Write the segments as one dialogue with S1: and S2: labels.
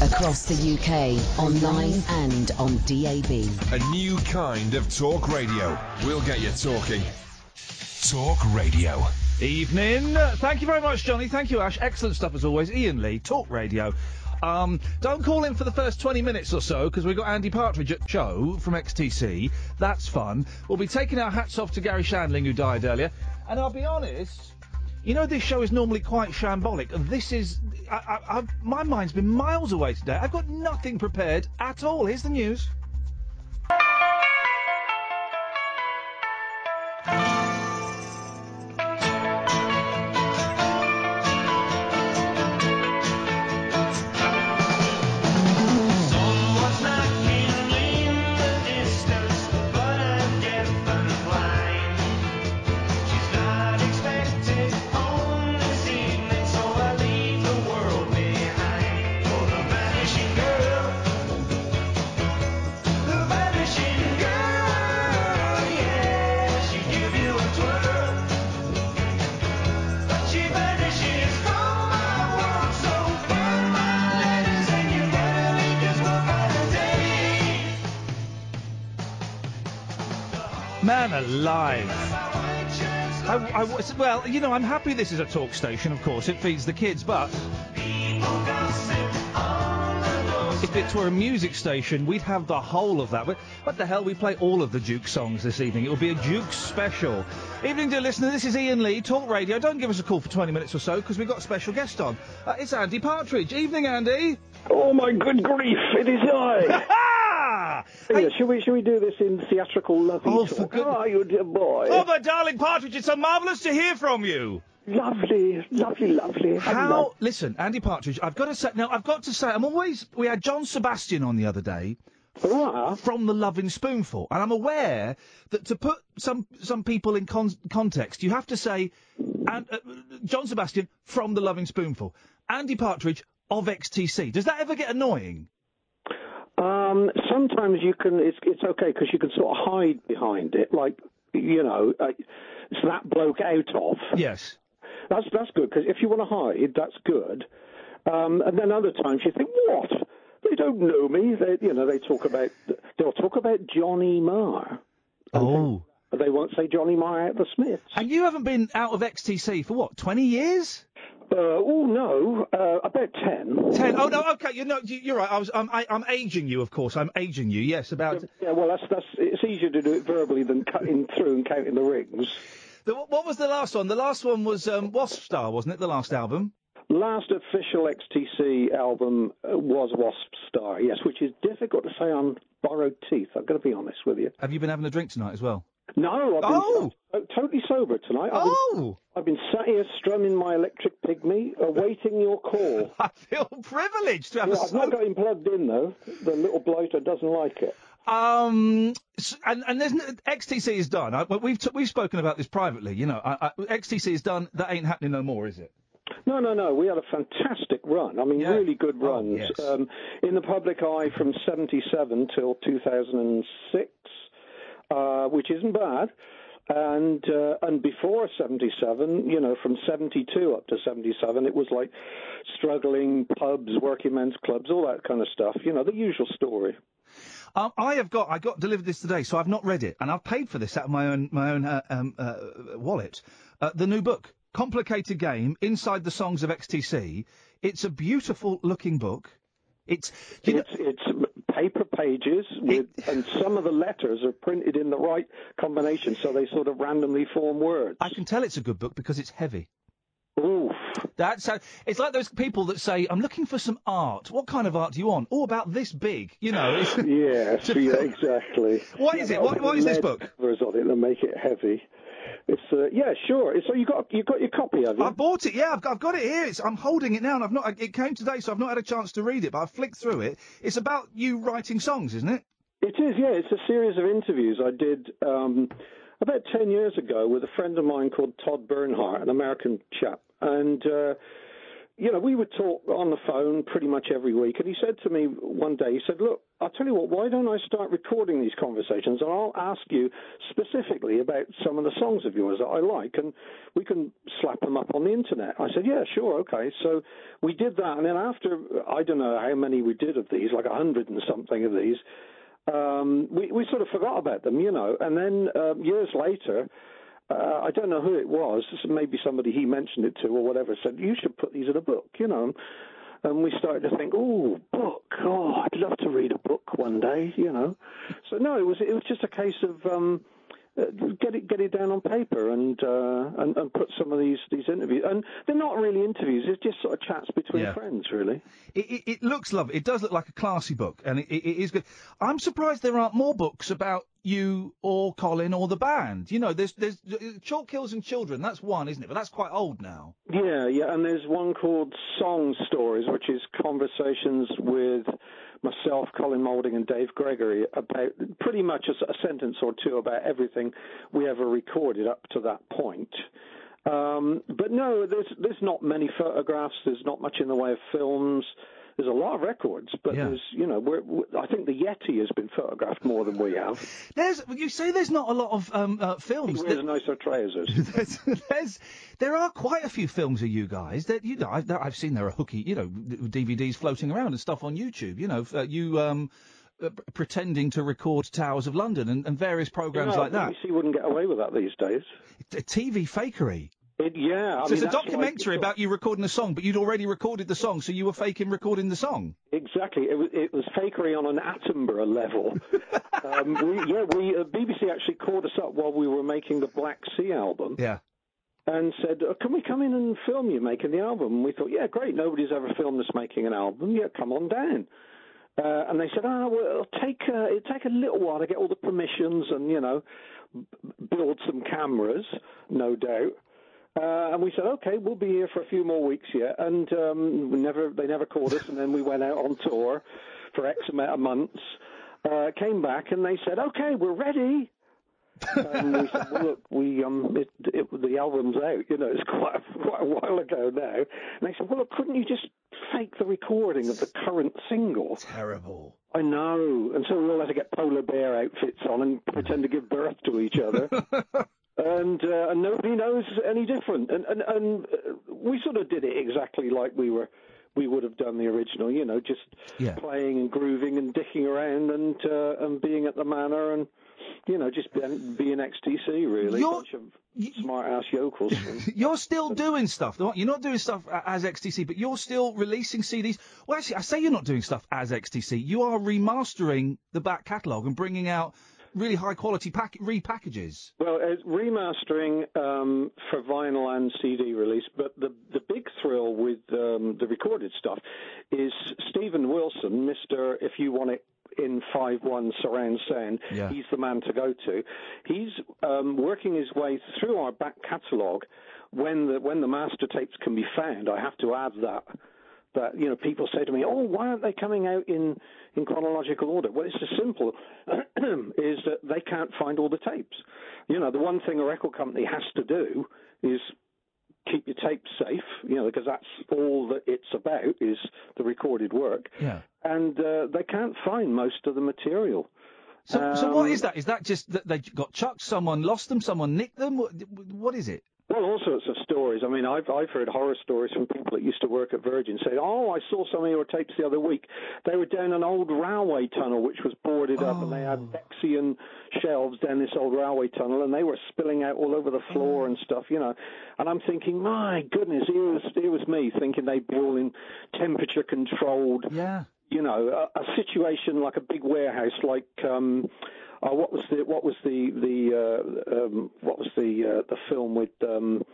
S1: across the UK, online and on DAB.
S2: A new kind of talk radio. We'll get you talking. Talk radio.
S3: Evening. Thank you very much, Johnny. Thank you, Ash. Excellent stuff as always. Ian Lee, Talk Radio. Um, don't call in for the first 20 minutes or so because we've got Andy Partridge at show from XTC. That's fun. We'll be taking our hats off to Gary Shandling, who died earlier. And I'll be honest, you know, this show is normally quite shambolic. This is. I, I, I've, my mind's been miles away today. I've got nothing prepared at all. Here's the news. Man alive. I, I was- well, you know, I'm happy this is a talk station, of course. It feeds the kids, but. If it were a music station, we'd have the whole of that. But what the hell? We play all of the Duke songs this evening. It will be a Duke special. Evening, dear listener. This is Ian Lee, Talk Radio. Don't give us a call for 20 minutes or so because we've got a special guest on. Uh, it's Andy Partridge. Evening, Andy.
S4: Oh my good grief! It is I. Yeah, should we should we do this in theatrical love? Oh, for good... How are you, dear boy?
S3: Oh, my darling Partridge, it's so marvellous to hear from you.
S4: Lovely, lovely, lovely.
S3: How? listen, Andy Partridge. I've got to say. Now, I've got to say. I'm always. We had John Sebastian on the other day.
S4: Oh,
S3: From the Loving Spoonful, and I'm aware that to put some some people in con- context, you have to say, and, uh, John Sebastian from the Loving Spoonful, Andy Partridge of XTC. Does that ever get annoying?
S4: Um, sometimes you can. It's it's okay because you can sort of hide behind it, like you know, uh, it's that bloke out of.
S3: Yes.
S4: That's that's good because if you want to hide, that's good. Um, and then other times you think, what? They don't know me. They you know they talk about they'll talk about Johnny Marr.
S3: Oh.
S4: They won't say Johnny Marr out the Smiths.
S3: And you haven't been out of XTC for what, 20 years?
S4: Uh, oh no, uh, about ten.
S3: Ten. Oh no. Okay. You're not. you- You're right. I was. I'm. I, I'm aging you. Of course. I'm aging you. Yes. About.
S4: Yeah, well, that's that's. It's easier to do it verbally than cutting through and counting the rings.
S3: The, what what was the last one? The last one was um, Wasp Star, wasn't it? The last album.
S4: Last official XTC album uh, was Wasp Star, yes, which is difficult to say on borrowed teeth. I'm going to be honest with you.
S3: Have you been having a drink tonight as well?
S4: No, I've been
S3: Oh!
S4: I'm totally sober tonight. I've
S3: Been,
S4: I've been sat here strumming my electric pygmy, awaiting your call.
S3: I feel privileged to have
S4: yeah,
S3: a
S4: I've not got him plugged in though. The little bloater doesn't like it.
S3: Um, s- and and there's n- XTC is done. I, we've t- we've spoken about this privately. You know, I, I, XTC is done. That ain't happening no more, is it?
S4: No, no, no. We had a fantastic run. I mean, really good runs.
S3: Oh, yes.
S4: um, in the public eye from 77 till 2006, uh, which isn't bad. And uh, and before 77, you know, from 72 up to 77, it was like struggling pubs, working men's clubs, all that kind of stuff. You know, the usual story.
S3: Um, I have got I got delivered this today, so I've not read it, and I've paid for this out of my own my own uh, um, uh, wallet. Uh, the new book, Complicated Game: Inside the Songs of XTC. It's a beautiful looking book. It's you know,
S4: It's, it's paper pages, with, and some of the letters are printed in the right combination, so they sort of randomly form words.
S3: I can tell it's a good book because it's heavy.
S4: Oof.
S3: That's how, it's like those people that say, "I'm looking for some art. What kind of art do you want? Oh, about this big, you know." It's,
S4: yes, yeah, exactly.
S3: What is it? What- what is this book?
S4: Covers on it and make it heavy. It's uh, yeah, sure. So you got you got your copy of it.
S3: I bought it. Yeah, I've got, I've got it here. It's, I'm holding it now, and I've not. It came today, so I've not had a chance to read it. But I flicked through it. It's about you writing songs, isn't it?
S4: It is, yeah. It's a series of interviews I did um, about 10 years ago with a friend of mine called Todd Bernhardt, an American chap. And uh, you know, we would talk on the phone pretty much every week. And he said to me one day, he said, Look, I'll tell you what, why don't I start recording these conversations and I'll ask you specifically about some of the songs of yours that I like and we can slap them up on the internet. I said, Yeah, sure, okay. So we did that. And then after, I don't know how many we did of these, like a hundred and something of these, um, we, we sort of forgot about them, you know. And then um, years later, uh, I don't know who it was, this is maybe somebody he mentioned it to or whatever, said, You should put these in a book, you know. And we started to think, oh, book, oh, I'd love to read a book one day, you know. So no, it was it was just a case of um, uh, get it get it down on paper and, uh, and and put some of these these interviews. And they're not really interviews; it's just sort of chats between
S3: Yeah.
S4: friends, really.
S3: It, it, it looks lovely. It does look like a classy book, and it, it, it is good. I'm surprised there aren't more books about you or Colin or the band. You know, there's there's Chalk Hills and Children. That's one, isn't it? But that's quite old now.
S4: Yeah, yeah, and there's one called Song Stories, which is conversations with myself, Colin Moulding, and Dave Gregory about pretty much a, s- a sentence or two about everything we ever recorded up to that point. Um, but no, there's there's not many photographs. There's not much in the way of films. There's a lot of records, but
S3: Yeah.
S4: there's you know we're, we I think the Yeti has been photographed more than we have.
S3: There's you say there's not a lot of um, uh, films.
S4: He wears
S3: that-
S4: nicer trousers.
S3: there's, there's, there are quite a few films of you guys that you know I've, that I've seen there are hooky you know DVDs floating around and stuff on YouTube you know f- uh, you um uh, p- pretending to record Towers of London and, and various programs
S4: No,
S3: like that
S4: BBC wouldn't get away with that these days.
S3: T- TV fakery
S4: It, yeah, I
S3: so
S4: mean,
S3: it's a
S4: that's like-
S3: documentary about you recording a song but you'd already recorded the song so you were faking recording the song
S4: Exactly. It was, it was fakery on an Attenborough level. um, we, yeah, we uh, BBC actually called us up while we were making the Black Sea album
S3: yeah
S4: and said, uh, "Can we come in and film you making the album?" And we thought, "Yeah, great. Nobody's ever filmed us making an album. Yeah, come on down." Uh, and they said, "Ah, well, it'll take uh, it'll take a little while to get all the permissions and you know b- build some cameras, no doubt." Uh, and we said, "Okay, we'll be here for a few more weeks yet." And um, we never they never called us. And then we went out on tour for X amount of months. Uh, came back and they said, "Okay, we're ready." and we said, well, look, we um, it, it, the album's out. You know, it's quite a, quite a while ago now. And they said, well, look, couldn't you just fake the recording of the current single?
S3: terrible
S4: I know. And so we all had to get polar bear outfits on and pretend to give birth to each other. and uh, and nobody knows any different. And and and uh, we sort of did it exactly like we were. We would have done the original, you know, just
S3: Yeah.
S4: playing and grooving and dicking around and uh, and being at the manor and, you know, just being, being XTC really,
S3: You're-
S4: bunch of smart ass yokels.
S3: You're still doing stuff. though. You're not doing stuff a- as XTC, but you're still releasing CDs. Well, actually, I say you're not doing stuff as XTC. You are remastering the back catalogue and bringing out really high quality pack- repackages.
S4: Well, it's remastering um, for vinyl and CD release, but the the big thrill with um, the recorded stuff is Stephen Wilson, Mister. If you want it in five one surround sound,
S3: Yeah.
S4: he's the man to go to. He's um, working his way through our back catalogue. When the when the master tapes can be found, I have to add that that you know people say to me, "Oh, why aren't they coming out in in chronological order?" Well, it's as simple is that they can't find all the tapes. You know, the one thing a record company has to do is keep your tapes safe. You know, because that's all that it's about is the recorded work,
S3: Yeah.
S4: and uh, they can't find most of the material.
S3: So, so what
S4: Um,
S3: is that? Is that just that they got chucked? Someone lost them? Someone nicked them? What, what is it?
S4: Well, all sorts of stories. I mean, I've I've heard horror stories from people that used to work at Virgin saying, "Oh, I saw some of your tapes the other week. They were down an old railway tunnel which was boarded up, and they had Vexian shelves down this old railway tunnel, and they were spilling out all over the floor and stuff, you know." And I'm thinking, my goodness, here was here was me thinking they'd be all in temperature controlled
S3: Yeah.
S4: you know, a, a situation like a big warehouse, like um, oh, what was the what was the the uh, um, what was the uh, the film with um,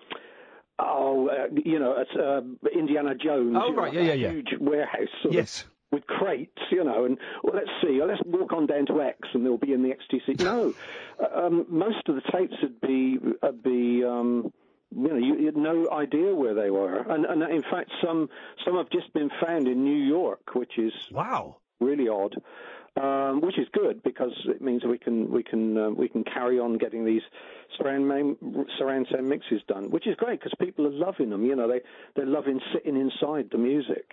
S4: oh, uh, you know, it's, uh, Indiana Jones.
S3: Oh,
S4: you know,
S3: right, yeah, yeah, yeah.
S4: Huge warehouse. Sort of
S3: Yes.
S4: with crates, you know, and well, let's see, let's walk on down to X, and they'll be in the XTC. No, um, most of the tapes would be would be. Um, you know, you, you had no idea where they were, and, and in fact, some some have just been found in New York, which is
S3: Wow.
S4: really odd. um, which is good because it means that we can we can uh, we can carry on getting these surround main, surround sound mixes done, which is great because people are loving them. You know, they they're loving sitting inside the music.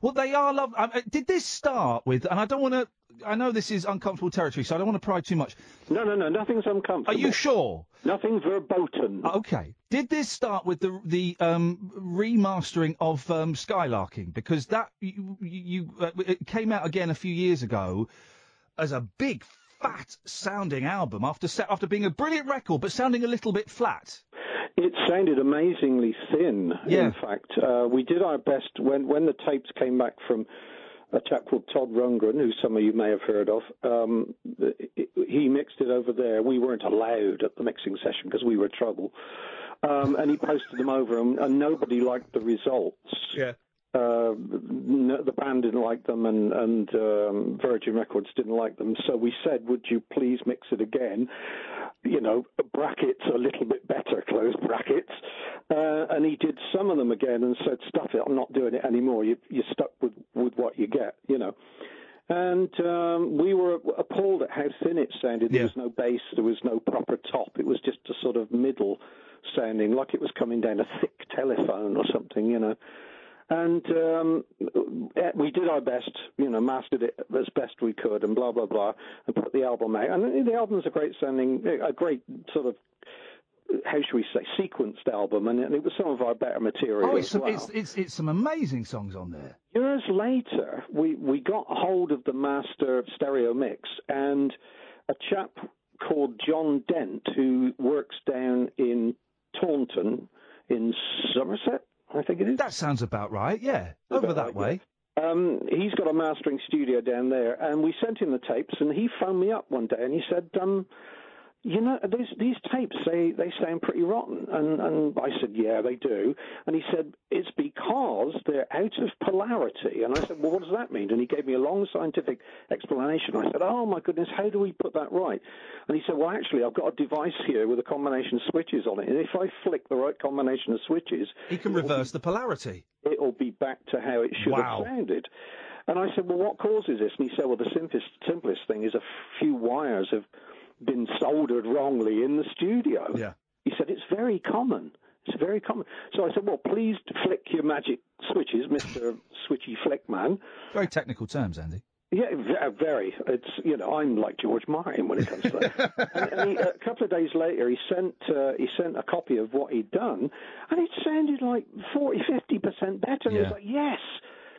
S5: Well, they are love. Um, uh, did this start with? And I don't want to. I know this is uncomfortable territory, so I don't want to pry too much.
S4: No, no, no, nothing's uncomfortable.
S5: Are you sure?
S4: Nothing verboten.
S5: Okay. Did this start with the the um, remastering of um, Skylarking? Because that you, you uh, it came out again a few years ago as a big fat sounding album after sa- after being a brilliant record, but sounding a little bit flat.
S4: It sounded amazingly thin.
S5: Yeah.
S4: In fact, uh, we did our best when when the tapes came back from a chap called Todd Rundgren, who some of you may have heard of. Um, the- it- he mixed it over there. We weren't allowed at the mixing session because we were trouble. Um, and he posted them over, and, and nobody liked the results.
S5: Yeah.
S4: Uh, n- the band didn't like them, and, and um, Virgin Records didn't like them. So we said, "Would you please mix it again?" you know, brackets a little bit better, close brackets. Uh, and he did some of them again and said, "Stuff it, I'm not doing it anymore. You, you're stuck with with what you get," you know. And um, we were appalled at how thin it sounded. There
S5: Yeah.
S4: was no bass, there was no proper top. It was just a sort of middle sounding, like it was coming down a thick telephone or something, you know. And um, eh, we did our best, you know, mastered it as best we could, and blah blah blah, and put the album out. And the album's a great sounding, a great sort of, how should we say, sequenced album, and it was some of our better material.
S5: Oh, it's
S4: as
S5: some,
S4: well.
S5: it's, it's it's some amazing songs on there.
S4: Years later, we, we got hold of the master stereo mix, and a chap called John Dent, who works down in Taunton in Somerset, I think it is.
S5: That sounds about right. Yeah,
S4: About
S5: over
S4: right,
S5: that way.
S4: Um, he's got a mastering studio down there, and we sent him the tapes, and he phoned me up one day, and he said, um, "You know, these these tapes they they sound pretty rotten," and and I said, "Yeah, they do," and he said, "It's because they're out of polarity," and I said, "Well, what does that mean?" And he gave me a long scientific explanation. I said, "Oh my goodness, how do we put that right?" And he said, "Well, actually, I've got a device here with a combination of switches on it, and if I flick the right combination of switches,
S5: He can reverse the polarity.
S4: it'll be back to how it should
S5: Wow.
S4: have sounded. And I said, well, what causes this? And he said, well, the simplest, simplest thing is a few wires have been soldered wrongly in the studio.
S5: Yeah.
S4: He said, it's very common. It's very common. So I said, well, please flick your magic switches, Mr. Switchy Flick Man.
S5: Very technical terms, Andy.
S4: Yeah, ve- very. It's you know I'm like George Martin when it comes to that. and, and he, a couple of days later, he sent uh, he sent a copy of what he'd done, and it sounded like 40, 50 percent better. And he
S5: Yeah.
S4: was like, "Yes,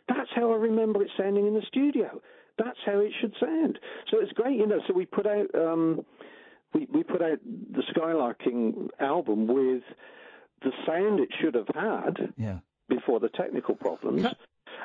S4: that's how I remember it sounding in the studio. That's how it should sound." So it's great, you know. So we put out um, we we put out the Skylarking album with the sound it should have had
S5: Yeah.
S4: before the technical problems.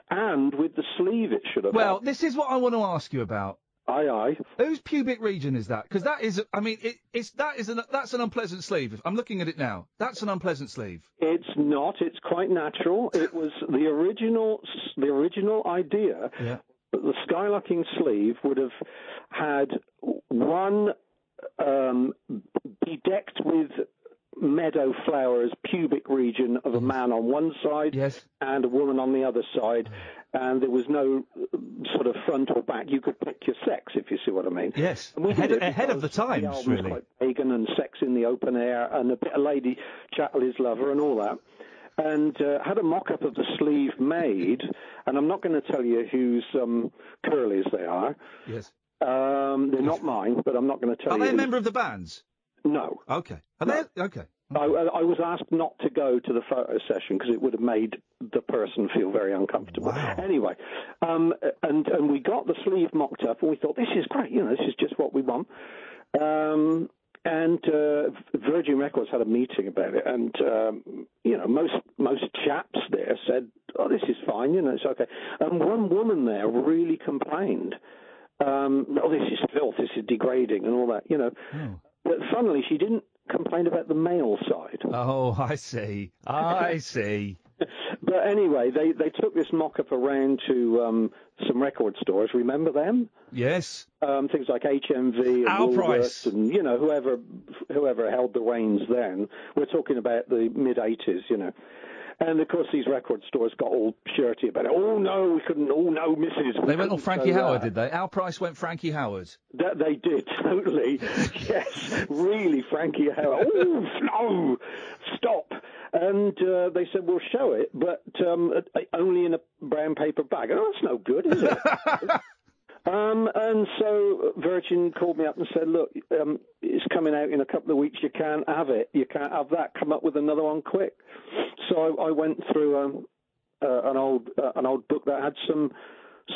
S4: And with the sleeve it should have
S5: Well,
S4: had.
S5: this is what I want to ask you about.
S4: Aye, aye.
S5: Whose pubic region is that? Because that is, I mean, it, it's that is an that's an unpleasant sleeve. I'm looking at it now. That's an unpleasant sleeve.
S4: It's not. It's quite natural. It was the original, the original idea.
S5: Yeah.
S4: that The skylarking sleeve would have had one um, bedecked with meadow flowers pubic region of a man on one side
S5: Yes. Mm.
S4: and a woman on the other side, and there was no um, sort of front or back. You could pick your sex if you see what I mean.
S5: Yes.
S4: And we
S5: Ahead,
S4: did it
S5: ahead of the
S4: because
S5: times,
S4: the album's
S5: really.
S4: Quite pagan and sex in the open air and a bit of lady chattel is lover and all that. And uh, had a mock up of the sleeve made, and I'm not going to tell you whose um, curlies they are.
S5: Yes.
S4: Um, they're not mine, but I'm not going to tell
S5: Are
S4: you.
S5: they a
S4: who-
S5: member of the bands?
S4: No.
S5: Okay. Are they? Okay.
S4: I, I was asked not to go to the photo session because it would have made the person feel very uncomfortable.
S5: Wow.
S4: Anyway, um, and and we got the sleeve mocked up, and we thought this is great. You know, this is just what we want. Um, and uh, Virgin Records had a meeting about it, and um, you know, most most chaps there said, "Oh, this is fine. You know, it's okay." And one woman there really complained. Um, oh, this is filth. This is degrading, and all that. You know,
S5: Oh,
S4: but funnily, she didn't complain about the male side.
S5: Oh, I see. I see.
S4: But anyway, they, they took this mock up around to um, some record stores. Remember them?
S5: Yes.
S4: Um, things like HMV and
S5: Al
S4: Woolworths
S5: Price.
S4: and you know whoever whoever held the reins then. We're talking about the mid '80s, you know. And of course, these record stores got all shirty about it. Oh no, we couldn't. Oh no, Mrs. we
S3: They went all
S4: couldn't
S3: Frankie
S4: go there."
S3: Howard, did they? Al Price went Frankie Howard.
S4: That they did totally. yes, really, Frankie Howard. Oh no, stop! And uh, they said we'll show it, but um, uh, only in a brown paper bag. Oh, that's no good, is it? Um, and so Virgin called me up and said, "Look, um, it's coming out in a couple of weeks. You can't have it. You can't have that. Come up with another one quick." So I, I went through um, uh, an old uh, an old book that had some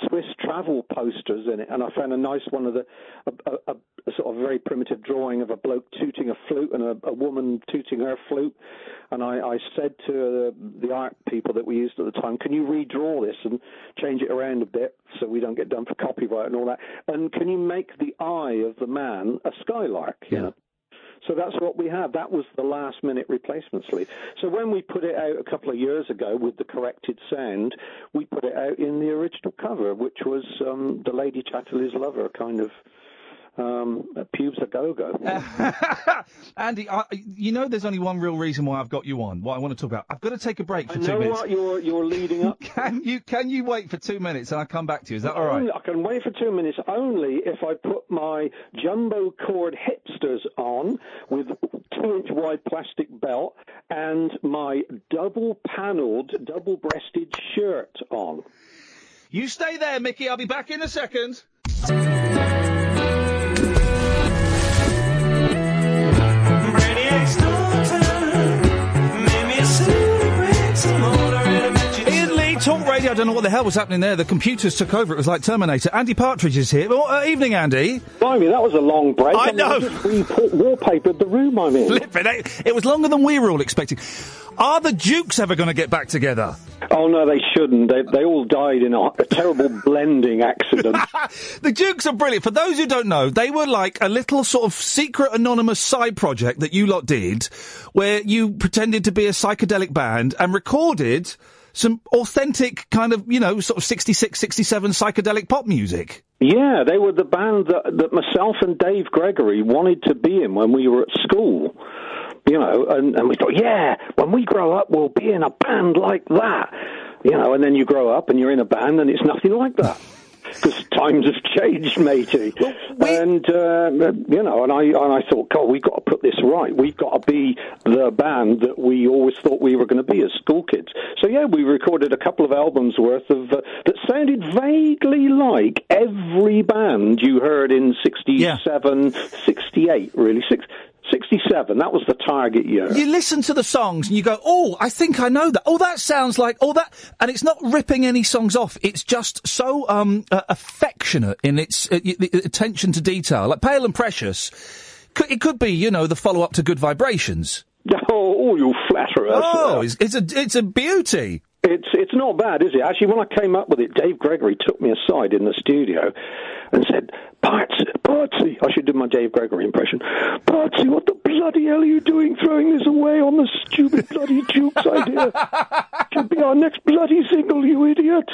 S4: Swiss travel posters in it, and I found a nice one of the a, a, a- a sort of very primitive drawing of a bloke tooting a flute and a, a woman tooting her flute. And I, I said to the, the art people that we used at the time, "Can you redraw this and change it around a bit so we don't get done for copyright and all that? And can you make the eye of the man a skylark?" You know. So that's what we had. That was the last minute replacement sleeve. So when we put it out a couple of years ago with the corrected sound, we put it out in the original cover, which was um, The Lady Chatterley's Lover, kind of um, pubes a go go.
S3: Andy, I, you know there's only one real reason why I've got you on, what I want to talk about. I've got to take a break for
S4: I
S3: two
S4: know
S3: minutes.
S4: what you're, you're leading up.
S3: Can you can you wait for two minutes and I'll come back to you? Is that all right?
S4: Only- I can wait for two minutes only if I put my jumbo cord hipsters on with two inch wide plastic belt and my double panelled, double breasted shirt on.
S3: You stay there, Mickey. I'll be back in a second. Italy, Talk radio. I don't know what the hell was happening there. The computers took over. It was like Terminator. Andy Partridge is here. Well, uh, evening, Andy.
S4: Blimey, that was a long break.
S3: I
S4: mean,
S3: know.
S4: just repa- wallpapered the room I'm in.
S3: Flipping it. It was longer than we were all expecting. Are the Dukes ever going to get back together?
S4: Oh no, they shouldn't. They they all died in a, a terrible blending accident.
S3: the Dukes are brilliant. For those who don't know, they were like a little sort of secret anonymous side project that you lot did, where you pretended to be a psychedelic band and recorded some authentic kind of, you know, sort of 66, 67 psychedelic pop music.
S4: yeah, they were the band that that myself and Dave Gregory wanted to be in when we were at school. You know, and, and we thought, yeah, when we grow up, we'll be in a band like that. You know, and then you grow up and you're in a band, and it's nothing like that. Because times have changed, matey.
S3: we-
S4: And uh, you know, and I and I thought, God, we've got to put this right. We've got to be the band that we always thought we were going to be as school kids. So yeah, we recorded a couple of albums worth of uh, that sounded vaguely like every band you heard in '67, '68, really six. 67, that was the target year.
S3: You listen to the songs and you go, oh, I think I know that. Oh, that sounds like, oh, that. And it's not ripping any songs off. It's just so um, uh, affectionate in its uh, y- the attention to detail. Like Pale and Precious, C- it could be, you know, the follow up to Good Vibrations.
S4: Oh, oh, you flatterers.
S3: Oh, it's, it's a it's a beauty.
S4: It's it's not bad, is it? Actually, when I came up with it, Dave Gregory took me aside in the studio and said, "Bartsy, Bartsy, I should do my Dave Gregory impression. Bartsy, what the bloody hell are you doing, throwing this away on the stupid bloody Jukes idea? Should be our next bloody single, you idiot."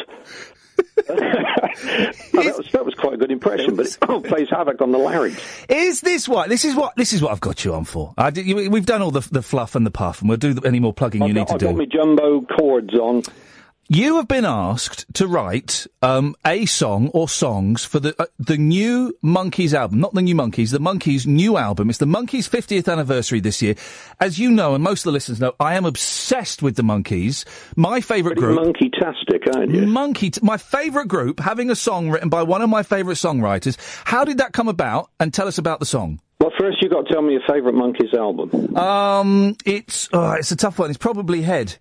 S4: Oh, that, was, that was quite a good impression, but oh, it plays havoc on the larynx.
S3: Is this what this is what this is what I've got you on for? I did, you, we've done all the the fluff and the puff, and we'll do the, any more plugging you
S4: I've
S3: need
S4: got,
S3: to
S4: I've got
S3: do.
S4: my jumbo chords on.
S3: You have been asked to write um, a song or songs for the uh, the new Monkeys album, not the new Monkeys, the Monkeys new album. It's the Monkeys 50th anniversary this year. As you know, and most of the listeners know, I am obsessed with the Monkeys. My favourite group.
S4: Monkey-tastic, aren't you?
S3: Monkey, t- my favourite group, having a song written by one of my favourite songwriters. How did that come about? And tell us about the song.
S4: Well, first you've got to tell me your favourite Monkeys album.
S3: Um, it's oh, it's a tough one. It's probably Head.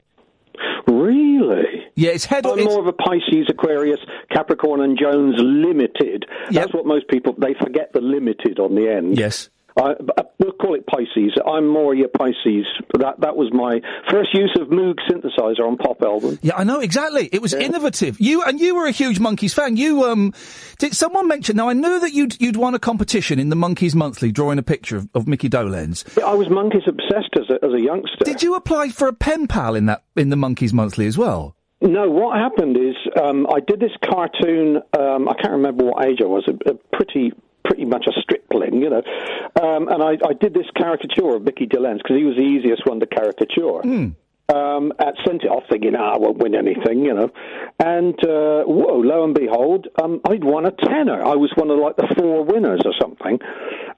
S4: Really?
S3: Yeah, it's Head. or
S4: I'm
S3: it's-
S4: more of a Pisces, Aquarius, Capricorn, and Jones limited. That's what most people they forget the limited on the end.
S3: yes.
S4: I, but we'll call it Pisces. I'm more your Pisces. That that was my first use of Moog synthesizer on pop album.
S3: Yeah, I know exactly. It was innovative. You and you were a huge monkeys fan. You um, did someone mention? Now I knew that you'd you'd won a competition in the Monkeys Monthly, drawing a picture of, of Mickey Dolenz.
S4: I was monkeys obsessed as a, as a youngster.
S3: Did you apply for a pen pal in that in the Monkeys Monthly as well?
S4: No, what happened is um, I did this cartoon. Um, I can't remember what age I was. A, a pretty, pretty much a stripling, you know.
S3: Hmm.
S4: Um, and I, I did this caricature of Mickey DeLenz because he was the easiest one to caricature. Um, at sent it off thinking, ah, I won't win anything, you know. And uh, whoa, lo and behold, um, I'd won a tenner. I was one of like the four winners or something.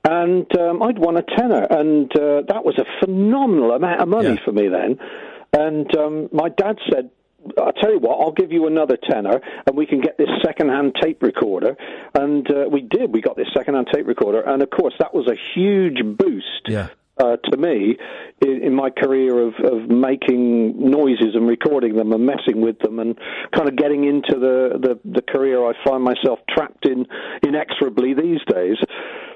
S4: And um, I'd won a tenner. And uh, that was a phenomenal amount of money for me then. And um, my dad said, I'll tell you what, I'll give you another tenner and we can get this second-hand tape recorder. And uh, we did. We got this second-hand tape recorder. And of course, that was a huge boost
S5: Yeah.
S4: uh, to me in, in my career of, of making noises and recording them and messing with them and kind of getting into the, the, the career I find myself trapped in inexorably these days.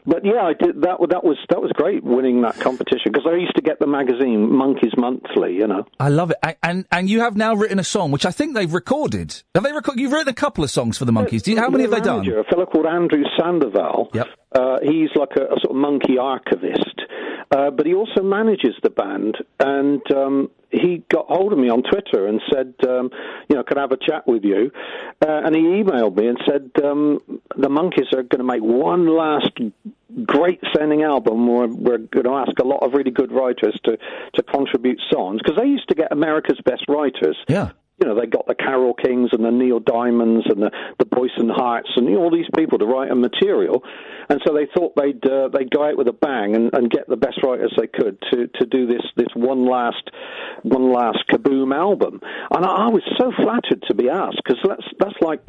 S4: But yeah, I did that. That was that was great winning that competition because I used to get the magazine Monkeys Monthly, you know.
S5: I love it. And, and and you have now written a song, which I think they've recorded. Have they recorded? You've written a couple of songs for the monkeys. Do you, how many have they
S4: Their
S5: done?
S4: manager, A fellow called Andrew Sandoval.
S5: Yep.
S4: Uh, he's like a, a sort of monkey archivist, uh, but he also manages the band. And um, he got hold of me on Twitter and said, um, you know, could I have a chat with you? Uh, and he emailed me and said, um, the monkeys are going to make one last great sounding album. We're, we're going to ask a lot of really good writers to, to contribute songs because they used to get America's best writers
S5: Yeah.
S4: you know, they got the Carol Kings and the Neil Diamonds and the, the Boyson Hearts and you know, all these people to write a material. And so they thought they'd uh, they'd go out with a bang and, and get the best writers they could to, to do this, this one last one last kaboom album. And I, I was so flattered to be asked because that's that's like.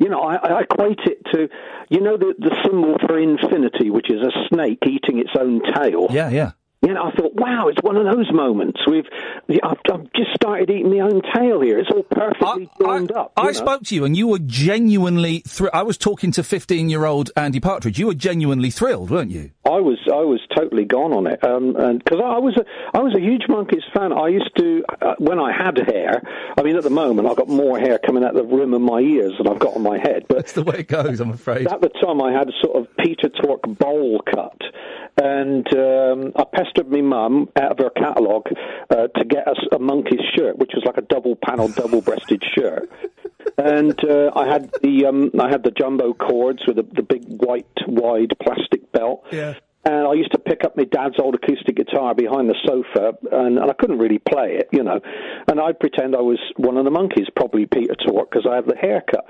S4: You know, I, I equate it to, you know, the, the symbol for infinity, which is a snake eating its own tail
S5: Yeah, yeah.
S4: you know, I thought, wow, it's one of those moments. We've, I've, I've just started eating my own tail here. It's all perfectly joined up. you
S5: I
S4: know.
S5: spoke to you and you were genuinely thr- I was talking to 15 year old Andy Partridge. You were genuinely thrilled, weren't you?
S4: I was I was totally gone on it, um, and because I was a I was a huge Monkeys fan. I used to uh, when I had hair. I mean, at the moment I've got more hair coming out the rim of my ears than I've got on my head. But
S5: That's the way it goes, I'm afraid.
S4: At the time, I had a sort of Peter Tork bowl cut, and um, I pestered my mum out of her catalogue uh, to get us a monkey's shirt, which was like a double panel, double breasted shirt. And uh, I had the um, I had the jumbo cords with the, the big white wide plastic belt.
S5: Yeah.
S4: And I used to pick up my dad's old acoustic guitar behind the sofa, and, and I couldn't really play it, you know. And I'd pretend I was one of the monkeys, probably Peter Tork, because I had the haircut.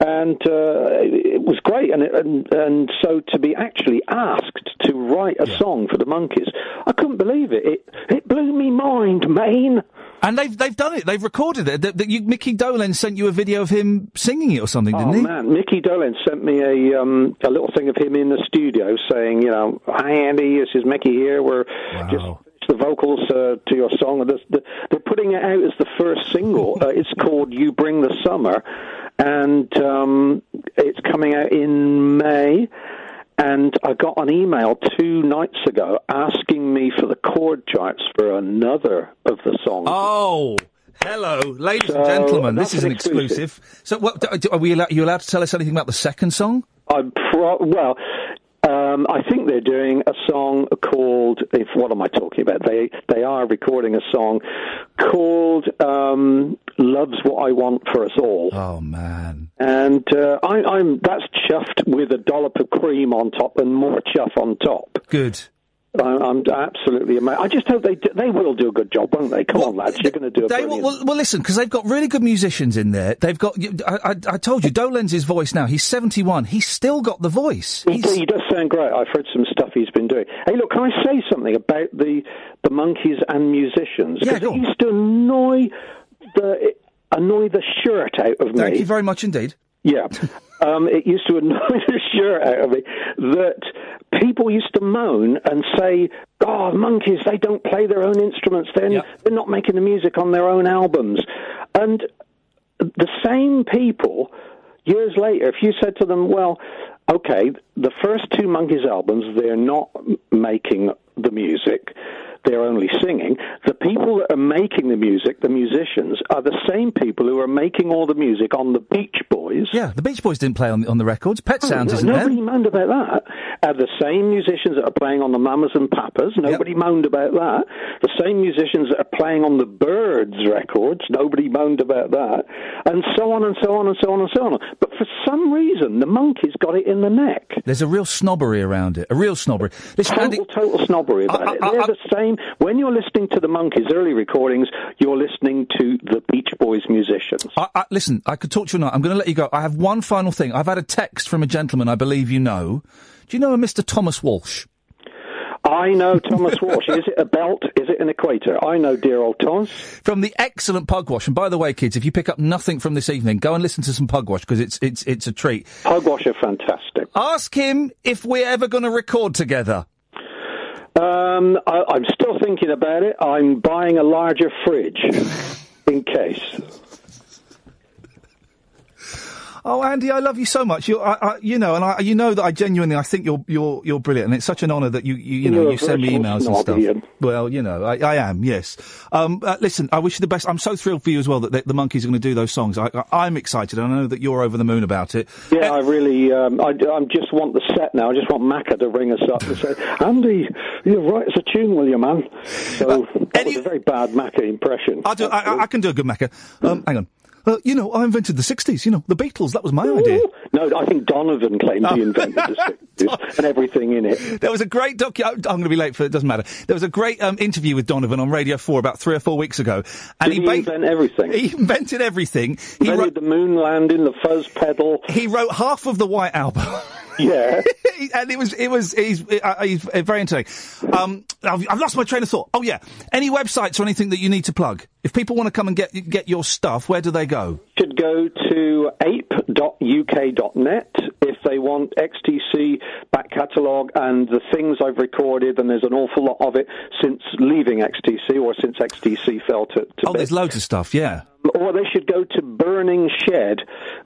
S4: And uh, it, it was great. And, it, and and so to be actually asked to write a song for the monkeys, I couldn't believe it. It, it blew me mind, Maine.
S5: And they've they've done it. They've recorded it. That- that you- Mickey Dolan sent you a video of him singing it or something, didn't
S4: Oh
S5: he?
S4: man, Mickey Dolan sent me a um, a little thing of him in the studio saying, you know, hi Andy, this is Mickey here. We're just finished the vocals uh, to your song. And this- the, they're putting it out as the first single. uh, it's called "You Bring the Summer," and um, it's coming out in May. And I got an email two nights ago asking me for the chord charts for another of the songs.
S5: Oh, hello, ladies and
S4: So,
S5: gentlemen. This
S4: that's
S5: is
S4: an
S5: an exclusive. So, what do- do- are we? Allow, are you allowed to tell us anything about the second song?
S4: I'm pro- well. Um, I think they're doing a song called. If what am I talking about? They they are recording a song called um, "Love's What I Want for Us All,"
S5: Oh man,
S4: and uh, I, I'm that's chuffed with a dollop of cream on top and more chuff on top.
S5: good.
S4: I, I'm absolutely amazed. I just hope they do, they will do a good job, won't they? Come on, lads, you're going to do a
S5: They
S4: brilliant.
S5: well, well, well listen, because they've got really good musicians in there. They've got. you- I, I, I told you, Dolan's his voice now. He's seventy-one. He's still got the voice.
S4: He, do- he does sound great. I've heard some stuff he's been doing. Hey, look, can I say something about the the monkeys and musicians?
S5: Yeah,
S4: Because
S5: go
S4: it
S5: on.
S4: used to annoy the annoy the shirt out of
S5: Thank
S4: me.
S5: you very much indeed.
S4: Yeah. Um, it used to annoy the shirt out of me that people used to moan and say, "Oh, monkeys! They don't play their own instruments. They're,
S5: Yeah.
S4: they're not making the music on their own albums." And the same people, years later, if you said to them, "Well, okay, the first two monkeys albums, they're not m- making the music." They're only singing. The people that are making the music, the musicians, are the same people who are making all the music on the Beach Boys. Oh,
S5: Yeah, the Beach Boys didn't play on the, on the records. Pet Sounds
S4: No,
S5: isn't
S4: nobody
S5: there.
S4: moaned about that. Uh, the same musicians that are playing on the Mamas and Papas, nobody moaned about that. The same musicians that are playing on the Birds records, nobody moaned about that. And so on and so on and so on and so on. But for some reason, reason, the monkey's got it in the neck.
S3: There's a real snobbery around it. A real snobbery. Listen,
S4: Total,
S3: Andy,
S4: total snobbery about it. They're the same. When you're listening to the Monkeys' early recordings, you're listening to the Beach Boys musicians.
S3: I, I, listen, I could talk to you now. I'm going to let you go. I have one final thing. I've had a text from a gentleman I believe you know. Do you know a Mr. Thomas Walsh?
S4: I know Thomas Walsh. Is it a belt? Is it an equator? I know dear old Thomas.
S3: From the excellent Pugwash. And by the way, kids, if you pick up nothing from this evening, go and listen to some Pugwash because it's, it's, it's a treat.
S4: Pugwash are fantastic.
S3: Ask him if we're ever going to record together.
S4: Um, I, I'm still thinking about it. I'm buying a larger fridge in case.
S3: Oh, Andy, I love you so much. You, I, I, you know, and I, you know that I genuinely, I think you're, you're, you're brilliant, and it's such an honour that you, you, you know,
S4: You're a
S3: you send me
S4: virtual
S3: emails and
S4: snob,
S3: stuff.
S4: Ian.
S3: Well, you know, I, I am, yes. Um, uh, listen, I wish you the best. I'm so thrilled for you as well that the, the monkeys are going to do those songs. I, I, I'm excited, and I know that you're over the moon about it.
S4: Yeah, I really, um, I, I just want the set now. I just want Macca to ring us up and say, Andy, you write us a tune, will you, man? So that was a very bad Macca impression.
S3: I, do, I, I, I can do a good Mecca. Um, hang on. Uh, you know, I invented the 60s, you know, the Beatles, that was my idea. Oh.
S4: No, I think Donovan claimed he invented the 60s and everything in it.
S3: There was a great docu. I'm going to be late for it. Doesn't matter. There was a great um, interview with Donovan on Radio Four about three or four weeks ago, and
S4: Didn't he
S3: ba-
S4: invent everything?
S3: He invented everything. He
S4: Invented the moon landing, the fuzz pedal.
S3: He wrote half of the White Album.
S4: Yeah.
S3: and it was it was he's uh, he's uh, very entertaining. Um, I've, I've lost my train of thought. Oh yeah, any websites or anything that you need to plug? If people want to come and get get your stuff, where do they go?
S4: should go to ape.uk.net if they want XTC back catalogue and the things I've recorded, and there's an awful lot of it since leaving XTC or since XTC fell to, to
S3: Oh, there's loads of stuff. Yeah.
S4: Um, or they should go to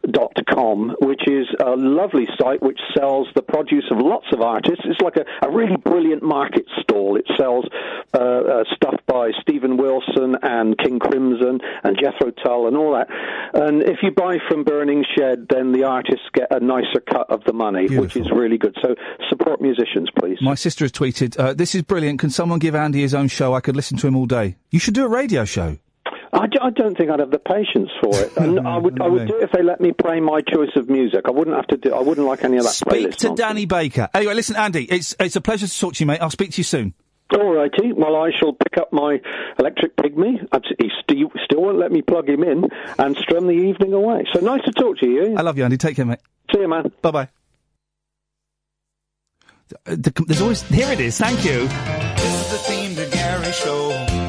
S4: burningshed.com, which is a lovely site which sells the produce of lots of artists. It's like a, a really brilliant market stall. It sells uh, uh, stuff by Stephen Wilson and King Crimson and Jethro Tull and all that. And if you buy from Burning Shed, then the artists get a nicer cut of the money, which is really good. So support musicians, please.
S3: My sister has tweeted, uh, "This is brilliant. Can someone give Andy his own show? I could listen to him all day. You should do a radio show."
S4: I, d- I don't think I'd have the patience for it. And I would, I would do it if they let me play my choice of music. I wouldn't have to do. I wouldn't like any of that.
S3: Speak
S4: playlist
S3: to
S4: nonsense.
S3: Danny Baker. Anyway, listen, Andy, it's it's a pleasure to talk to you, mate. I'll speak to you soon.
S4: All righty. Well, I shall pick up my electric pygmy. Abs- He st- still won't let me plug him in and strum the evening away. So nice to talk to you. Ian.
S3: I love you, Andy. Take care, mate.
S4: See you, man.
S3: Bye bye. There's always here it is. Thank you.
S6: This is the theme to Gary show.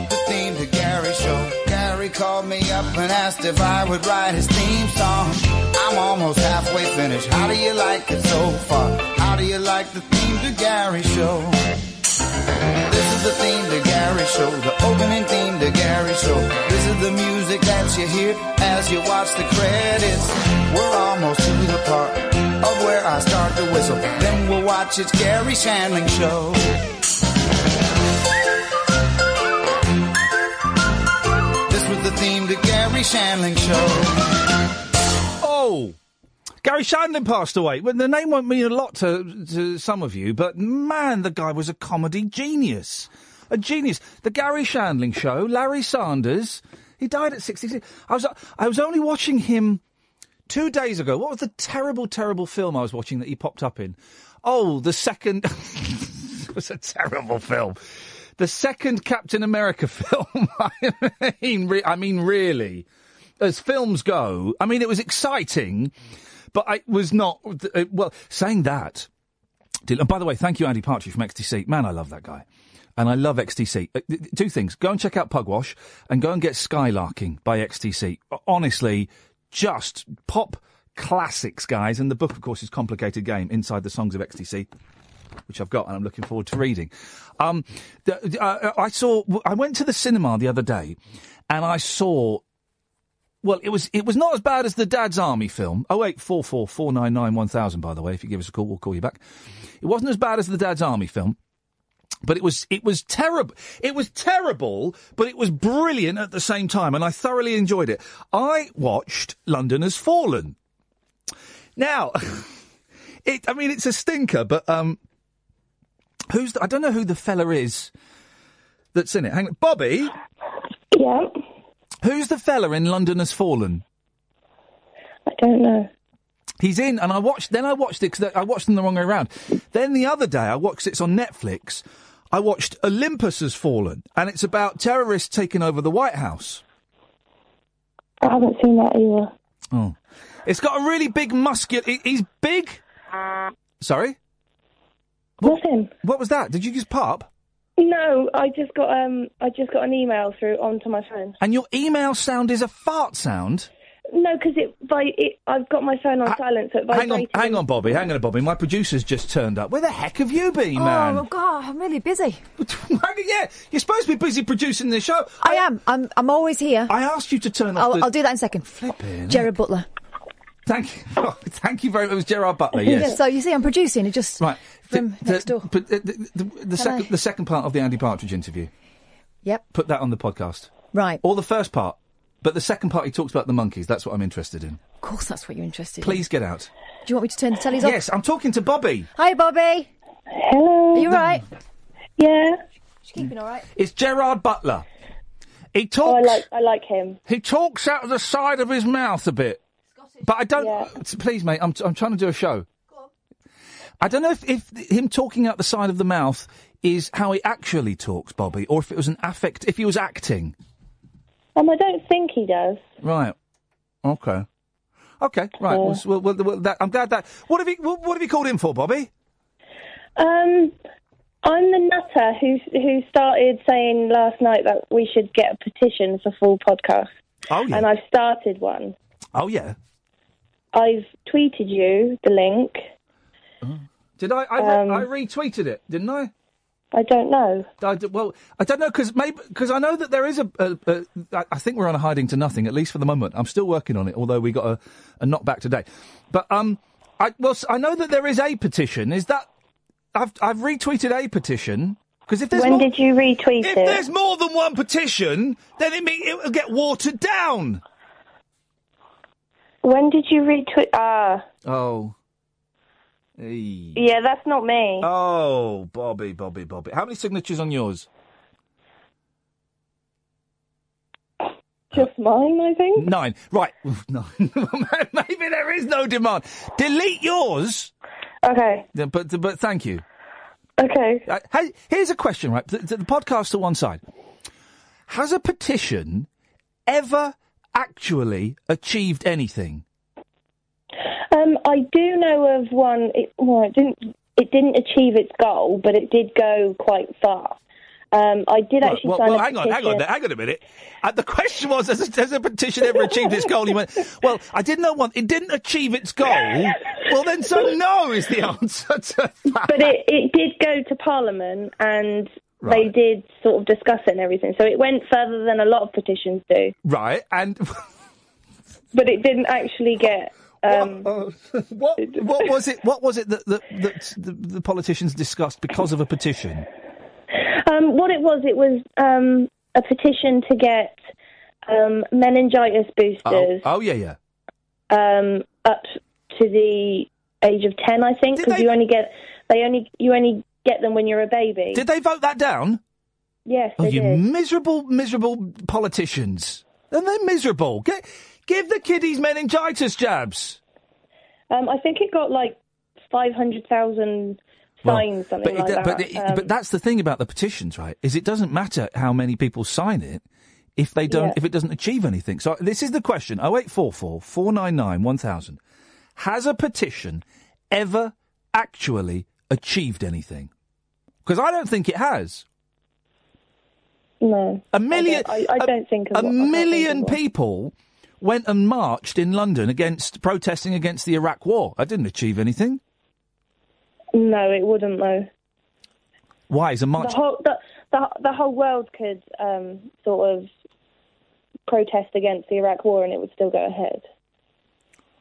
S6: The theme to Gary show. Gary called me up and asked if I would write his theme song. I'm almost halfway finished. How do you like it so far? How do you like the theme to Gary show? This is the theme to Gary show. The opening theme to Gary show. This is the music that you hear as you watch the credits. We're almost to the part of where I start to whistle. Then we'll watch it's Gary Shandling show. This was the theme to Gary Shandling Show.
S3: Oh, Gary Shandling passed away. Well, the name won't mean a lot to, to some of you, but man, the guy was a comedy genius. A genius. The Gary Shandling show, Larry Sanders, he died at 66. I was, I was only watching him two days ago. What was the terrible, terrible film I was watching that he popped up in? Oh, the second. it was a terrible film. The second Captain America film. I mean, re- I mean, really, as films go, I mean, it was exciting, but I was not. uh, Well, saying that, Dylan. And by the way, thank you, Andy Partridge from XTC. Man, I love that guy. And I love XTC. Uh, th- th- two things. Go and check out Pugwash and go and get Skylarking by XTC. O- Honestly, just pop classics, guys. And the book, of course, is Complicated Game Inside the Songs of XTC. Which I've got and I'm looking forward to reading. Um, th- th- uh, I saw, I went to the cinema the other day and I saw well, it was it was not as bad as the Dad's Army film. Oh eight four four four nine nine one thousand. By the way, if you give us a call, we'll call you back. It wasn't as bad as the Dad's Army film, but it was it was terrible. It was terrible, but it was brilliant at the same time, and I thoroughly enjoyed it. I watched London Has Fallen. Now, it I mean it's a stinker, but um, who's the, I don't know who the fella is that's in it. Hang on, Bobby.
S7: Yeah,
S3: Who's the fella in London Has Fallen?
S7: I don't know.
S3: He's in, and I watched. Then I watched it because I watched them the wrong way around. Then the other day, I watched it's on Netflix. I watched Olympus Has Fallen, and it's about terrorists taking over the White House.
S7: I haven't seen that either.
S3: Oh, it's got a really big muscular. he- He's big. Sorry.
S7: Nothing.
S3: What was that? Did you just pop?
S7: No, I just got um, I just got an email through onto my phone.
S3: And your email sound is a fart sound.
S7: No, because it by it, I've got my phone on silent, so it
S3: Ah, Hang on,
S7: vibrated.
S3: hang on, Bobby. Hang on, Bobby. My producer's just turned up. Where the heck have you been, man?
S8: Oh God, I'm really busy.
S3: yeah, you're supposed to be busy producing this show.
S8: I, am. I'm. I'm always here.
S3: I asked you to turn off.
S8: I'll,
S3: the...
S8: I'll do that in a second.
S3: Flipping.
S8: Gerard Butler.
S3: Thank you. Oh, thank you very much. It was Gerard Butler. Oh, Yes.
S8: So you see, I'm producing. It just
S3: Right.
S8: From
S3: the,
S8: next door.
S3: But the, the, the, the second, the second part of the Andy Partridge interview.
S8: Yep.
S3: Put that on the podcast.
S8: Right.
S3: Or the first part. But the second part, he talks about the monkeys. That's what I'm interested in.
S8: Of course, that's what you're interested. in.
S3: Please get out.
S8: Do you want me to turn the tellies off?
S3: Yes, I'm talking to Bobby.
S8: Hi, Bobby.
S7: Hello.
S8: Are you all right?
S7: Yeah.
S8: She's keeping all right.
S3: It's Gerard Butler. He
S7: Oh, I
S3: talks.
S7: like I like him.
S3: He talks out of the side of his mouth a bit. But I don't. Please, mate, I'm, I'm trying to do a show. I don't know if, if him talking out the side of the mouth is how he actually talks, Bobby, or if it was an affect, if he was acting.
S7: Um, I don't think he does.
S3: Right. Okay. Okay. Right.
S7: Yeah.
S3: Well, s- well, well, well, that, I'm glad that. What have you What, what have you called in for, Bobby?
S7: Um, I'm the nutter who who started saying last night that we should get a petition for full podcast,
S3: Oh yeah.
S7: and I've started one.
S3: Oh yeah.
S7: I've tweeted you the link.
S3: Did I? I, re-
S7: Um,
S3: I retweeted it, didn't I?
S7: I don't know.
S3: I d- well, I don't know because maybe because I know that there is a. a, a I- I think we're on a hiding to nothing at least for the moment. I'm still working on it, although we got a, a knockback today. But um, I well, s- I know that there is a petition. Is that I've I've retweeted a petition because if there's
S7: When
S3: more,
S7: did you retweet
S3: if
S7: it?
S3: there's more than one petition, then it mean, it will get watered down.
S7: When did you retweet? Ah,
S3: Oh. Eee.
S7: yeah, that's not me.
S3: Oh, Bobby, Bobby, Bobby. How many signatures on yours?
S7: Just mine, I think.
S3: Nine. Right. Nine. Maybe there is no demand. Delete yours.
S7: Okay,
S3: Yeah, But but thank you.
S7: okay.
S3: Uh, hey, here's a question, right? The, the podcast to one side. Has a petition ever actually achieved anything?
S7: Um, I do know of one. It, well, it didn't. It didn't achieve its goal, but it did go quite far. Um, I did
S3: Well,
S7: actually
S3: well,
S7: sign
S3: well,
S7: a
S3: hang on, hang on,
S7: petition.
S3: there, hang on a minute. Uh, the question was, has a, has a petition ever achieved its goal? He went, well, I didn't know one. It didn't achieve its goal. Well, then, so no is the answer to that.
S7: but it, it did go to Parliament and they
S3: Right.
S7: did sort of discuss it and everything. So it went further than a lot of petitions do,
S3: Right, and
S7: but it didn't actually get. Um,
S3: what what was it? What was it that that, that the, the politicians discussed because of a petition?
S7: um, what it was, it was um, a petition to get um, meningitis
S3: Oh,
S7: boosters
S3: oh yeah, yeah.
S7: um, up to the age of ten, I think,
S3: Did
S7: because
S3: they-
S7: you only get they only you only get them when you're a baby.
S3: Did they vote that down?
S7: yes,
S3: Oh,
S7: they
S3: you
S7: did.
S3: miserable, miserable politicians! And they're miserable. Get, give the kiddies meningitis jabs.
S7: Um, I think it got like five hundred thousand
S3: Well,
S7: signs, something
S3: but,
S7: like
S3: it-
S7: that.
S3: but, it-
S7: Um,
S3: but that's the thing about the petitions, right? Is it doesn't matter how many people sign it if they don't
S7: Yeah.
S3: if it doesn't achieve anything. So this is the question: oh eight four four four nine nine one thousand. Has a petition ever actually achieved anything? Because I don't think it has.
S7: No.
S3: A million.
S7: I don't, I, I
S3: a-
S7: don't think of
S3: a
S7: what- I can't
S3: million
S7: think of what.
S3: people went and marched in London against protesting against the Iraq War. I didn't achieve anything.
S7: No, it wouldn't though.
S3: Why is a
S7: The
S3: march?
S7: whole the, the, the whole world could um, sort of protest against the Iraq War, and it would still go ahead.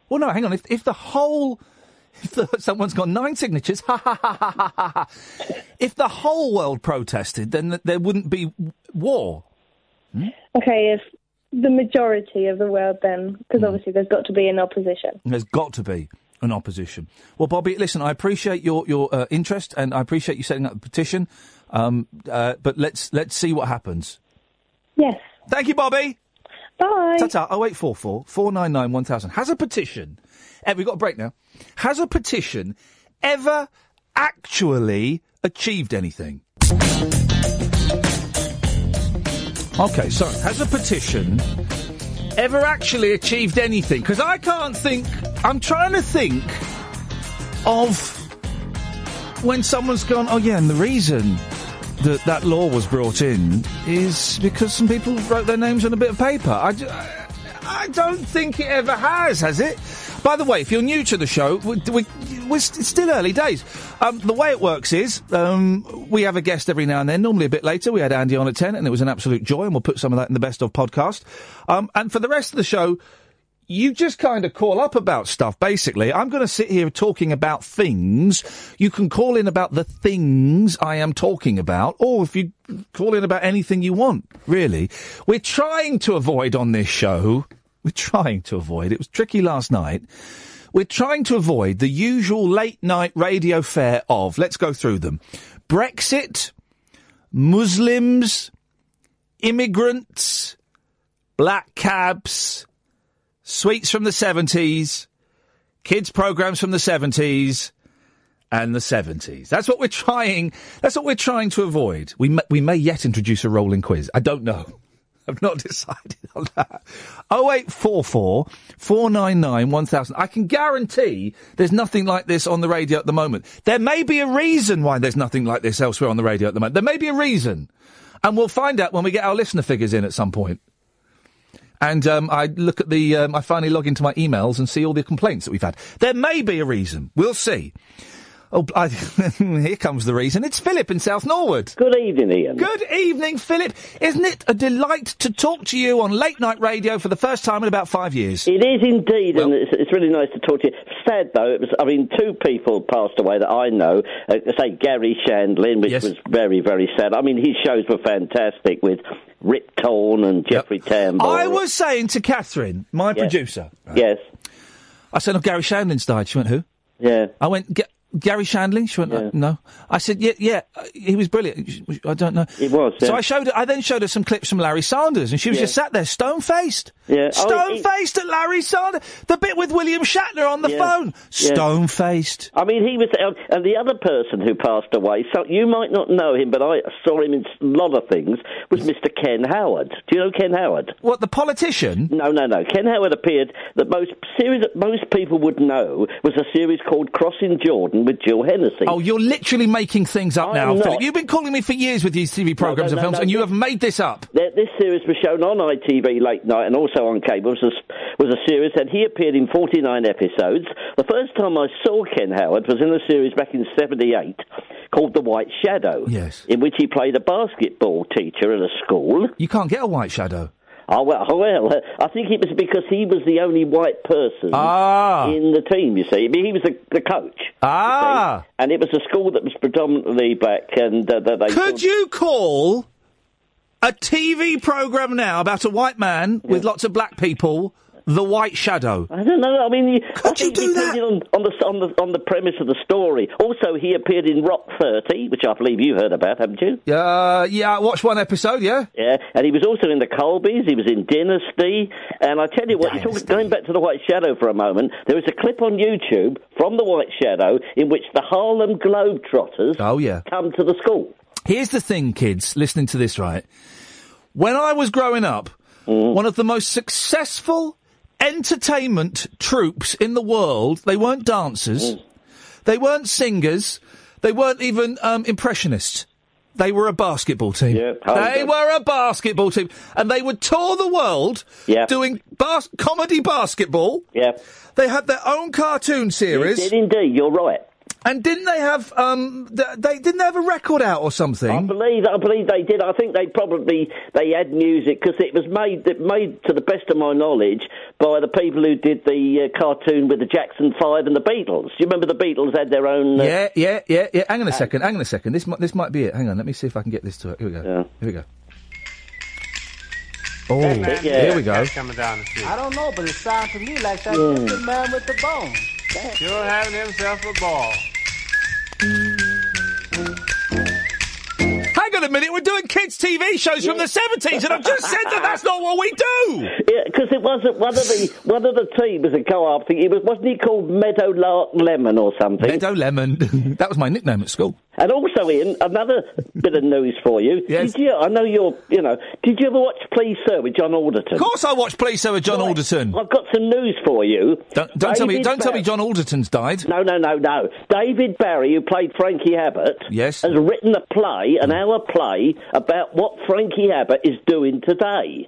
S3: Well, no, hang on. If, if the whole, if the, someone's got nine signatures, ha ha ha ha ha ha. ha. If the whole world protested, then th- there wouldn't be w- war.
S7: Okay, if the majority of the world, then,
S3: Hmm.
S7: because obviously there's got to be an opposition.
S3: There's got to be an opposition. Well, Bobby, listen, I appreciate your your uh, interest and I appreciate you setting up the petition. Um, uh, but let's let's see what happens.
S7: Yes.
S3: Thank you, Bobby.
S7: Bye.
S3: Ta-ta. 0844 499 1000. Has a petition, eh, we've got a break now, has a petition ever actually achieved anything? Okay, so has a petition ever actually achieved anything? Because I can't think, I'm trying to think of when someone's gone, oh yeah, and the reason that that law was brought in is because some people wrote their names on a bit of paper. I, ju- I- I don't think it ever has, has it? By the way, if you're new to the show, we, we, we're st- it's still early days. Um, the way it works is um, we have a guest every now and then, normally a bit later. We had Andy on at 10, and it was an absolute joy, and we'll put some of that in the best of podcast. Um, and for the rest of the show, you just kind of call up about stuff, basically. I'm going to sit here talking about things. You can call in about the things I am talking about, or if you call in about anything you want, really. We're trying to avoid on this show, we're trying to avoid, it was tricky last night. We're trying to avoid the usual late night radio fare of, let's go through them Brexit, Muslims, immigrants, black cabs, sweets from the 70s, kids programs from the 70s and the 70s. That's what we're trying that's what we're trying to avoid. We may, we may yet introduce a rolling quiz. I don't know. I've not decided on that. 0844 499 1000. I can guarantee there's nothing like this on the radio at the moment. There may be a reason why there's nothing like this elsewhere on the radio at the moment. There may be a reason. And we'll find out when we get our listener figures in at some point. And um, I look at the, um, I finally log into my emails and see all the complaints that we've had. There may be a reason. We'll see. Oh, I, here comes the reason. It's Philip in South Norwood.
S9: Good evening, Ian.
S3: Good evening, Philip. Isn't it a delight to talk to you on late night radio for the first time in about five years?
S9: It is indeed, and it's, it's really nice to talk to you. Sad though, it was. I mean, two people passed away that I know. Uh, say Gary Shandlin, which was very, very sad. I mean, his shows were fantastic with Rip Torn and Jeffrey Tambor.
S3: I was saying to Catherine, my producer.
S9: Yes.
S3: I said, "Oh, Gary Shandling's died." She went, "Who?"
S9: Yeah.
S3: I went, "Ga- "Gary Shandling." She went, "Uh, "No." I said, "Yeah, yeah, uh, he was brilliant." She- I don't know. It
S9: was.
S3: So
S9: yeah.
S3: I showed. Her, I then showed her some clips from Larry Sanders, and she was
S9: Yeah.
S3: just sat there, stone faced.
S9: Yeah. Oh,
S3: Stone faced at Larry Sanders. The bit with William Shatner on the
S9: Yeah.
S3: phone.
S9: Yeah.
S3: Stone faced.
S9: I mean, he was, and the other person who passed away. So you might not know him, but I saw him in a lot of things. Was Mr. Ken Howard? Do you know Ken Howard?
S3: What the politician?
S9: No, no, no. Ken Howard appeared. The most series that most people would know was a series called Crossing Jordan with Jill Hennessy.
S3: Oh, you're literally making things up
S9: I
S3: now,
S9: am not.
S3: Philip. You've been calling me for years with these TV programs
S9: no,
S3: and
S9: no,
S3: films,
S9: no,
S3: and you
S9: no.
S3: have made this up.
S9: Th- This series was shown on ITV late night and also on cable. It was a, s- was a series that he appeared in 49 episodes. The first time I saw Ken Howard was in a series back in 78 called The White Shadow,
S3: Yes.
S9: in which he played a basketball teacher at a school.
S3: You can't get a white shadow.
S9: Oh well, oh, well. I think it was because he was the only white person
S3: Ah.
S9: in the team. You see, I mean, he was the, the coach.
S3: Ah.
S9: and it was a school that was predominantly black. And uh, that they
S3: Could you call a TV program now about a white man with lots of black people the White Shadow?
S9: I don't know. I mean, you, I
S3: you
S9: think
S3: do that?
S9: depending on, on the on the on the premise of the story. Also, he appeared in Rock Thirty, which I believe you heard about, haven't you?
S3: Uh, yeah, I watched one episode, yeah?
S9: Yeah, and he was also in the Colbys. He was in Dynasty, and I tell you what, you talk, going back to the White Shadow for a moment, there was a clip on YouTube from the White Shadow in which the Harlem Globetrotters
S3: Oh, yeah.
S9: come to the school.
S3: Here's the thing, kids, listening to this, right? When I was growing up,
S9: Mm.
S3: one of the most successful entertainment troupes in the world, they weren't dancers,
S9: Mm.
S3: they weren't singers, they weren't even um, impressionists. They were a basketball team.
S9: I
S3: they
S9: know.
S3: were a basketball team. And they would tour the world
S9: Yeah.
S3: doing bas- comedy basketball.
S9: Yeah,
S3: They had their own cartoon series.
S9: did indeed. You're right.
S3: And didn't they have um th- they didn't they have a record out or something?
S9: I believe, I believe they did. I think they probably they had music because it was made it made to the best of my knowledge by the people who did the uh, cartoon with the Jackson Five and the Beatles. Do you remember the Beatles had their own? Uh,
S3: Yeah, yeah, yeah, yeah. Hang on a second. Hang on a second. This might, this might be it. Hang on. Let me see if I can get this to it. Here we go. Here we go. Oh,
S9: man.
S3: here we go.
S10: coming down the street.
S11: I don't know, but it sounds to me like that
S3: Yeah.
S11: man with the bone.
S10: You're having himself a ball.
S3: Hang on a a minute, we're doing kids' TV shows from the 70s, and I've just said that that's not what we do!
S9: Yeah, because it wasn't one of the one of the teams in co-op. thing, It was wasn't he called Meadowlark Lemon or something?
S3: Meadow Lemon. that was my nickname at school.
S9: And also, Ian, another bit of news for you.
S3: Yes.
S9: Did you? I know you're. You know. Did you ever watch Please Sir with John Alderton?
S3: Of course I watched Police Over John Alderton.
S9: I've got some news for you.
S3: Don't, don't tell me,
S9: David
S3: don't tell me
S9: Bell-
S3: John Alderton's died.
S9: No, no, no, no. David Barry, who played Frankie Abbott,
S3: Yes. Mm.
S9: has written a play, an hour play, about what Frankie Abbott is doing today.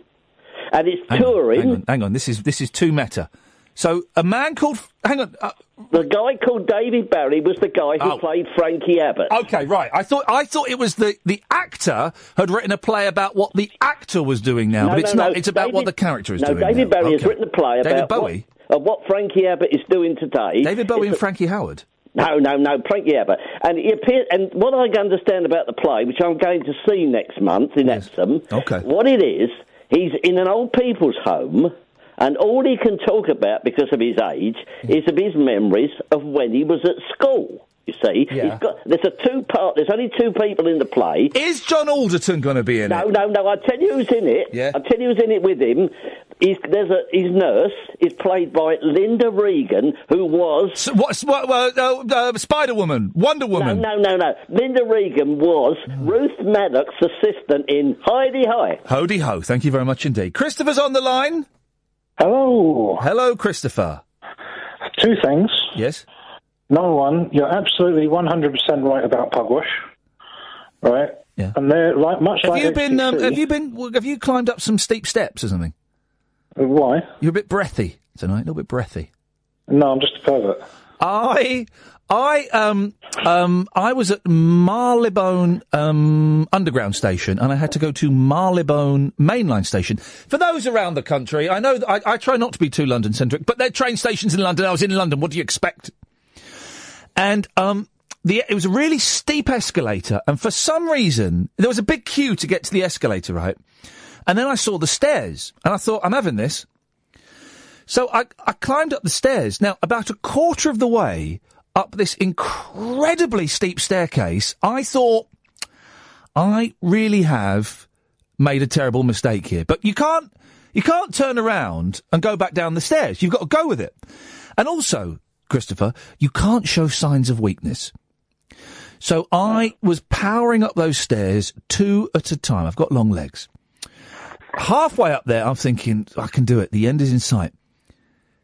S9: And it's
S3: Hang on,
S9: touring.
S3: hang on, hang on, this is, this is too meta. So, a man called, hang on, uh,
S9: The guy called David Barry was the guy who
S3: Oh.
S9: played Frankie Abbott.
S3: Okay, right. I thought I thought it was the, the actor had written a play about what the actor was doing now,
S9: No,
S3: but it's
S9: no,
S3: not.
S9: no.
S3: It's about what the
S9: David-
S3: character is
S9: no,
S3: doing.
S9: David
S3: now. Oh,
S9: Barry has
S3: Okay.
S9: written a play
S3: David
S9: about
S3: Bowie,
S9: What, of what Frankie Abbott is doing today.
S3: David Bowie, and
S9: It's a-
S3: Frankie Howard.
S9: No, no, no, Frankie Abbott. And he appeared, and what I understand about the play, which I'm going to see next month in Epsom,
S3: Okay.
S9: what it is, he's in an old people's home, and all he can talk about because of his age
S3: Mm.
S9: is of his memories of when he was at school. You see,
S3: Yeah.
S9: he's got, there's a two part. There's only two people in the play.
S3: Is John Alderton going to be in
S9: No,
S3: it?
S9: no, no. I tell you who's in it.
S3: Yeah.
S9: I tell you who's in it with him. He's, there's a his nurse is played by Linda Regan, who was
S3: So what's what? what, Uh, uh, Spider Woman, Wonder Woman.
S9: no, no, no, no. Linda Regan was Ruth Maddox's assistant in Heidi High.
S3: Hody ho! Thank you very much indeed. Christopher's on the line.
S10: Hello.
S3: Hello, Christopher.
S10: Two things.
S3: Yes.
S10: Number one, you're absolutely 100% right about Pugwash. Right?
S3: Yeah.
S10: And they're like, much
S3: Have
S10: like
S3: you been? Um,
S10: XTC.
S3: have you been? w- Have you climbed up some steep steps or something?
S10: Uh, Why?
S3: You're a bit breathy tonight. A little bit breathy.
S10: No, I'm just a pervert.
S3: I I um um I was at Marylebone um underground station and I had to go to Marylebone mainline station. For those around the country, I know that I, I try not to be too London centric, but there are train stations in London. I was in London. What do you expect? and um, the it was a really steep escalator, and for some reason there was a big queue to get to the escalator, right? And then I saw the stairs, and I thought, I'm having this. So I, I climbed up the stairs. Now, about a quarter of the way up this incredibly steep staircase, I thought, I really have made a terrible mistake here. But you can't you can't turn around and go back down the stairs. You've got to go with it. And also, Christopher, you can't show signs of weakness. So I was powering up those stairs two at a time. I've got long legs. Halfway up there, I'm thinking, I can do it. The end is in sight.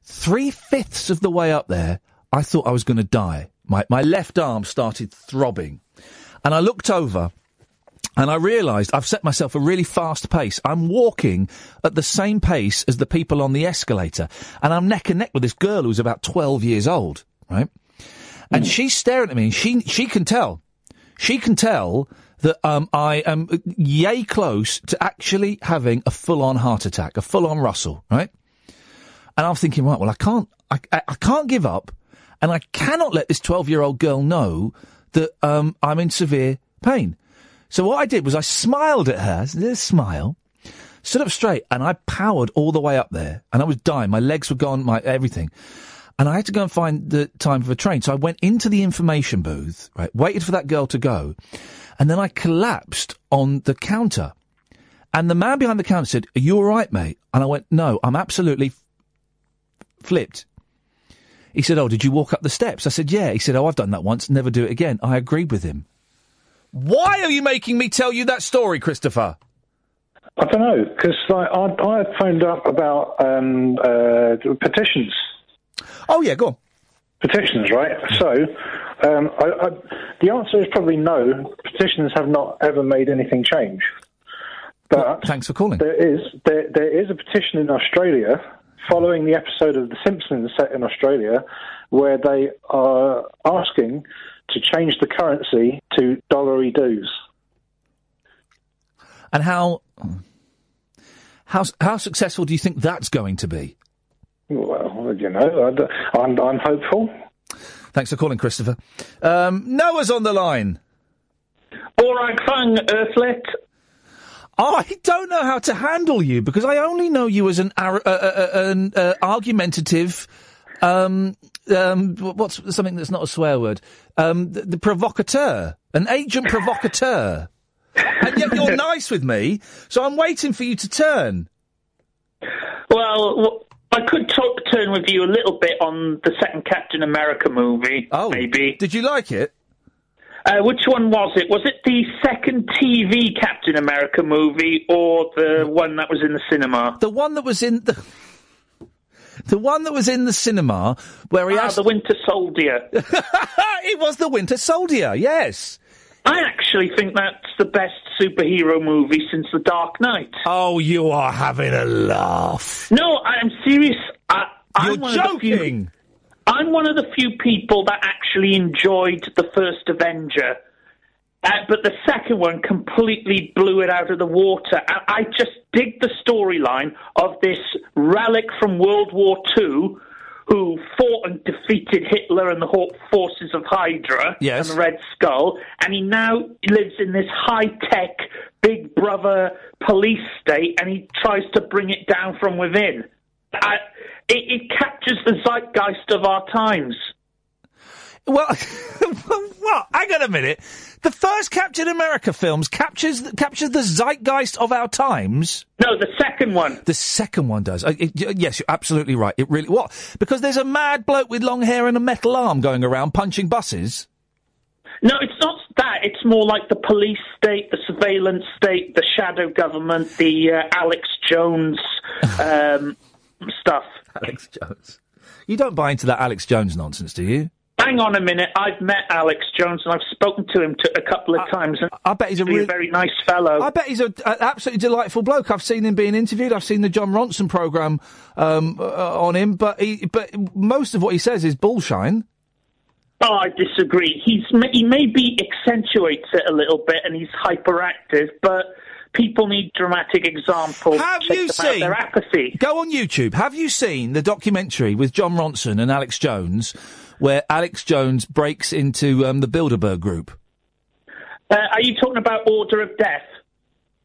S3: Three fifths of the way up there, I thought I was going to die. My, my left arm started throbbing. And I looked over and I realised I've set myself a really fast pace. I'm walking at the same pace as the people on the escalator. And I'm neck and neck with this girl who's about 12 years old, right? And she's staring at me and she, she can tell. She can tell that um, I am yay close to actually having a full on heart attack, a full on Russell, right? And I'm thinking, right, well, I can't, I, I, I can't give up, and I cannot let this 12 year old girl know that um, I'm in severe pain. So what I did was I smiled at her, this smile, stood up straight, and I powered all the way up there, and I was dying. My legs were gone, my everything. And I had to go and find the time for a train. So I went into the information booth, right, waited for that girl to go, and then I collapsed on the counter. And the man behind the counter said, Are you all right, mate? And I went, No, I'm absolutely flipped. He said, Oh, did you walk up the steps? I said, Yeah. He said, Oh, I've done that once. Never do it again. I agreed with him. Why are you making me tell you that story, Christopher?
S10: I don't know, because like, I, I had phoned up about um, uh, petitions.
S3: Oh, yeah, go on.
S10: Petitions, right? So, um, I, I, the answer is probably no. Petitions have not ever made anything change. But
S3: thanks for calling.
S10: There is there, there is a petition in Australia following the episode of The Simpsons set in Australia where they are asking to change the currency to dollary dues.
S3: And how, how, how successful do you think that's going to be?
S10: Well, you know, I d- I'm, I'm hopeful.
S3: Thanks for calling, Christopher. Um, Noah's on the line.
S12: All right, fine, Earthlet.
S3: I don't know how to handle you because I only know you as an ar- uh, uh, uh, an uh, argumentative, um, um, wh- what's something that's not a swear word? Um, the, the provocateur, an agent provocateur. and yet you're nice with me, so I'm waiting for you to turn.
S12: Well, w- I could talk turn with you a little bit on the second Captain America movie. Oh, maybe.
S3: Did you like it?
S12: Uh, which one was it? Was it the second TV Captain America movie or the one that was in the cinema?
S3: The one that was in the The one that was in the cinema where he
S12: Ah,
S3: asked
S12: the Winter Soldier.
S3: it was the Winter Soldier. Yes.
S12: I actually think that's the best superhero movie since The Dark Knight.
S3: Oh, you are having a laugh.
S12: No, I'm serious. I, I'm
S3: You're
S12: one of the few-
S3: joking.
S12: I'm one of the few people that actually enjoyed the first Avenger. Uh, but the second one completely blew it out of the water. I, I just dig the storyline of this relic from World War II who fought and defeated Hitler and the ho- forces of Hydra
S3: Yes.
S12: and the Red Skull, and he now lives in this high tech Big Brother police state, and he tries to bring it down from within. I, it, it captures the zeitgeist of our times.
S3: Well, what? Hang on a minute. The first Captain America films captures captures the zeitgeist of our times.
S12: No, the second one.
S3: The second one does. Uh, it- y- yes, you're absolutely right. It really what? Because there's a mad bloke with long hair and a metal arm going around punching buses.
S12: No, it's not that. It's more like the police state, the surveillance state, the shadow government, the uh, Alex Jones um, stuff.
S3: Alex Jones. You don't buy into that Alex Jones nonsense, do you?
S12: Hang on a minute. I've met Alex Jones and I've spoken to him t- a couple of times. And
S3: I bet he's a
S12: really
S3: really-
S12: very nice fellow.
S3: I bet he's a- an absolutely delightful bloke. I've seen him being interviewed. I've seen the John Ronson program um, uh, on him, but he, but most of what he says is bullshine.
S12: Oh, I disagree. He's ma- he maybe accentuates it a little bit, and he's hyperactive, but people need dramatic examples.
S3: Have
S12: Check
S3: you
S12: them out.
S3: seen?
S12: They're apathy.
S3: Go on YouTube. Have you seen the documentary with John Ronson and Alex Jones, where Alex Jones breaks into um, the Bilderberg group?
S12: Uh, are you talking about Order of Death?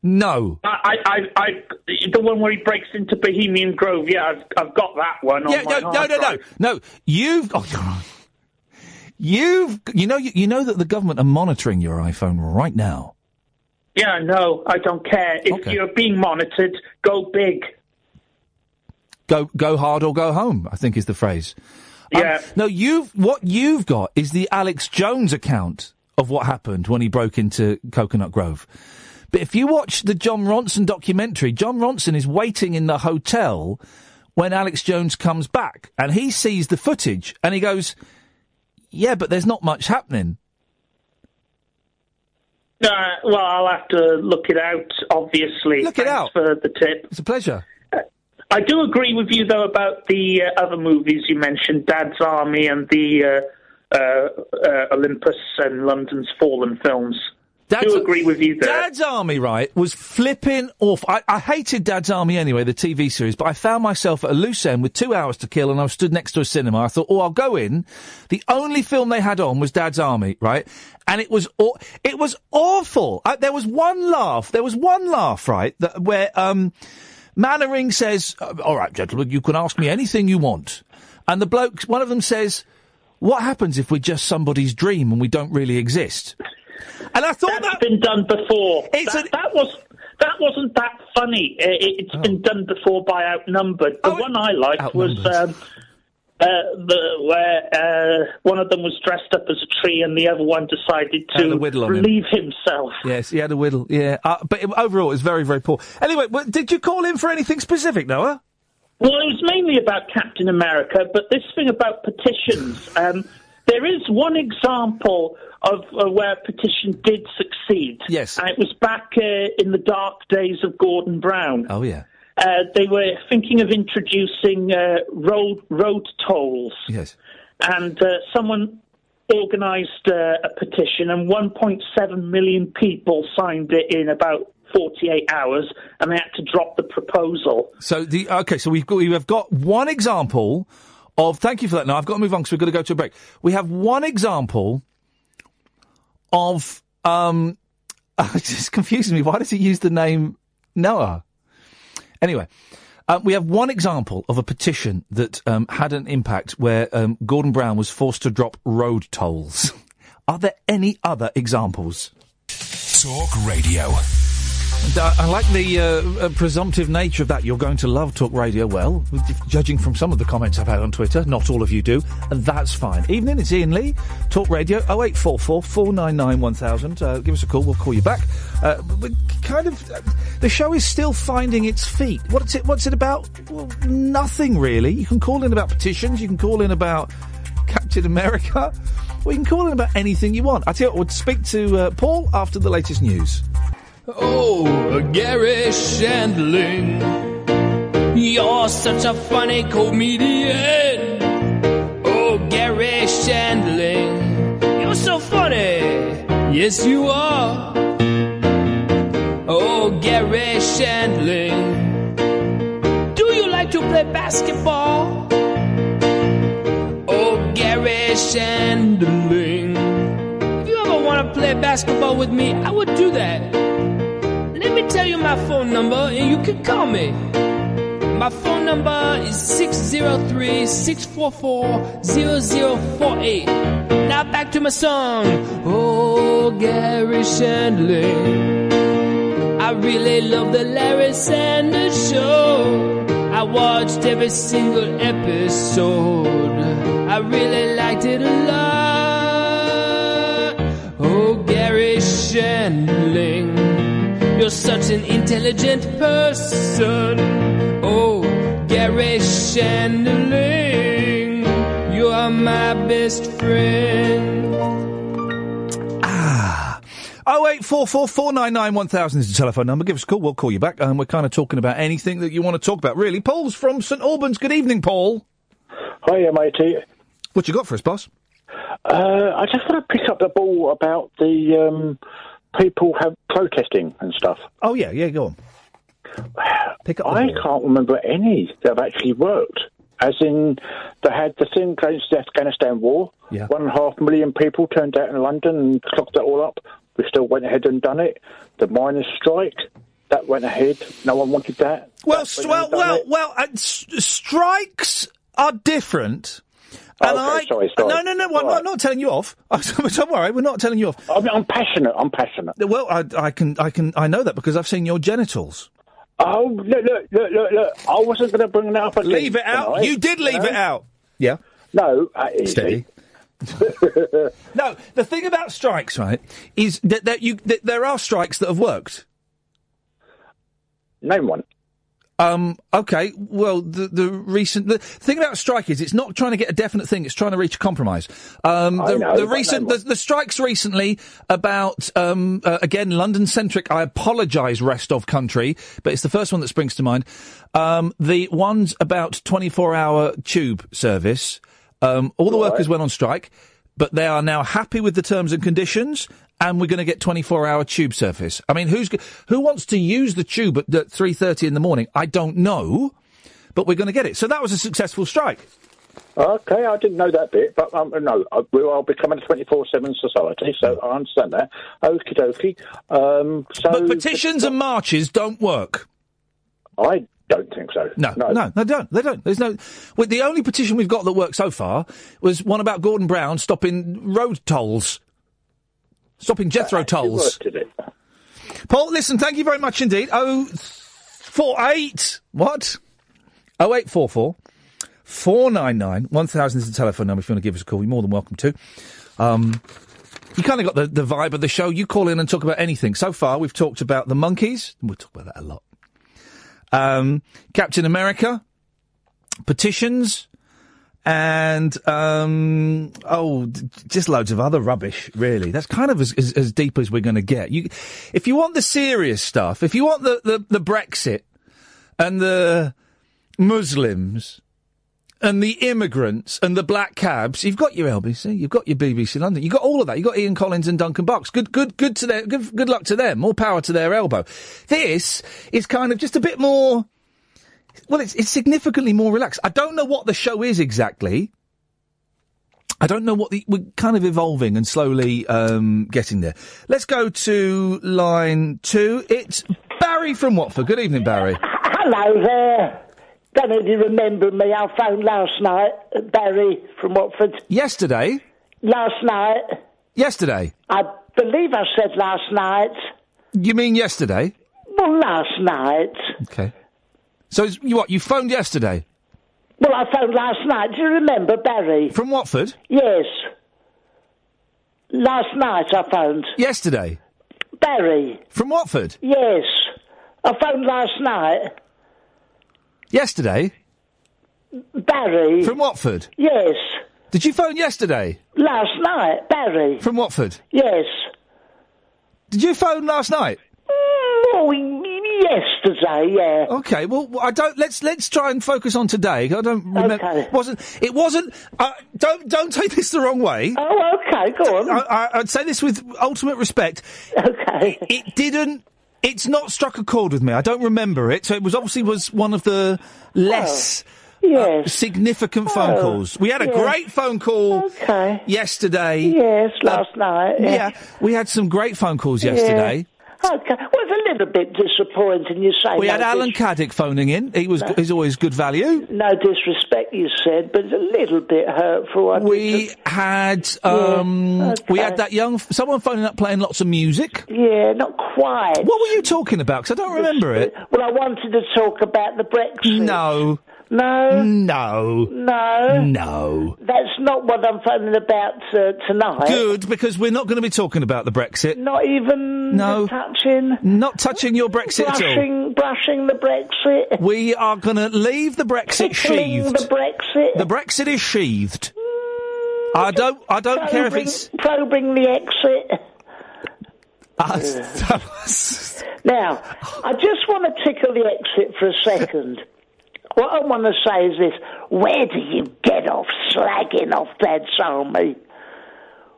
S3: No.
S12: I, I, I, I, the one where he breaks into Bohemian Grove. Yeah, I've, I've got that one. on
S3: Yeah,
S12: my
S3: no, no,
S12: hard
S3: no, no,
S12: drive.
S3: no. You've, oh, you're on. you've, you know, you, you know that the government are monitoring your iPhone right now.
S12: Yeah, no, I don't care. If you're being monitored, go big.
S3: Go, go hard or go home. I think is the phrase. Yeah. no, you've what you've got is the Alex Jones account of what happened when he broke into Coconut Grove. But if you watch the John Ronson documentary, John Ronson is waiting in the hotel when Alex Jones comes back, and he sees the footage, and he goes, "Yeah, but there's not much happening."
S12: Uh, well, I'll have to look it out. Obviously, look it out for the tip.
S3: It's a pleasure.
S12: I do agree with you though about the uh, other movies you mentioned, Dad's Army and the uh, uh, uh, Olympus and London's Fallen films. I do agree with you there.
S3: Dad's Army, right, was flipping awful. I, I hated Dad's Army anyway, the TV series, but I found myself at a loose end with two hours to kill and I was stood next to a cinema. I thought, oh, I'll go in. The only film they had on was Dad's Army, right? And it was, aw- it was awful. I, there was one laugh, there was one laugh, right, that, where, um, Mannering says, uh, all right, gentlemen, you can ask me anything you want. And the bloke, one of them says, what happens if we're just somebody's dream and we don't really exist? And I thought
S12: that's been done before. that, that was that wasn't that funny. Uh, It,
S3: Oh.
S12: has been done before by Outnumbered. The one I liked was um, uh, the where uh, one of them was dressed up as a tree and the other one decided
S3: Had
S12: to
S3: a whittle on him.
S12: relieve himself.
S3: Yes, he had a whittle. Yeah, uh, but it, overall, it was very, very poor. Anyway, well, did you call in for anything specific, Noah?
S12: Well, it was mainly about Captain America, but this thing about petitions. Um, there is one example of uh, where a petition did succeed. Yes. And it was back uh, in the dark days of Gordon Brown.
S3: Oh, yeah.
S12: Uh, they were thinking of introducing uh, road, road tolls.
S3: Yes.
S12: And uh, someone organised uh, a petition, and 1.7 million people signed it in about 48 hours, and they had to drop the proposal.
S3: So the okay, so we've got we have got one example of. Thank you for that. Now I've got to move on because we've got to go to a break. We have one example of. Um, it's just confusing me. Why does he use the name Noah? Anyway, um, we have one example of a petition that um, had an impact where um, Gordon Brown was forced to drop road tolls. Are there any other examples?
S13: Talk Radio.
S3: And I I like the uh, uh, presumptive nature of that. You're going to love Talk Radio. Well, judging from some of the comments I've had on Twitter, not all of you do, and that's fine. Evening, it's Ian Lee, Talk Radio, 0844 499 1000. Uh, give us a call, we'll call you back. Uh, but kind of, uh, the show is still finding its feet. What's it, what's it about? Well, nothing really. You can call in about petitions, you can call in about Captain America. We can call in about anything you want. I tell you what, we'll speak to uh, Paul after the latest news.
S14: Oh, Gary Shandling, you're such a funny comedian. Oh, Gary Shandling, you're so funny. Yes, you are. Oh, Gary Shandling, do you like to play basketball? Oh, Gary Shandling, if you ever want to play basketball with me, I would do that. Let me tell you my phone number and you can call me. My phone number is 603 644 0048. Now back to my song. Oh, Gary Shandling. I really love the Larry Sanders Show. I watched every single episode. I really liked it a lot. Oh, Gary Shandling. You're such an intelligent person. Oh, Gary Shandling, you are my best friend.
S3: 08444991000 is the telephone number. Give us a call. We'll call you back. And we're kind of talking about anything that you want to talk about, really. Paul's from St Albans. Good evening, Paul.
S10: Hiya, matey.
S3: What you got for us, boss?
S10: Uh, I just want to pick up the ball about the um, people have protesting and stuff.
S3: Oh, yeah, yeah, go on. Pick up the
S10: I
S3: ball.
S10: can't remember any that have actually worked. As in, they had the thing against the Afghanistan war.
S3: Yeah.
S10: One and a half million people turned out in London and clocked it all up. We still went ahead and done it. The miners' strike, that went ahead. No one wanted that.
S3: Well, s- well, well, well. Uh, s- strikes are different. And I,
S10: sorry, sorry.
S3: No, no, no. I'm not, not telling you off. Don't worry, we're not telling you off.
S10: I'm, I'm passionate. I'm passionate.
S3: Well, I, I can, I can, I know that because I've seen your genitals.
S10: Oh, look, look, look, look, look. I wasn't going to bring that up. at
S3: Leave
S10: least
S3: it out.
S10: tonight,
S3: You did leave
S10: know?
S3: it out. Yeah.
S10: No. Uh,
S3: Steady. no, the thing about strikes, right, is that, that you that there are strikes that have worked.
S10: Name one.
S3: Um. Okay. Well, the the recent the thing about strike is it's not trying to get a definite thing; it's trying to reach a compromise. Um.
S15: I
S3: The,
S15: know,
S3: the
S15: but
S3: recent the, the strikes recently about um uh, again London centric. I apologise, rest of country, but it's the first one that springs to mind. Um. The ones about twenty four hour tube service. Um. All the workers went on strike, but they are now happy with the terms and conditions. And we're going to get 24-hour tube service. I mean, who's go- who wants to use the tube at, at 3:30 in the morning? I don't know, but we're going to get it. So that was a successful strike.
S10: Okay, I didn't know that bit, but um, no, uh, we are becoming a 24 7 society, so I understand that. Okie dokie. Um, so
S3: But petitions and marches don't work.
S10: I don't think so.
S3: No, no, no, they don't. They don't. There's no. Well, the only petition we've got that worked so far was one about Gordon Brown stopping road tolls, stopping Jethro tolls.
S10: worked, did it?
S3: Paul, listen, thank you very much indeed. Oh, four eight. What? Oh eight four four. 499 1000 is the telephone number if you want to give us a call. You're more than welcome to. Um, you kind of got the, the vibe of the show. You call in and talk about anything. So far, we've talked about the monkeys. We'll talk about that a lot. Um, Captain America, petitions, and um, oh, d- just loads of other rubbish. Really, that's kind of as, as, as deep as we're going to get. You, if you want the serious stuff, if you want the, the, the Brexit and the Muslims and the immigrants and the black cabs, you've got your LBC, you've got your BBC London, you've got all of that. You've got Ian Collins and Duncan Box. Good, good, good to their good, good luck to them. More power to their elbow. This is kind of just a bit more. Well, it's, it's significantly more relaxed. I don't know what the show is exactly. I don't know what the. We're kind of evolving and slowly um, getting there. Let's go to line two. It's Barry from Watford. Good evening, Barry.
S16: Hello there. Don't know if you remember me. I phoned last night, Barry from Watford.
S3: Yesterday?
S16: Last night.
S3: Yesterday.
S16: I believe I said last night.
S3: You mean yesterday?
S16: Well, last night.
S3: Okay. So it's, you what? You phoned yesterday
S16: Well, I phoned last night. Do you remember Barry?
S3: from Watford?
S16: Yes. Last night I phoned.
S3: Yesterday.
S16: Barry.
S3: From Watford?
S16: Yes. I phoned last night.
S3: Yesterday.
S16: Barry.
S3: From Watford.
S16: Yes.
S3: Did you phone yesterday?
S16: Last night, Barry.
S3: From Watford.
S16: Yes.
S3: Did you phone last night?
S16: Oh, yesterday, yeah.
S3: Okay, well, w- I don't. Let's let's try and focus on today. 'cause I don't remember. Wasn't it? Wasn't. Uh, don't don't take this the wrong way.
S16: Oh, okay, go on.
S3: I, I, I'd say this with ultimate respect.
S16: Okay.
S3: It, it didn't. It's not struck a chord with me. I don't remember it. So it was obviously was one of the less.
S16: Oh,
S3: uh,
S16: Yes.
S3: significant phone
S16: Oh,
S3: calls. We had a
S16: yes.
S3: great phone call yesterday. Uh,
S16: Yes, last night.
S3: Yeah.
S16: yeah.
S3: we had some great phone calls yesterday.
S16: Yeah. Okay. Well, it's a little bit disappointing you say
S3: We
S16: no
S3: had Alan
S16: dis-
S3: Caddick phoning in. He was
S16: No.
S3: he's always good value.
S16: no disrespect, you said, but it's a little bit hurtful. I
S3: We
S16: think.
S3: had um,
S16: Yeah,
S3: we
S16: okay.
S3: had that young someone phoning up playing lots of music.
S16: Yeah, not quite.
S3: What were you talking about? Because I don't remember it.
S16: Well, I wanted to talk about the Brexit.
S3: No.
S16: No.
S3: No.
S16: No.
S3: No.
S16: That's not what I'm phoning about uh, tonight.
S3: Good, because we're not going to be talking about the Brexit.
S16: Not even
S3: No.
S16: touching.
S3: Not touching your Brexit at all.
S16: Brushing, brushing the Brexit.
S3: We are going to leave the Brexit
S16: Tickling
S3: sheathed.
S16: the Brexit.
S3: The Brexit is sheathed. I don't. I don't care if
S16: Probing-
S3: it's.
S16: probing the exit.
S3: Uh,
S16: Now, I just want to tickle the exit for a second. What I want to say is this where do you get off slagging off Dad's army?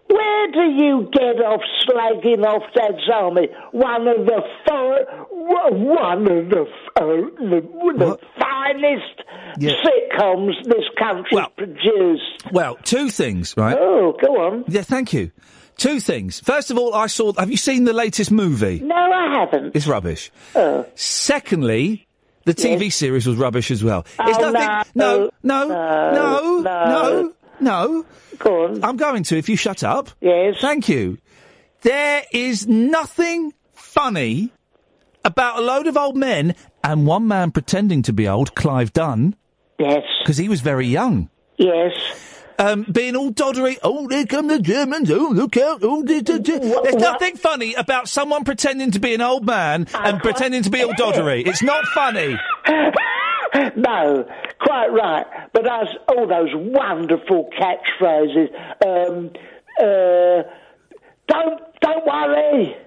S16: Where do you get off slagging off Dad's army? One of the fi- one of the, f- uh, the, the finest
S3: Yeah.
S16: sitcoms this country produced.
S3: well, two things, right?
S16: Oh, go on.
S3: Yeah, thank you. Two things. First of all, I saw. Have you seen the latest movie?
S16: No, I haven't. Oh.
S3: It's rubbish. Secondly, the TV series was rubbish as well. it's
S16: Oh,
S3: nothing.
S16: no.
S3: no, no, no,
S16: no.
S3: no, no.
S16: Go on.
S3: I'm going to if you shut up.
S16: Yes.
S3: Thank you. There is nothing funny about a load of old men and one man pretending to be old, Clive Dunn.
S16: Yes.
S3: Because he was very young.
S16: Yes.
S3: Um, being all doddery. Oh, there come the Germans. Oh, look out. Oh, da, da, da. There's nothing funny about someone pretending to be an old man
S16: Uh-huh.
S3: and pretending to be all doddery. It's not funny.
S16: no, quite right. But as all those wonderful catchphrases, um, uh, don't don't worry,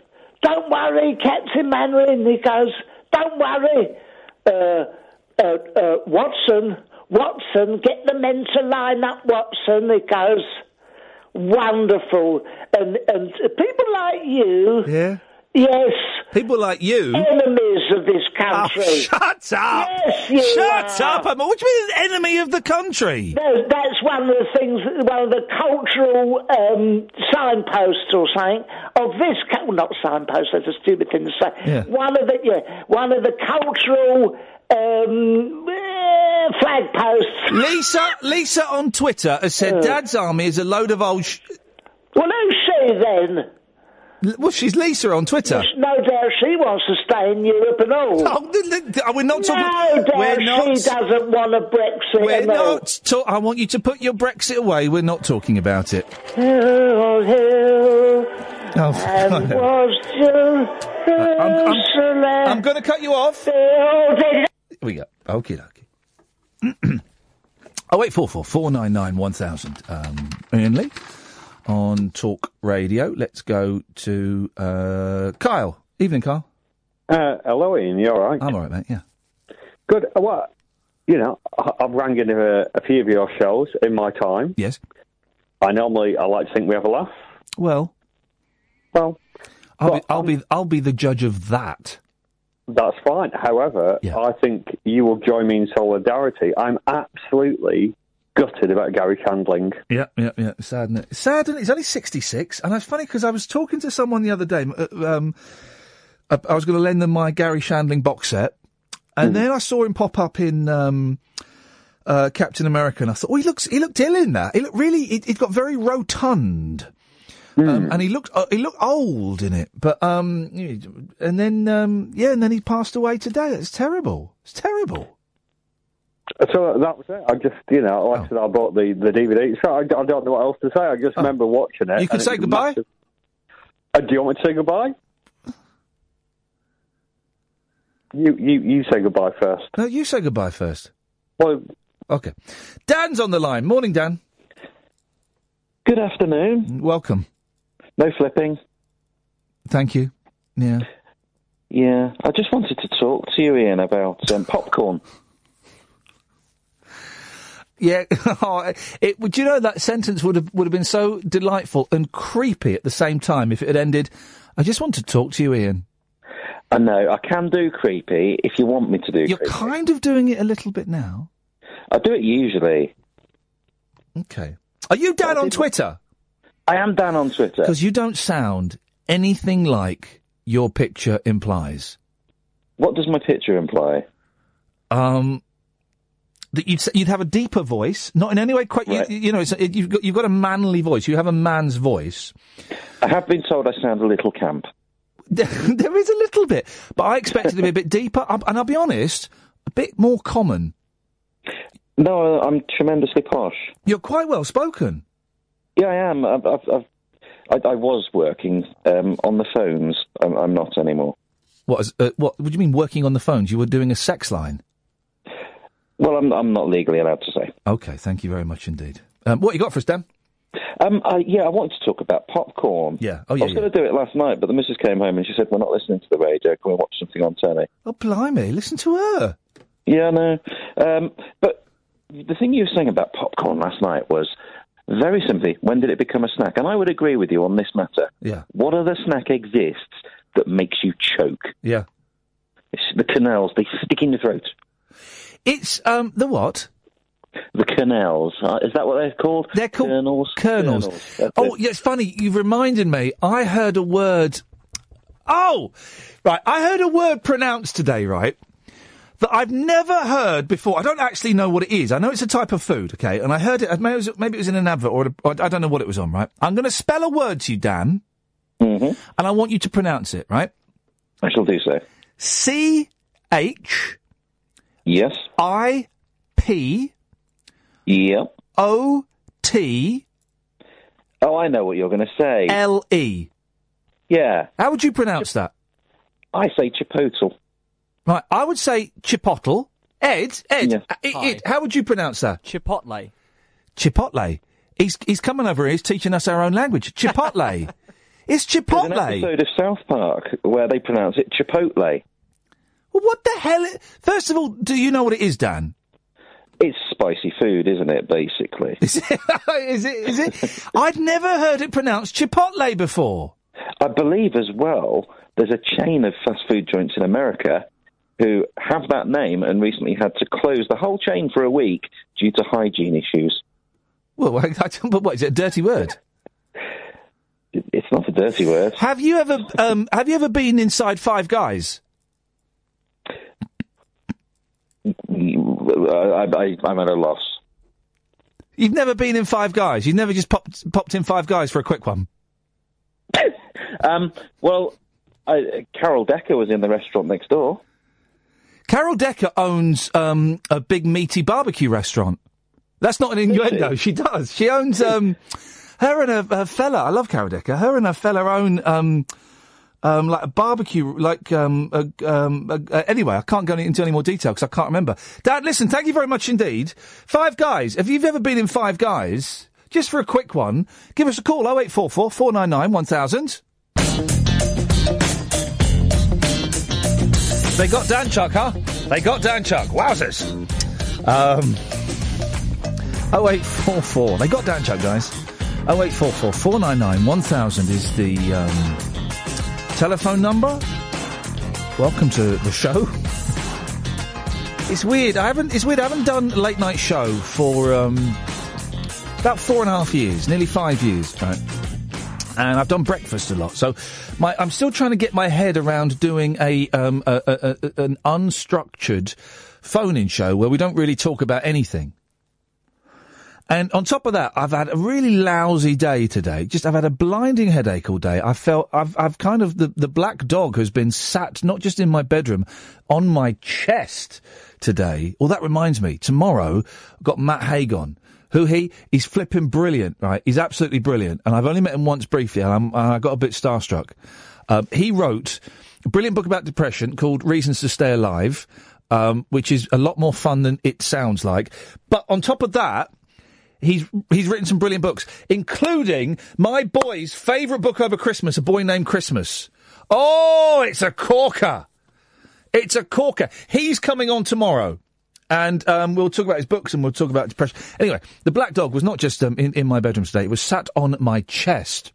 S16: don't worry, Captain Manwaring. He goes, don't worry, uh, uh, uh, Watson, Watson, get the men to line up, Watson. He goes, wonderful, and and people like you,
S3: yeah,
S16: yes,
S3: people like you, Oh,
S16: enemies of this country.
S3: shut up!
S16: Yes, you
S3: Shut
S16: are.
S3: up! I'm, what do you mean, an enemy of the country?
S16: No, that's one of the things, one of the cultural um, signposts or something of this. cou- Well, not signposts. That's a stupid thing to say.
S3: Yeah.
S16: One of the yeah, one of the cultural um, eh, flag posts.
S3: Lisa, Lisa on Twitter has said Dad's army is a load of old. Sh-
S16: Hmm. well, who's she then?
S3: well, she's Lisa on Twitter.
S16: No doubt she wants to stay in Europe and all.
S3: Oh, we're not talking-
S16: No doubt
S3: we're
S16: she
S3: not-
S16: doesn't want a Brexit.
S3: We're
S16: and all.
S3: not. Ta- I want you to put your Brexit away. We're not talking about it.
S16: Hill, hill,
S3: Oh,
S16: and
S3: God.
S16: was Jerusalem.
S3: I'm going to cut you off.
S10: Oh,
S16: Here
S3: we go. Okay, dokie. Oh eight four four four nine nine one thousand. Um, Ian Lee on Talk Radio. Let's go to uh, Kyle. Evening, Kyle.
S15: Uh, hello, Ian. You all right?
S3: I'm all right, mate. Yeah.
S15: Good. Uh, Well, you know, I- I've rang in uh, a, a few of your shows in my time.
S3: Yes.
S15: I normally I like to think we have a laugh.
S3: Well.
S15: Well. um,
S3: I'll, be, I'll be I'll be the judge of that.
S15: That's fine. However, I think you will join me in solidarity. I'm absolutely gutted about Gary Chandling.
S3: Yeah, yeah, yeah. Sad, isn't it? Sad, and it's only sixty-six. And it's funny because I was talking to someone the other day. m- uh, Um, I I was going to lend them my Gary Shandling box set, and then I saw him pop up in um, uh, Captain America, and I thought, oh, he looks he looked ill in that. He looked really. He, he got very rotund. um, and he looked uh, he looked old in it. But um, and then um, yeah, and then he passed away today. It's terrible. It's terrible.
S15: So uh, that was it. I just, you know,
S3: Oh.
S15: like I said, I bought the, the DVD. So I, I don't know what else to say. I just remember watching it.
S3: You can
S15: and
S3: say
S15: it
S3: goodbye?
S15: massive- Uh, do you want me to say goodbye? You, you, you say goodbye first.
S3: No, you say goodbye first.
S15: Well,
S3: okay. Dan's on the line. Morning, Dan.
S17: Good afternoon.
S3: Welcome.
S17: No flipping.
S3: Thank you. Yeah.
S17: Yeah, I just wanted to talk to you, Ian, about um, popcorn.
S3: Yeah, Oh, it, would you know that sentence would have would have been so delightful and creepy at the same time if it had ended. I just want to talk to you, Ian.
S17: I know I can do creepy if you want me to do.
S3: You're
S17: creepy.
S3: kind of doing it a little bit now.
S17: I do it usually.
S3: Okay. Are you Dan on Twitter?
S17: I am Dan on Twitter.
S3: Because you don't sound anything like your picture implies.
S17: What does my picture imply?
S3: Um, that you'd s- you'd have a deeper voice, not in any way quite. You, you know, it's, it, you've got you've got a manly voice. You have a man's voice.
S17: I have been told I sound a little camp.
S3: there is a little bit, but I expect it to be a bit deeper, um, and I'll be honest, a bit more common.
S17: No, I'm tremendously posh.
S3: You're quite well spoken.
S17: Yeah, I am. I've, I've, I've, I, I was working um, on the phones. I'm, I'm not anymore.
S3: What is uh, what? What do you mean working on the phones? You were doing a sex line.
S17: Well, I'm, I'm not legally allowed to say.
S3: Okay, thank you very much indeed. Um, what you got for us, Dan?
S17: Um, I, yeah, I wanted to talk about popcorn.
S3: Yeah. Oh, yeah,
S17: I was going to do it last night, but the missus came home and she said, "We're not listening to the radio. Can we watch something on telly?"
S3: Oh, blimey! Listen to her.
S17: Yeah, no. Um, but the thing you were saying about popcorn last night was very simply, when did it become a snack? And I would agree with you on this matter.
S3: Yeah.
S17: What other snack exists that makes you choke?
S3: Yeah.
S17: It's the canals. They stick in your throat.
S3: It's um the what?
S17: The canals. Uh, Is that what they're called?
S3: They're called
S17: kernels.
S3: Kernels.
S17: That's
S3: Oh,
S17: it.
S3: yeah, it's funny. You reminded me. I heard a word. Oh, right. I heard a word pronounced today, right? That I've never heard before. I don't actually know what it is. I know it's a type of food, okay? And I heard it. Maybe it was, maybe it was in an advert, or, a, or I don't know what it was on. Right? I'm going to spell a word to you, Dan,
S17: mm-hmm.
S3: and I want you to pronounce it. Right?
S17: I shall do so.
S3: C H
S17: Yes.
S3: I P
S17: Yep.
S3: O T
S17: Oh, I know what you're going to say.
S3: L E.
S17: Yeah.
S3: How would you pronounce that?
S17: I say chipotle.
S3: Right, I would say chipotle. Ed, Ed, uh, Ed, Ed, how would you pronounce that?
S18: Chipotle.
S3: Chipotle. He's he's coming over here. He's teaching us our own language. Chipotle. it's
S17: There's an
S3: chipotle.
S17: episode of South Park where they pronounce it chipotle.
S3: Well, what the hell? i- First of all, do you know what it is, Dan?
S17: It's spicy food, isn't it? Basically,
S3: Is it? is it? Is it? I'd never heard it pronounced chipotle before.
S17: I believe as well. There's a chain of fast food joints in America who have that name and recently had to close the whole chain for a week due to hygiene issues.
S3: Well, I, I don't, but what is it? A dirty word?
S17: It- It's not a dirty word.
S3: Have you ever um, have you ever been inside Five Guys?
S17: I, I, I'm at a loss.
S3: You've never been in Five Guys. You've never just popped popped in Five Guys for a quick one.
S17: Um, well, I, Carol Decker was in the restaurant next door.
S3: Carol Decker owns um, a big meaty barbecue restaurant. That's not an innuendo. She does. She owns um, her and her, her fella. I love Carol Decker. Her and her fella own um, um, like a barbecue. Like um, a, um, a, a- anyway, I can't go into any more detail because I can't remember. Dad, listen. Thank you very much indeed. Five Guys. If you've ever been in Five Guys, just for a quick one, give us a call. 0844 499 1000. They got Dan Chuck, huh? They got Dan Chuck. Wowzers. Um, 0844. They got Dan Chuck, guys. 0844 499 1000 is the um, telephone number. Welcome to the show. It's weird. I haven't. It's weird. I haven't done a late night show for um, about four and a half years, nearly five years, right? And I've done breakfast a lot, so my, I'm still trying to get my head around doing a, um, a, a, a an unstructured phone-in show where we don't really talk about anything. And on top of that, I've had a really lousy day today. Just I've had a blinding headache all day. I felt I've I've kind of the, the black dog has been sat not just in my bedroom, on my chest today. Well, that reminds me, tomorrow I've got Matt Haig on. Who he? He's flipping brilliant, right? He's absolutely brilliant. And I've only met him once briefly, and, I'm, and I got a bit starstruck. Um, he wrote a brilliant book about depression called Reasons to Stay Alive, um, which is a lot more fun than it sounds like. But on top of that, he's he's written some brilliant books, including my boy's favourite book over Christmas, A Boy Named Christmas. Oh, it's a corker! It's a corker. He's coming on tomorrow. And um, we'll talk about his books and we'll talk about depression. Anyway, the black dog was not just um, in, in my bedroom today, it was sat on my chest.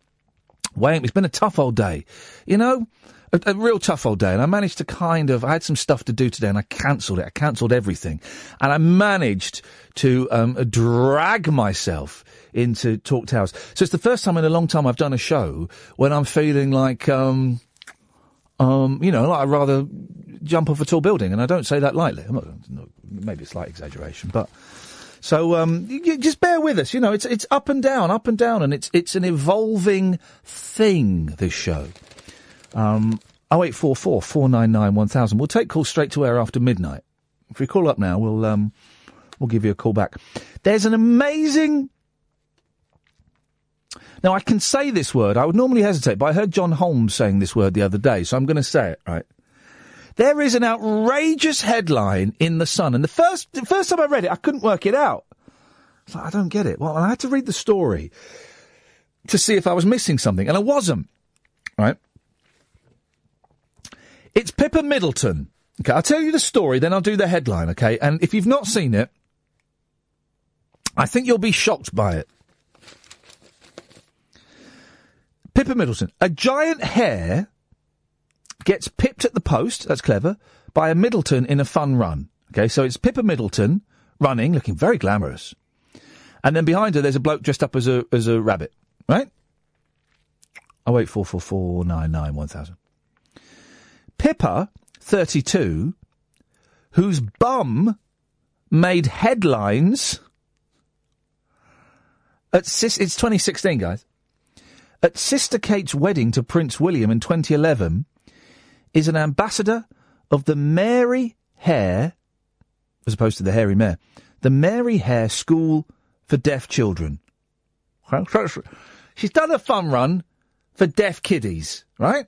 S3: Wayne, it's been a tough old day. You know, a, a real tough old day. And I managed to kind of, I had some stuff to do today and I cancelled it. I cancelled everything. And I managed to um, drag myself into Talk Towers. So it's the first time in a long time I've done a show when I'm feeling like, um, um, you know, like I'd rather jump off a tall building. And I don't say that lightly. I'm not, not- maybe a slight exaggeration, but. So um, you, you just bear with us. You know, it's it's up and down, up and down, and it's it's an evolving thing. This show. Um, 0844 499 1000. We'll take calls straight to air after midnight. If we call up now, we'll um, we'll give you a call back. There's an amazing. Now I can say this word. I would normally hesitate, but I heard John Holmes saying this word the other day, so I'm going to say it. Right. There is an outrageous headline in the Sun, and the first the first time I read it, I couldn't work it out. It's like I don't get it. Well, I had to read the story to see if I was missing something, and I wasn't. Right. It's Pippa Middleton. Okay, I'll tell you the story, then I'll do the headline. Okay, and if you've not seen it, I think you'll be shocked by it. Pippa Middleton, a giant hare gets pipped at the post. That's clever by a Middleton in a fun run. Okay, so it's Pippa Middleton running, looking very glamorous, and then behind her there's a bloke dressed up as a as a rabbit. Right? Oh wait, four four four nine nine one thousand. Pippa, 32, whose bum made headlines at sis- it's 2016, guys. At Sister Kate's wedding to Prince William in 2011, is an ambassador of the Mary Hare, as opposed to the Hairy Mare, the Mary Hare School for Deaf Children. She's done a fun run for deaf kiddies, right?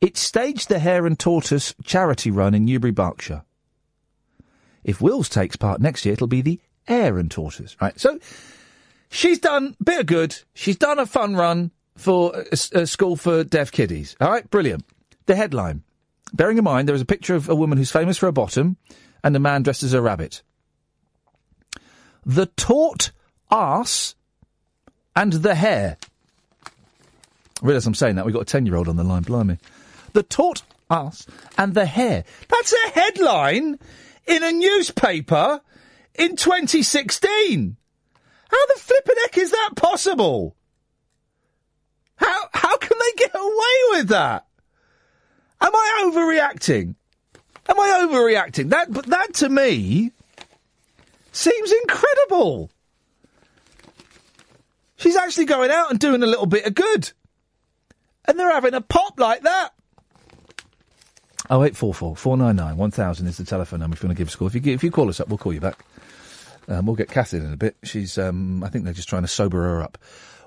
S3: It staged the Hare and Tortoise charity run in Newbury, Berkshire. If Wills takes part next year, it'll be the Hare and Tortoise, right? So she's done a bit of good. She's done a fun run for a, s- a school for deaf kiddies. All right, brilliant. The headline. Bearing in mind, there is a picture of a woman who's famous for her bottom and a man dressed as a rabbit. The taut arse and the hare. I realise I'm saying that. We've got a 10 year old on the line, blimey. The taut ass and the hair. That's a headline in a newspaper in 2016. How the flippin' heck is that possible? How, how can they get away with that? Am I overreacting? Am I overreacting? That, but that to me seems incredible. She's actually going out and doing a little bit of good and they're having a pop like that. Oh eight four four four nine nine one thousand is the telephone number if you want to give us a call. If you gi- if you call us up, we'll call you back. Um, we'll get Kath in in a bit. She's um, I think they're just trying to sober her up.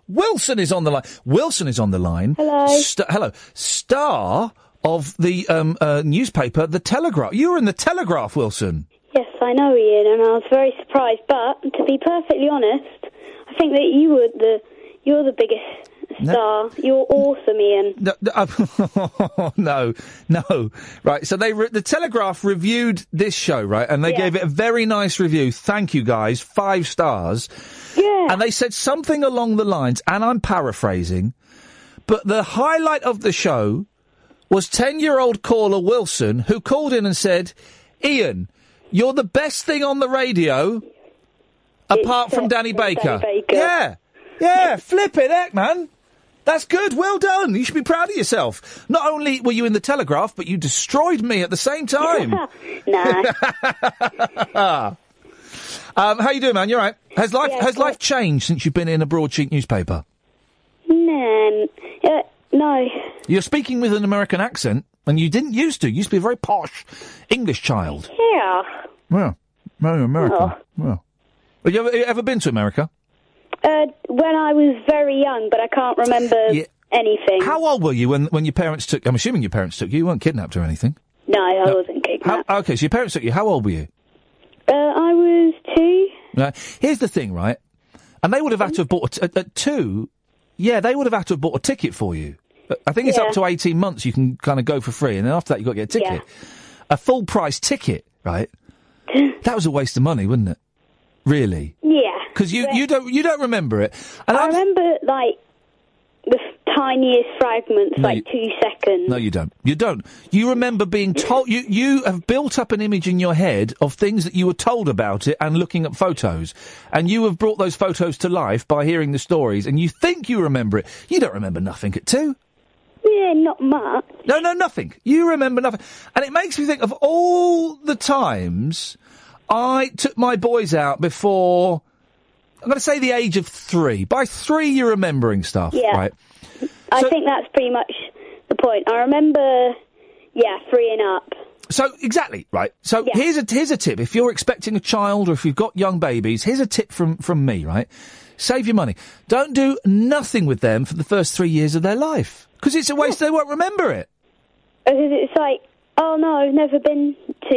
S3: Wilson is on the line. Wilson is on the line. Hello. hello. Star of the um, uh, newspaper, The Telegraph. You were in The Telegraph, Wilson.
S19: Yes, I know, Ian, and I was very surprised. But to be perfectly honest, I think that you were the you're the biggest
S3: No.
S19: star. You're awesome, Ian.
S3: No, no, uh, no, no. Right. So they re- the Telegraph reviewed this show, right, and they gave it a very nice review. Thank you, guys. Five stars.
S19: Yeah.
S3: And they said something along the lines, and I'm paraphrasing, but the highlight of the show was ten-year-old caller Wilson who called in and said, "Ian, you're the best thing on the radio, apart from Danny Baker."
S19: Baker.
S3: Yeah. Yeah, flip it heck, man. That's good. Well done. You should be proud of yourself. Not only were you in the Telegraph, but you destroyed me at the same time.
S19: nah.
S3: um, Um, how you doing, man? You're right. Has life
S19: Yeah,
S3: has life changed since you've been in a broadsheet newspaper?
S19: Nan. Uh, no.
S3: You're speaking with an American accent, and you didn't used to. You used to be a very posh English child.
S19: Yeah.
S3: Well, well, America.
S19: Oh.
S3: Well, have you ever, you ever been to America?
S19: Uh, when I was very young, but I can't remember
S3: Yeah.
S19: anything.
S3: How old were you when when your parents took? I'm assuming your parents took you. You weren't kidnapped or anything.
S19: No, I wasn't kicked.
S3: How, okay, so your parents took you. How old were you?
S19: Uh, I was two.
S3: Now, here's the thing, right? And they would have had to have bought a t- at, at two. Yeah, they would have had to have bought a ticket for you. Uh, I think it's
S19: Yeah.
S3: up to eighteen months. You can kind of go for free, and then after that, you've got to get a ticket. A full price ticket, right? that was a waste of money, wasn't it? Really?
S19: Yeah.
S3: Because you, you don't you don't remember it.
S19: I remember like the f- tiniest fragments,
S3: No,
S19: like two seconds.
S3: No, you don't. You don't. You remember being told. You you have built up an image in your head of things that you were told about it and looking at photos, and you have brought those photos to life by hearing the stories, and you think you remember it. You don't remember nothing at two.
S19: Yeah, not much.
S3: No, no, nothing. You remember nothing, and it makes me think of all the times I took my boys out before. I'm going to say the age of three. By three, you're remembering stuff,
S19: Yeah.
S3: right?
S19: I think that's pretty much the point. I remember, yeah, freeing up.
S3: So exactly right. So here's a here's a tip. If you're expecting a child or if you've got young babies, here's a tip from from me. Right, save your money. Don't do nothing with them for the first three years of their life because it's a waste. They won't remember it.
S19: Because it's like, oh no, I've never been to,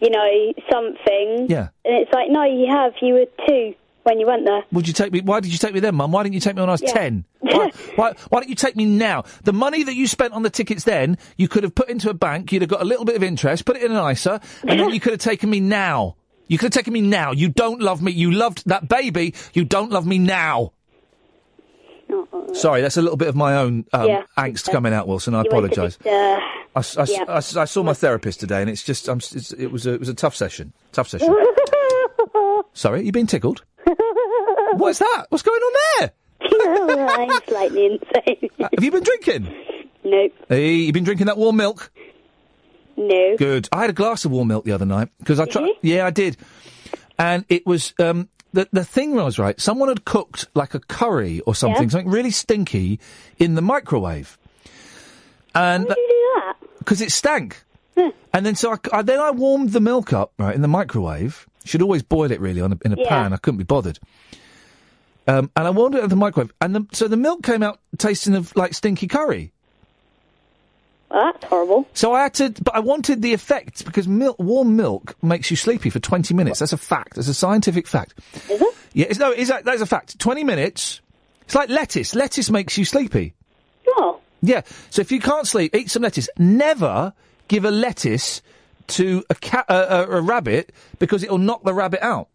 S19: you know, something.
S3: Yeah.
S19: And it's like, no, you have. You were two when you went there.
S3: Would you take me? Why did you take me then, Mum? Why didn't you take me when I was
S19: Yeah.
S3: ten? Why, why, why don't you take me now? The money that you spent on the tickets then, you could have put into a bank. You'd have got a little bit of interest, put it in an ISA, and then you could have taken me now. You could have taken me now. You don't love me. You loved that baby. You don't love me now. Sorry, that's a little bit of my own um,
S19: Yeah.
S3: angst coming out, Wilson. I
S19: You went to
S3: apologise.
S19: this, uh,
S3: I, s- I s-
S19: yeah.
S3: I s- I saw my therapist today, and it's just I'm, s- it's, it was a it was a tough session. Tough session. Sorry, you been tickled? What's that? What's going on there?
S19: I'm slightly insane.
S3: Have you been drinking?
S19: Nope,
S3: Hey, you been drinking that warm milk?
S19: no.
S3: Good. I had a glass of warm milk the other night because I
S19: Did
S3: tried.
S19: you?
S3: Yeah, I did. And it was um, the the thing was right. Someone had cooked like a curry or something,
S19: Yeah.
S3: something really stinky, in the microwave. And Why
S19: did you do that? Hmm.
S3: Because it stank. and then so I, c- I- then I warmed the milk up right in the microwave. Should always boil it really on a, in a
S2: Yeah.
S3: pan. I couldn't be bothered. Um, and I warmed it in the microwave, and the, so the milk came out tasting of like stinky curry.
S19: Well, that's horrible.
S3: So I had to, but I wanted the effect because milk, warm milk makes you sleepy for 20 minutes. That's a fact. That's a scientific fact. Is it? Yeah, it's, no, it's, a- that's a fact. 20 minutes. It's like lettuce. Lettuce makes you sleepy.
S19: Oh.
S3: Yeah. So if you can't sleep, eat some lettuce. Never give a lettuce to a cat, uh, a, a rabbit because it'll knock the rabbit out.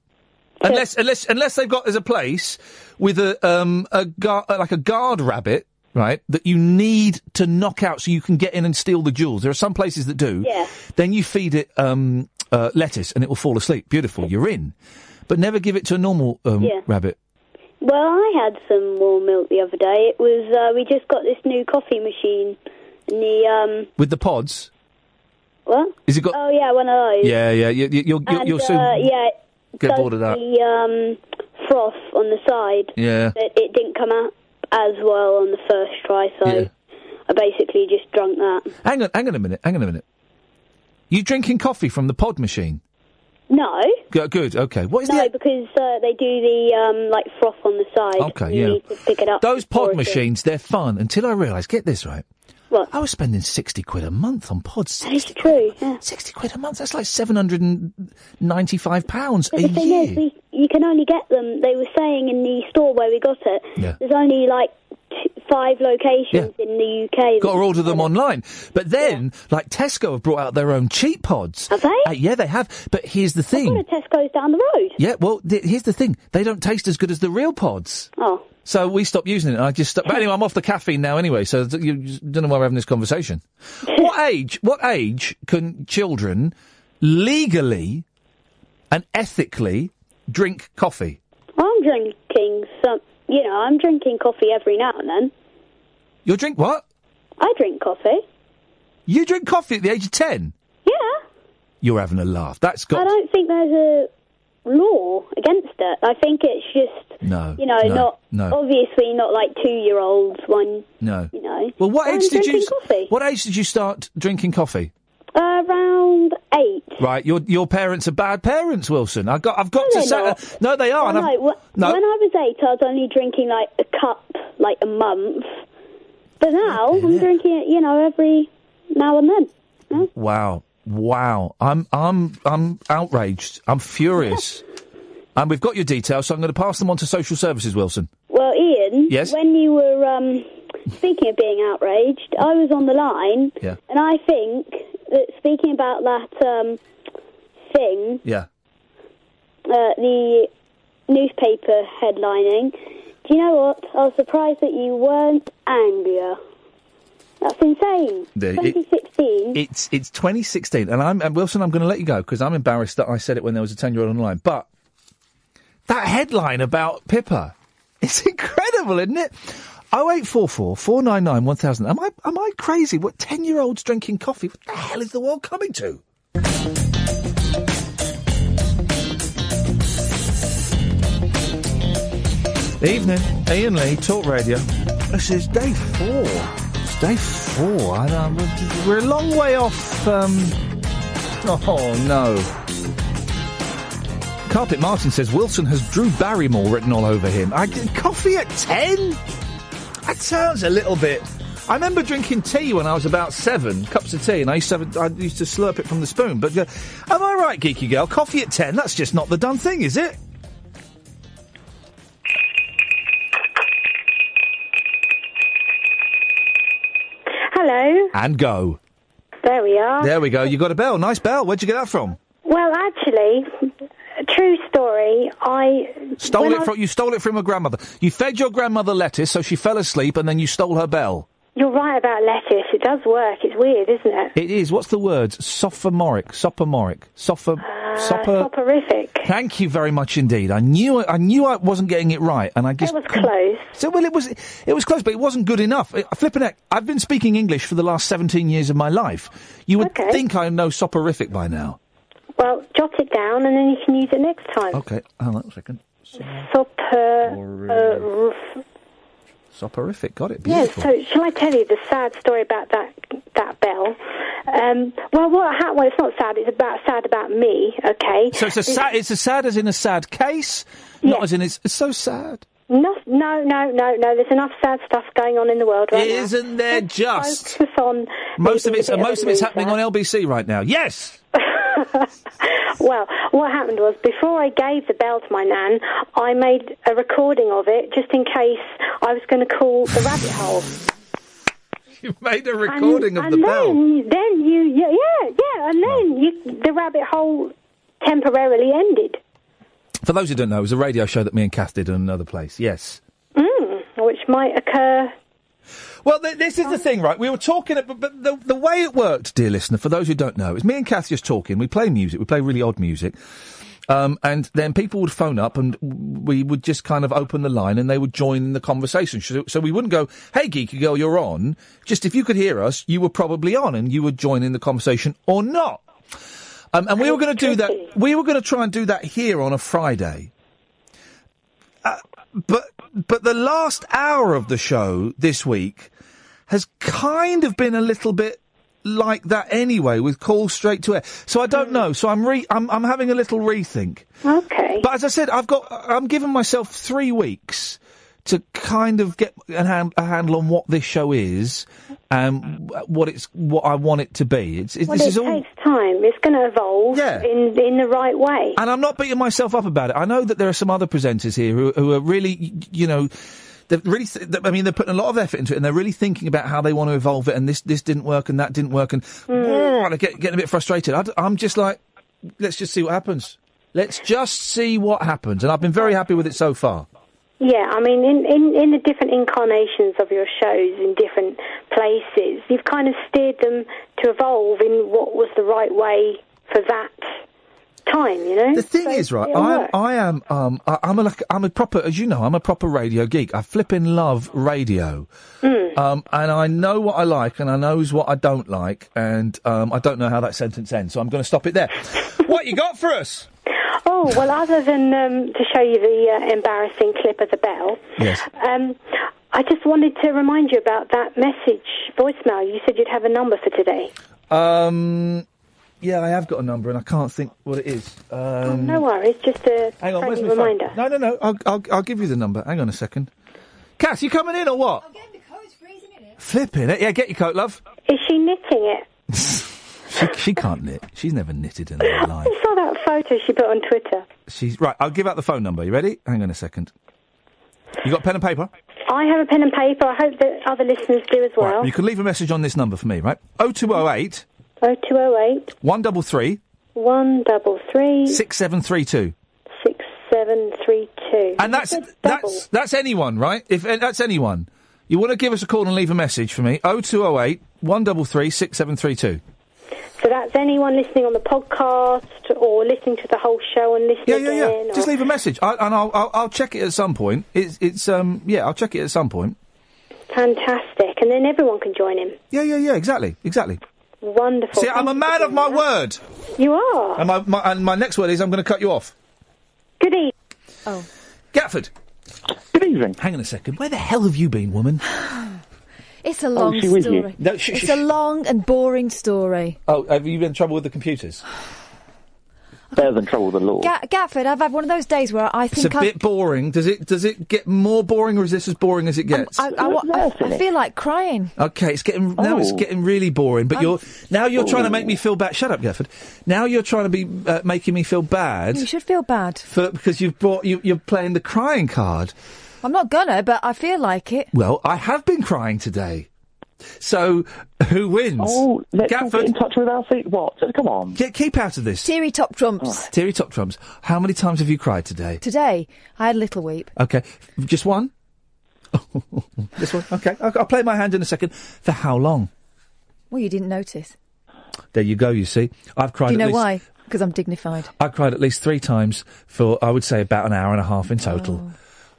S3: Unless, unless, unless they've got there's a place with a um a gar- uh, like a guard rabbit, right? That you need to knock out so you can get in and steal the jewels. There are some places that do.
S2: Yeah.
S3: Then you feed it um uh, lettuce and it will fall asleep. Beautiful, you're in. But never give it to a normal um,
S19: Yeah.
S3: rabbit.
S19: Well, I had some warm milk the other day. It was uh, we just got this new coffee machine, and the um,
S3: With the pods,
S19: what?
S3: Is it got-
S19: Oh yeah, one of those.
S3: yeah, yeah, you, you, you'll, you'll,
S19: and,
S3: you'll soon
S19: uh, yeah, it
S3: get
S19: does
S3: bored of that.
S19: The um, froth on the side.
S3: Yeah.
S19: But it didn't come out as well on the first try, so I basically just drunk that.
S3: Hang on, hang on a minute, hang on a minute. You drinking coffee from the pod machine?
S19: No.
S3: Go- Good, okay. What is
S19: no, because uh, they do the um, like froth on the
S3: the?
S19: side.
S3: Okay,
S19: you
S3: yeah.
S19: need to pick it up.
S3: Those
S19: before
S3: pod
S19: it-
S3: machines, they're fun until I realised. Get this right.
S19: What?
S3: I was spending sixty quid a month on pods.
S19: That is true. Yeah.
S3: Sixty quid a month. That's like seven hundred and ninety-five pounds
S19: But
S3: a
S19: the thing
S3: year.
S19: is, we, you can only get them. They were saying in the store where we got it,
S3: Yeah.
S19: there's only like two, five locations in the UK.
S3: Got to order them online. But then, like Tesco have brought out their own cheap pods. Have they? yeah, they have. But here's the thing.
S19: The Tesco's down the road.
S3: Yeah, well, th- here's the thing. They don't taste as good as the real pods.
S19: Oh.
S3: So we stopped using it. And I just stopped. But anyway, I'm off the caffeine now anyway, so th- you you don't know why we're having this conversation. what age, what age can children legally and ethically drink coffee?
S19: I'm drinking some. You know, I'm drinking coffee every now and then.
S3: You drink what?
S19: I drink coffee.
S3: You drink coffee at the age of 10?
S19: Yeah.
S3: You're having a laugh. That's got
S19: I don't think there's a law against it. I think it's just
S3: No.
S19: you know
S3: Uh, no,
S19: not
S3: No.
S19: obviously not like two year olds one
S3: No.
S19: you know.
S3: Well, what
S19: I'm
S3: age did you?
S19: drinking Coffee?
S3: What age did you start drinking coffee?
S19: Uh, around eight.
S3: Right, your your parents are bad parents, Wilson. I got I've got
S19: No,
S3: to
S19: they're
S3: say uh, no, they are. and
S19: Well,
S3: I've-
S19: no, wh-
S3: no.
S19: when I was eight, I was only drinking like a cup, like a month. But now I'm drinking it, you know, every now and then.
S3: Wow, wow. I'm I'm I'm outraged. I'm furious. and we've got your details, so I'm going to pass them on to social services, Wilson.
S19: Well, Ian,
S3: Yes?
S19: when you were um, speaking of being outraged, I was on the line,
S3: Yeah.
S19: and I think that speaking about that um, thing,
S3: Yeah.
S19: uh, the newspaper headlining, do you know what? I was surprised that you weren't angrier. That's insane.
S3: The- it-
S19: 2016.
S3: It's it's 2016, and I'm and Wilson. I'm going to let you go because I'm embarrassed that I said it when there was a 10 year old online. But that headline about Pippa, it's incredible, isn't it? 0844 499 1000. Am I am I crazy? What 10 year olds drinking coffee? What the hell is the world coming to? Evening, Ian Lee, Talk Radio. This is day four. It's day four. I know, we're- we're a long way off. Um... Oh no! Carpet Martin says Wilson has Drew Barrymore written all over him. I coffee at ten. That sounds a little bit. I remember drinking tea when I was about seven, cups of tea, and I used to have a, I used to slurp it from the spoon. But uh, am I right, geeky girl? Coffee at ten? That's just not the done thing, is it?
S20: Hello.
S3: And go.
S20: There we are.
S3: There we go. You got a bell. Nice bell. Where'd you get that from?
S20: Well, actually, true story. I
S3: Stole
S20: when
S3: it
S20: I-
S3: from you. Stole it from your grandmother. You fed your grandmother lettuce, so she fell asleep, and then you stole her bell.
S20: You're right about lettuce. It does work. It's weird, isn't it?
S3: It is. What's the words? Sophomoric. Sophomoric. Sopho. sopor-
S20: Uh, Soporific.
S3: Thank you very much indeed. I knew. I knew I wasn't getting it right, and I just.
S20: was close.
S3: So well, it was. It was close, but it wasn't good enough. I- Flipping heck, I've been speaking English for the last seventeen years of my life. You would think I know soporific by now.
S20: Well, jot it down and then you can use it next time. uh,
S3: Okay. Hang on a second.
S20: Sopor. Uh,
S3: Soporific. Got it.
S20: yeah.
S3: Beautiful.
S20: So, shall I tell you the sad story about that that bell? Um, well, what? Ha- well, it's not sad. It's about sad about me. Okay.
S3: So it's a sad. It's a sad as in a sad case, not as in it's, it's so sad.
S20: No, no, no, no, no. There's enough sad stuff going on in the world right now.
S3: Isn't there just?
S20: Focus on
S3: Most of
S20: maybe
S3: it's uh,
S20: a bit
S3: most
S20: a
S3: of it's
S20: loser.
S3: happening on LBC right now. Yes.
S20: Well, what happened was before I gave the bell to my nan, I made a recording of it just in case I was going to call the rabbit hole.
S3: You made a recording of
S20: and
S3: the
S20: then,
S3: bell.
S20: Then you, yeah, yeah, yeah, and then you, the rabbit hole temporarily ended.
S3: For those who don't know, it was a radio show that me and Kath did in another place. Yes.
S20: Mm, which might occur.
S3: Well, th- this is the thing, right? We were talking, ab- but, the, the way it worked, dear listener, for those who don't know, is me and Kath just talking. We play music. We play really odd music. Um, and then people would phone up and we would just kind of open the line and they would join the conversation. So, so we wouldn't go, hey, geeky girl, you're on. Just if you could hear us, you were probably on and you would join in the conversation or not. Um, and we were going to do that. We were going to try and do that here on a Friday. Uh, but but the last hour of the show this week has kind of been a little bit like that anyway, with calls straight to air. So I
S20: Mm.
S3: don't know. So I'm re- I'm I'm having a little rethink.
S20: Okay.
S3: But as I said, I've got I'm giving myself three weeks to kind of get a, hand, a handle on what this show is and what it's what I want it to be. It's, it's
S20: Mm. well,
S3: this
S20: it
S3: is all.
S20: takes time. It's going to evolve in in the right way.
S3: And I'm not beating myself up about it. I know that there are some other presenters here who, who are really, y- you know, they're really. Th- I mean, they're putting a lot of effort into it, and they're really thinking about how they want to evolve it. And this this didn't work, and that didn't work, and oh, and I get getting a bit frustrated. I, am just like, let's just see what happens. Let's just see what happens. And I've been very happy with it so far.
S20: Yeah, I mean, in, in, in the different incarnations of your shows in different places, you've kind of steered them to evolve in what was the right way for that time, you know?
S3: The thing is, right?
S20: it'll
S3: I am,
S20: work.
S3: I am, um, I, I'm a, like, I'm a proper, as you know, I'm a proper radio geek. I flippin' love radio,
S20: Mm.
S3: um, and I know what I like, and I knows what I don't like, and um, I don't know how that sentence ends. So I'm going to stop it there. what you got for us?
S20: Oh, well, other than um, to show you the uh, embarrassing clip of the bell,
S3: Yes.
S20: um, I just wanted to remind you about that message voicemail. You said you'd have a number for today.
S3: Um, yeah, I have got a number and I can't think what it is. Um,
S20: Oh, no worries, just a
S3: Hang on, where's
S20: friendly
S3: my phone?
S20: reminder.
S3: No, no, no. I'll, I'll, I'll give you the number. Hang on a second. Cass, you coming in or what? I'm getting the coat. Flipping it. Yeah, get your coat, love.
S20: Is she knitting it?
S3: She, she can't knit. She's never knitted in her life.
S20: I saw that photo she put on Twitter.
S3: She's right. I'll give out the phone number. You ready? Hang on a second. You got pen and paper?
S20: I have a pen and paper. I hope that other listeners do as well.
S3: You can leave a message on this number for me, right? 0208
S20: 0208
S3: 133
S20: 133
S3: 6732.
S20: 732.
S3: And that's that's that's anyone, right? If uh, that's anyone, you want to give us a call and leave a message for me 0208 133 6732.
S20: So that's anyone listening on the podcast or listening to the whole show and listening
S3: Yeah, yeah, yeah.
S20: in. or-
S3: Just leave a message, I, and I'll, I'll I'll check it at some point. It's it's um yeah, I'll check it at some point.
S20: Fantastic. And then everyone can join him.
S3: Yeah, yeah, yeah. Exactly, exactly.
S20: Wonderful.
S3: See, I'm a man of my word.
S20: You are.
S3: And my, my and my next word is I'm going to cut you off.
S20: Good evening.
S8: Oh.
S3: Gatford.
S15: Good evening.
S3: Hang on a second. Where the hell have you been, woman?
S8: It's a long
S3: she Oh, with you?
S8: story.
S3: No, sh-
S8: it's
S3: sh-
S8: a long and boring story.
S3: Oh, have you been in trouble with the computers? Better than trouble with the law.
S8: Ga- Gatford, I've had one of those days where I
S3: Oh. It's a
S8: think I,
S3: bit boring. Does it does it get more boring, or is this as boring as it gets?
S8: I, I, wa- I, I feel like crying.
S3: Okay, it's getting now it's
S8: Oh.
S3: getting really boring. But
S8: I'm-
S3: you're now you're trying to make me feel bad. Shut up, Gafford. Now you're trying to be uh, making me feel bad
S8: You should feel bad.
S3: for because you've brought you, you're playing the crying card.
S8: I'm not gonna, but I feel like it.
S3: Well, I have been crying today. So who wins?
S8: Oh, let's all
S3: Gatford.
S8: get in
S3: touch with Alfie. What? Come on. Get keep out of this.
S8: Teary top trumps.
S3: Teary top trumps. How many times have you cried today?
S8: Today, I had a little weep.
S3: Okay, just one. this one. Okay, I'll, I'll play my hand in a second. For how long?
S8: Well, you didn't notice.
S3: There you go. You see, I've cried.
S8: Do you
S3: at
S8: know
S3: least,
S8: why? Because I'm dignified.
S3: I cried at least three times for, I would say, about an hour and a half in
S8: Oh.
S3: total.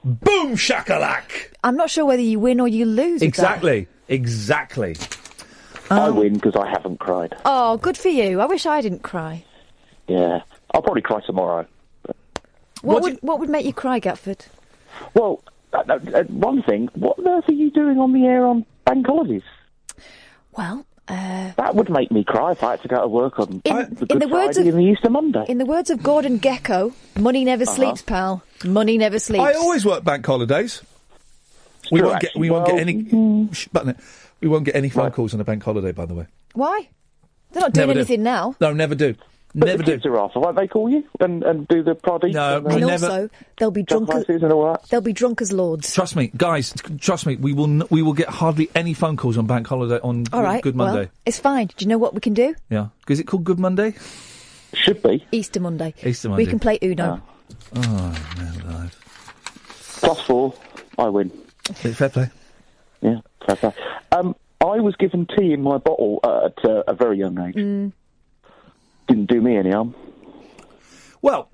S3: Boom shakalak!
S8: I'm not sure whether you win or you lose. with that.
S3: Exactly, exactly. Um,
S15: I win because I haven't cried.
S8: Oh, good for you. I wish I didn't cry.
S15: Yeah. I'll probably cry tomorrow.
S8: What, would what would make you cry, Gatford?
S15: Well, uh, uh, uh, one thing, what on earth are you doing on the air on bank holidays?
S8: Well, uh,
S15: That would make me cry if I had to go to work on
S8: In-
S15: the Good
S8: in the words
S15: Friday
S8: of-
S15: and the Easter Monday.
S8: in the words of Gordon Gecko, money never
S15: Uh-huh.
S8: sleeps, pal. Money never sleeps.
S3: I always work bank holidays. We
S15: true,
S3: won't get. We
S15: actually.
S3: won't get
S15: Well, mm-hmm.
S3: any. Shh, button it. We won't get any phone calls on a bank holiday. By the way,
S8: Why? They're not doing
S3: Never do.
S8: anything now.
S3: no, never do. never do.
S15: Kids are off, won't they call you and, and do the proddy?
S3: No,
S15: the
S3: we never.
S8: Also, they'll be drunk. As,
S15: and all that.
S8: They'll be drunk as lords.
S3: Trust me, guys. t- Trust me. We will. N- we will get hardly any phone calls on bank holiday on
S8: All right.
S3: Mm, Good
S8: Well,
S3: Monday.
S8: it's fine. Do you know what we can do?
S3: Yeah. Is it called Good Monday?
S15: Should be. Ah.
S8: Easter Monday.
S3: Easter
S8: We
S3: Monday.
S8: can play
S3: Uh,
S8: Uno.
S3: Oh, man, life.
S15: Plus four, I win.
S3: Fair play.
S15: Yeah, fair play. Um, I was given tea in my bottle uh, at uh, a very young age.
S8: Mm.
S15: Didn't do me any harm.
S3: Well,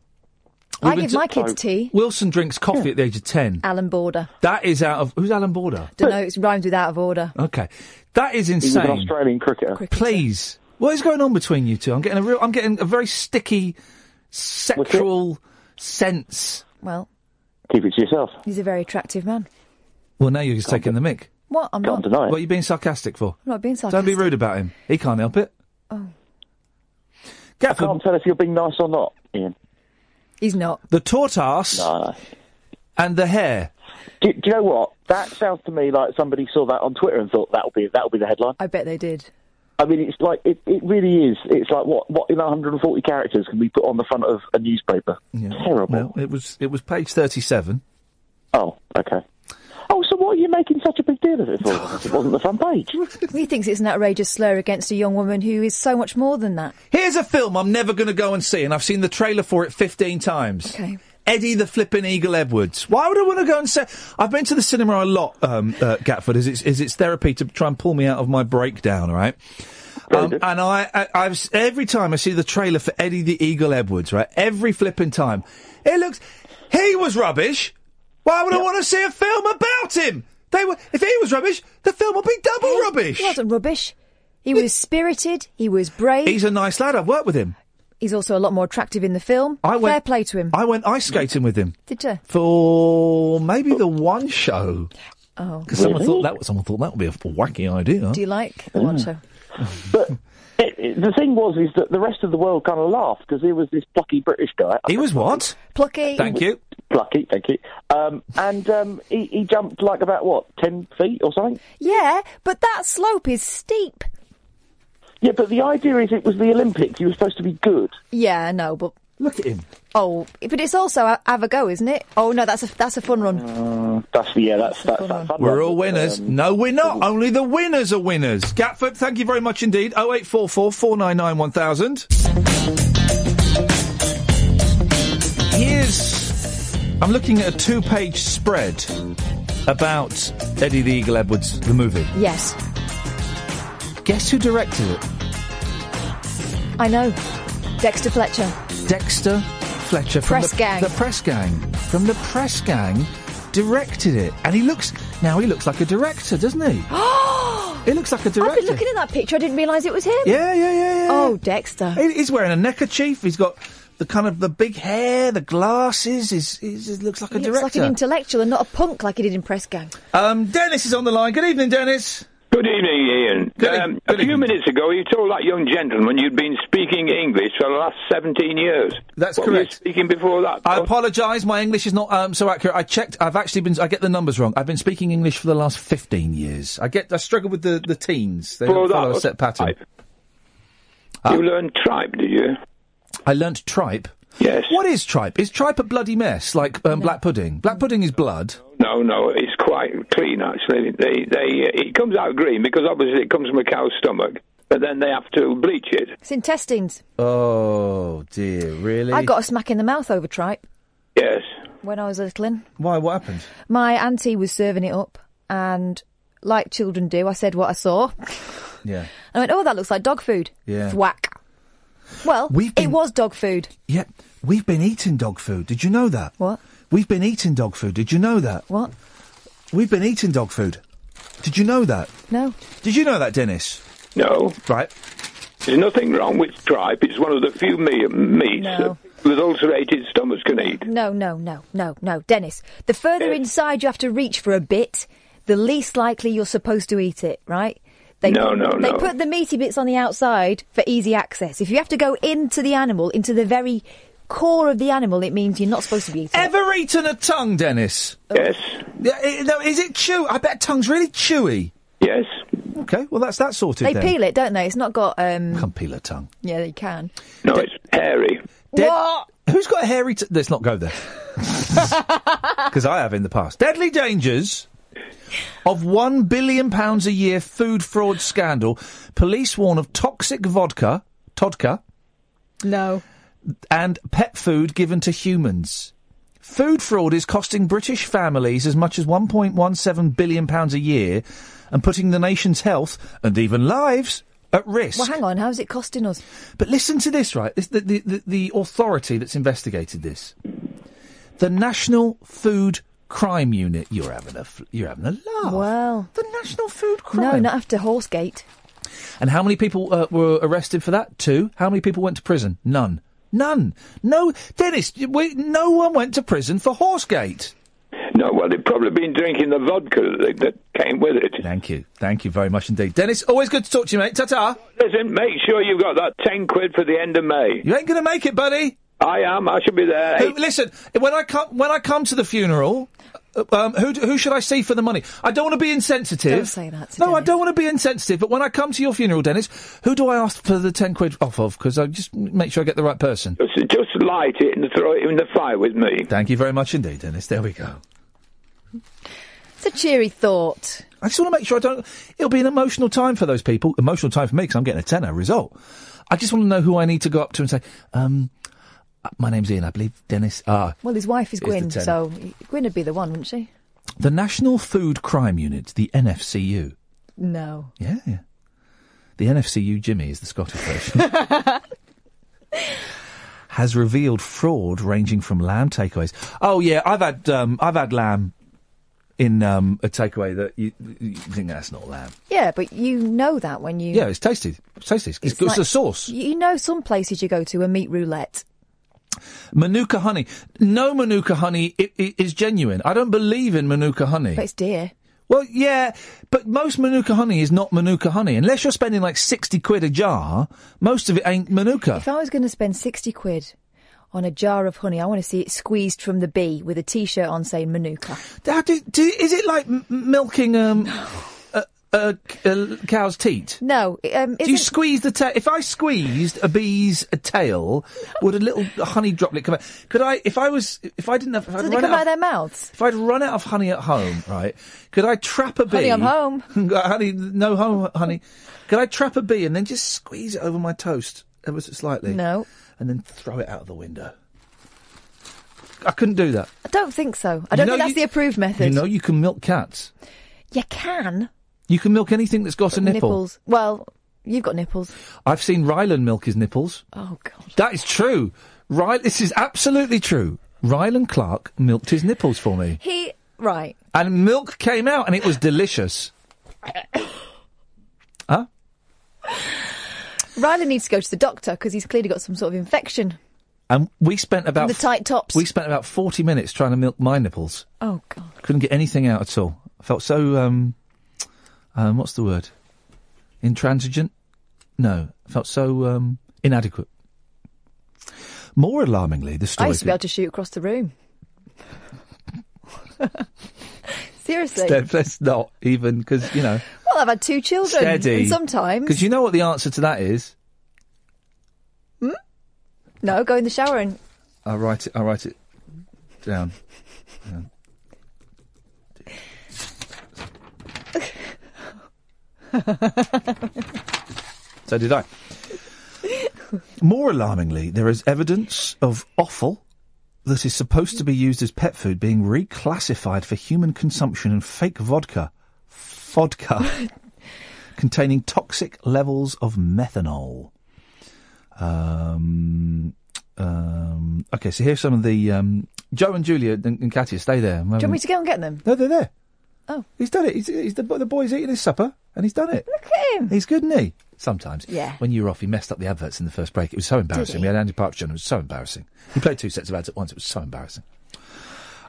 S8: I
S3: we've been
S8: give my kids tea.
S3: Wilson drinks coffee at the age of ten.
S8: Alan Border.
S3: That is out of who's Alan Border?
S8: Don't know. It rhymes with out of order.
S3: Okay, that is
S15: was an
S3: insane.
S15: Australian cricketer.
S3: Please, what is going on between you two? I'm getting a real, I'm getting a very sticky sexual sense.
S8: Well,
S15: Keep it to yourself.
S8: he's a very attractive man.
S3: Well, now you're just taking the mick.
S8: What? I'm not.
S3: What are you being sarcastic for?
S8: I'm not being sarcastic.
S3: Don't be rude about him. He can't help it.
S8: Oh.
S3: Gatford,
S15: I can't tell if you're being nice or not, Ian.
S8: He's not.
S3: the tortoise and the hare.
S15: Do, do you know what? That sounds to me like somebody saw that on Twitter and thought that'll be that'll be the headline.
S8: I bet they did.
S15: I mean, it's like it, it really is. It's like what what in 140 characters can be put on the front of a newspaper? Terrible.
S3: Well, it was it was page thirty-seven.
S15: Oh, okay. Oh, so what are you making such a big deal of it for? it wasn't the front page.
S8: He thinks it's an outrageous slur against a young woman who is so much more than that.
S3: Here's a film I'm never going to go and see, and I've seen the trailer for it 15 times.
S8: Okay.
S3: Eddie the Flippin' Eagle Edwards. Why would I want to go and see? I've been to the cinema a lot, um, uh, Gatford, as it's, as it's therapy to try and pull me out of my breakdown, all right? Um, and I, I, I've s- every time I see the trailer for Eddie the Eagle Edwards, right? Every flipping time, it looks. He was rubbish. Why would I want to see a film about him? They were. If he was rubbish, the film would be double rubbish.
S8: He wasn't rubbish. He was spirited. He was brave.
S3: He's a nice lad. I've worked with him.
S8: He's also a lot more attractive in the film.
S3: I went-
S8: Fair play to him.
S3: I went ice skating with him
S8: Did you?
S3: for maybe the one show
S8: Oh.
S3: because someone thought that someone thought that would be a wacky idea.
S8: Do you like the one show?
S17: It- it- the thing was, is that the rest of the world kind of laughed because he was this plucky British guy.
S3: He was what?
S8: Plucky.
S3: Thank you.
S17: Plucky, thank you. Um, and um, he, he jumped like about what ten feet or something.
S8: Yeah, but that slope is steep.
S17: Yeah, but the idea is it was the Olympics. You were supposed to be good.
S8: Yeah, no, but
S3: look at him.
S8: Oh, but it's also ha- have a go, isn't it? Oh no, that's a that's a fun run.
S17: that's yeah, that's that's,
S8: that's
S17: fun.
S3: We're all winners.
S8: Um,
S3: no, we're not. Only the winners are winners. Gatford, thank you very much indeed. 0844 499 1000. Here's. I'm looking at a two page spread about Eddie the Eagle Edwards, the movie.
S8: Yes,
S3: Guess who directed it?
S8: I know. Dexter Fletcher.
S3: Dexter Fletcher from
S8: Press
S3: the,
S8: gang.
S3: the press gang from the press gang directed it, and he looks now he looks like a director, doesn't he? he looks like
S8: I've
S3: a
S8: been
S3: director.
S8: looking at that picture. I didn't realise it was him.
S3: Yeah, yeah, yeah, yeah.
S8: Oh, Dexter.
S3: He- He's wearing a neckerchief. He's got the kind of the big hair, the glasses. He's, he's, he looks like
S8: He
S3: a
S8: looks like
S3: director.
S8: an intellectual and not a punk like he did in Press Gang.
S3: um, Dennis is on the line. Good evening, Dennis. e-
S2: Good evening, Ian. um, a few minutes ago, you told that young gentleman you'd been speaking English for the last 17 years.
S3: That's
S2: What were you
S3: correct.
S2: speaking before that?
S3: I apologise. My English is not um, so accurate. I checked. I've actually been. I get the numbers wrong. I've been speaking English for the last fifteen years. I get. I struggle with the the teens. They
S2: Well,
S3: don't follow
S2: that
S3: a
S2: was
S3: set pattern. Uh,
S2: you learned tripe, did you?
S3: I learnt tripe. Yes. What is tripe? Is tripe a bloody mess like um, black pudding? Black pudding is blood.
S2: No, no, it's quite clean actually. They, they, uh, it comes out green because obviously it comes from a cow's stomach, but then they have to bleach it.
S8: It's intestines.
S3: Oh dear, really?
S8: I got a smack in the mouth over tripe
S2: Yes.
S8: when I was a little. in.
S3: Why? What happened?
S8: My auntie was serving it up, and like children do, I said what I saw.
S3: Yeah.
S8: I went, "Oh, that looks like dog food."
S3: Yeah.
S8: Thwack. Well, it was dog food.
S3: Yeah, we've been eating dog food. Did you know that? What? We've been eating dog food. Did you know that?
S8: What?
S3: We've been eating dog food. Did you know that?
S8: No.
S3: Did you know that, Dennis?
S2: No.
S3: Right.
S2: There's nothing wrong with tripe. It's one of the few me- meats
S8: No.
S2: that with ulcerated stomachs can eat.
S8: No, no, no, no, no, Dennis. The further inside you have to reach for a bit, the least likely you're supposed to eat it, right?
S2: No, no,
S8: They
S2: no.
S8: put the meaty bits on the outside for easy access. If you have to go into the animal, into the very core of the animal, it means you're not supposed to be eating. it.
S3: Ever eaten a tongue, Dennis?
S2: Yes.
S8: Oh.
S3: Yeah, i no, is it chew? I bet tongue's really chewy.
S2: Yes.
S3: Okay, well that's that sorted.
S8: They
S3: then.
S8: peel it, don't they? It's not got. um
S3: Can't peel a tongue.
S8: Yeah, they can.
S2: No, it's hairy.
S3: What? Who's got a hairy? T- Let's not go there. Because I have in the past. Deadly dangers of one billion pounds a year food fraud scandal. Police warn of toxic vodka, todka,
S8: no,
S3: and pet food given to humans. Food fraud is costing British families as much as 1.17 billion pounds a year, and putting the nation's health and even lives at risk.
S8: Well, hang on. How's it costing us?
S3: But listen to this, right? This, the, the, the, the authority that's investigated this, the National Food Crime Unit. You're having a fl- you're having a laugh.
S8: Well,
S3: Oh, the national food
S8: No,
S3: crime.
S8: not after Horsegate.
S3: And how many people uh, were arrested for that? Two. How many people went to prison? None. None. No, Dennis. We, no one went to prison for Horsegate.
S2: No, well, they've probably been drinking the vodka that, that came with it.
S3: Thank you. Thank you very much indeed. Dennis, always good to talk to you, mate. Ta ta.
S2: Listen, make sure you've got that 10 quid for the end of May.
S3: You ain't going to make it, buddy.
S2: I am. I shall be there.
S3: Who, listen, when I come when I come to the funeral, uh, um, who d- who should I see for the money? I don't want to be insensitive.
S8: Don't say that to
S3: no, I don't want to be insensitive. But when I come to your funeral, Dennis, who do I ask for the ten quid off of? Because I just make sure I get the right person.
S2: Just, just light it and throw it in the fire with me.
S3: Thank you very much indeed, Dennis. There we go.
S8: It's a cheery thought.
S3: I just want to make sure I don't. It'll be an emotional time for those people. Emotional time for me because I'm getting a tenner result. I just want to know who I need to go up to and say, um, uh, "My name's Ian. I believe Dennis." Ah,
S8: Well, his wife is
S3: Is the
S8: Gwyn,
S3: tenner.
S8: so Gwyn would be the one, wouldn't she?
S3: the National Food Crime Unit, the NFCU.
S8: No.
S3: Yeah. The NFCU Jimmy is the Scottish version. has revealed fraud ranging from lamb takeaways. Oh yeah, I've had um, I've had lamb in um, a takeaway that you, you think that's not lamb.
S8: Yeah, but you know that when you.
S3: Yeah, it's tasty. It's tasty. It's, it's,
S8: like-
S3: a sauce.
S8: You know some places you go to are meat roulette.
S3: Manuka honey. No Manuka honey i- i- is genuine. I don't believe in Manuka honey.
S8: But it's dear.
S3: Well, yeah, but most Manuka honey is not Manuka honey. Unless you're spending like 60 quid a jar, most of it ain't Manuka.
S8: If I was going to spend 60 quid on a jar of honey, I want to see it squeezed from the bee with a t shirt on saying Manuka.
S3: How do, do, is it like m- milking um, a, a, a cow's teat?
S8: No. Um,
S3: Do you squeeze the tail? If I squeezed a bee's tail, would a little honey droplet come out? Could I, if I was, if I didn't have, if I'd
S8: Does it
S3: run
S8: come
S3: out
S8: out
S3: of-
S8: of their mouths?
S3: If I'd run out of honey at home, right? Could I trap a bee?
S8: Honey, I'm home.
S3: Got honey, no home, honey. Could I trap a bee and then just squeeze it over my toast ever so slightly?
S8: No.
S3: And then throw it out of the window. I couldn't do that.
S8: I don't think so. I don't
S3: You know
S8: think that's
S3: you-
S8: the approved method.
S3: You know, you can milk cats.
S8: You can.
S3: You can milk anything that's got a nipple.
S8: Nipples. Well, you've got nipples.
S3: I've seen Ryland milk his nipples.
S8: Oh, God.
S3: That is true. Ry- this is absolutely true. Ryland Clark milked his nipples for me.
S8: He. Right.
S3: And milk came out and it was delicious. huh?
S8: Rylan needs to go to the doctor because he's clearly got some sort of infection.
S3: And we spent about
S8: The tight tops.
S3: We spent about forty minutes trying to milk my nipples.
S8: Oh, God.
S3: Couldn't get anything out at all. I felt so um, um what's the word? Intransigent? No, I felt so um inadequate. More alarmingly, the story.
S8: I used to be able to shoot across the room. Seriously.
S3: Steph, let's not even because you know
S8: Well, I've had two children.
S3: steady.
S8: And sometimes.
S3: because you know what the answer to that is.
S8: No, go in the shower and.
S3: I write it. I write it down. Hang on. so did I. More alarmingly, there is evidence of offal that is supposed to be used as pet food being reclassified for human consumption and fake vodka, vodka, containing toxic levels of methanol. Um, um, okay, so here's some of the um, Joe and Julia and, and Katia. Stay there.
S8: Do you want me to go and get them?
S3: Um, No, they're there.
S8: Oh.
S3: He's done it. He's, he's the, bo- the boy's eating his supper, and he's done it. Look
S8: at him.
S3: He's good, isn't he? Sometimes.
S8: Yeah.
S3: When you were off, he messed up the adverts in the first break. It was so embarrassing.
S8: he?
S3: We had Andy Partridge on. It was so embarrassing. He played two sets of ads at once. It was so embarrassing.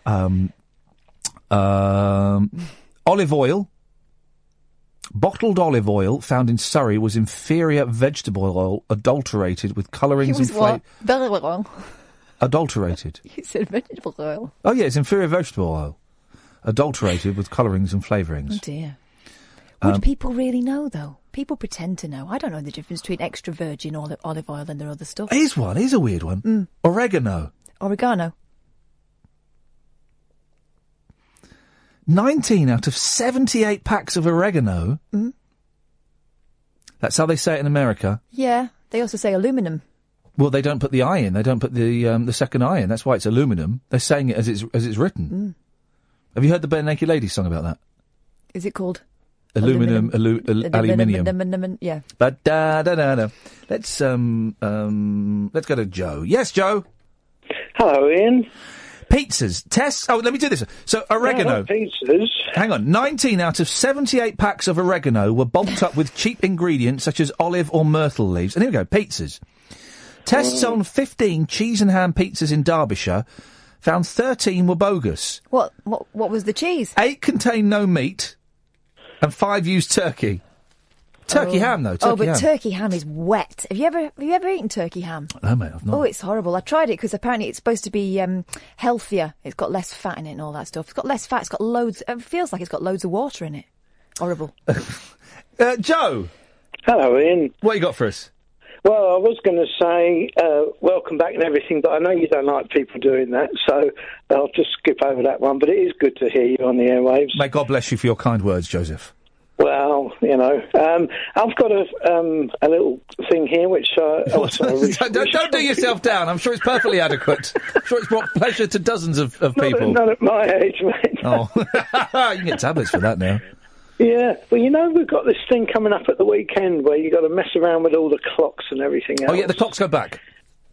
S3: Um, um, olive oil. Bottled olive oil found in Surrey was inferior vegetable oil adulterated with
S8: He
S3: colourings and
S8: was what?
S3: flavour.
S8: Very well.
S3: Adulterated.
S8: You said vegetable oil.
S3: Oh, yeah, it's inferior vegetable oil. Adulterated with colourings and flavourings.
S8: Oh dear. Would
S3: Um,
S8: people really know though? People pretend to know. I don't know the difference between extra virgin oli- olive oil and their other stuff.
S3: Here's one. Here's a weird one.
S8: Mm.
S3: Oregano.
S8: Oregano.
S3: 19 out of 78 packs of oregano.
S8: Mm.
S3: That's how they say it in America.
S8: Yeah. They also say aluminum.
S3: Well, they don't put the I in. They don't put the um, the second I in. That's why it's aluminum. They're saying it as it's as it's
S8: Mm.
S3: written. Have you heard the Bare Naked Ladies song about that?
S8: Is it called?
S3: Aluminum, alu- al- aluminium.
S8: Aluminum. Yeah.
S3: But da da da da. Let's um um let's go to Joe. Yes, Joe.
S1: Hello, Ian.
S3: Pizzas. Tess. Oh, let me do this. So oregano.
S1: No, not pizzas.
S3: Hang on. 19 out of 78 packs of oregano were bulked up with cheap ingredients such as olive or myrtle leaves. And here we go. Pizzas. Tests on 15 cheese and ham pizzas in Derbyshire found 13 were bogus.
S8: What what what was the cheese?
S3: Eight contained no meat, and five used turkey. Turkey
S8: Oh.
S3: ham though. Turkey
S8: oh, but
S3: ham.
S8: turkey ham is wet. Have you ever have you ever eaten turkey ham?
S3: No, mate, I've not.
S8: Oh, it's horrible. I tried it because apparently it's supposed to be um, healthier. It's got less fat in it and all that stuff. It's got less fat. It's got loads. It feels like it's got loads of water in it. Horrible.
S3: Uh, Joe.
S1: Hello, Ian.
S3: What you got for us?
S1: Well, I was going to say uh, welcome back and everything, but I know you don't like people doing that, so I'll just skip over that one. But it is good to hear you on the airwaves.
S3: May God bless you for your kind words, Joseph.
S1: Well, you know, um, I've got a um, a little thing here which uh, oh, sorry,
S3: don't, don't- don't do yourself down. I'm sure it's perfectly adequate. I'm sure it's brought pleasure to dozens of, of
S1: Not at-
S3: people.
S1: not at my age, mate.
S3: Oh, you can get tablets for that now.
S1: Yeah, well, you know, we've got this thing coming up at the weekend where you got to mess around with all the clocks and everything else.
S3: Oh yeah, the clocks go back.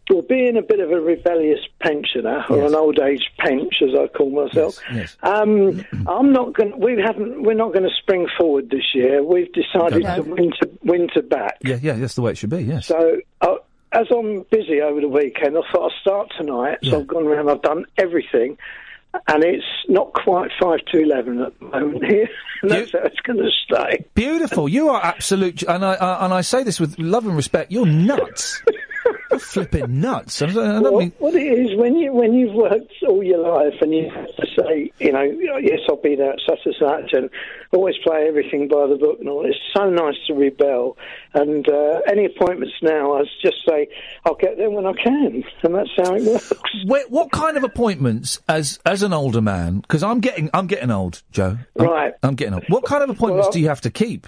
S1: Well, being a bit of a rebellious pensioner or an old age pench, as I call myself,
S3: Yes.
S1: um, I'm not going. We haven't. We're not going to spring forward this year. We've decided
S3: Okay.
S1: to winter winter back.
S3: Yeah, yeah, that's the way it should be, yes.
S1: So, uh, as I'm busy over the weekend, I thought I'd start tonight. So I've gone around, I've done everything, and it's not quite five to eleven at the moment here. and that's how it's going to stay.
S3: Beautiful. You are absolute, and I, I and I say this with love and respect. You're nuts. you're flipping nuts. I don't, I don't
S1: Well,
S3: mean.
S1: what it is when you when you've worked all your life and you have to say, you know, "Oh, yes, I'll be there at such and such, and always play everything by the book and all. It's so nice to rebel, and uh, any appointments now, I just say I'll get them when I can, and that's how it works.
S3: Wait, what kind of appointments as as an older man? Because I'm getting I'm getting old, Joe. I'm,
S1: Right.
S3: I'm getting old. What kind of appointments
S1: Well,
S3: do you have to keep?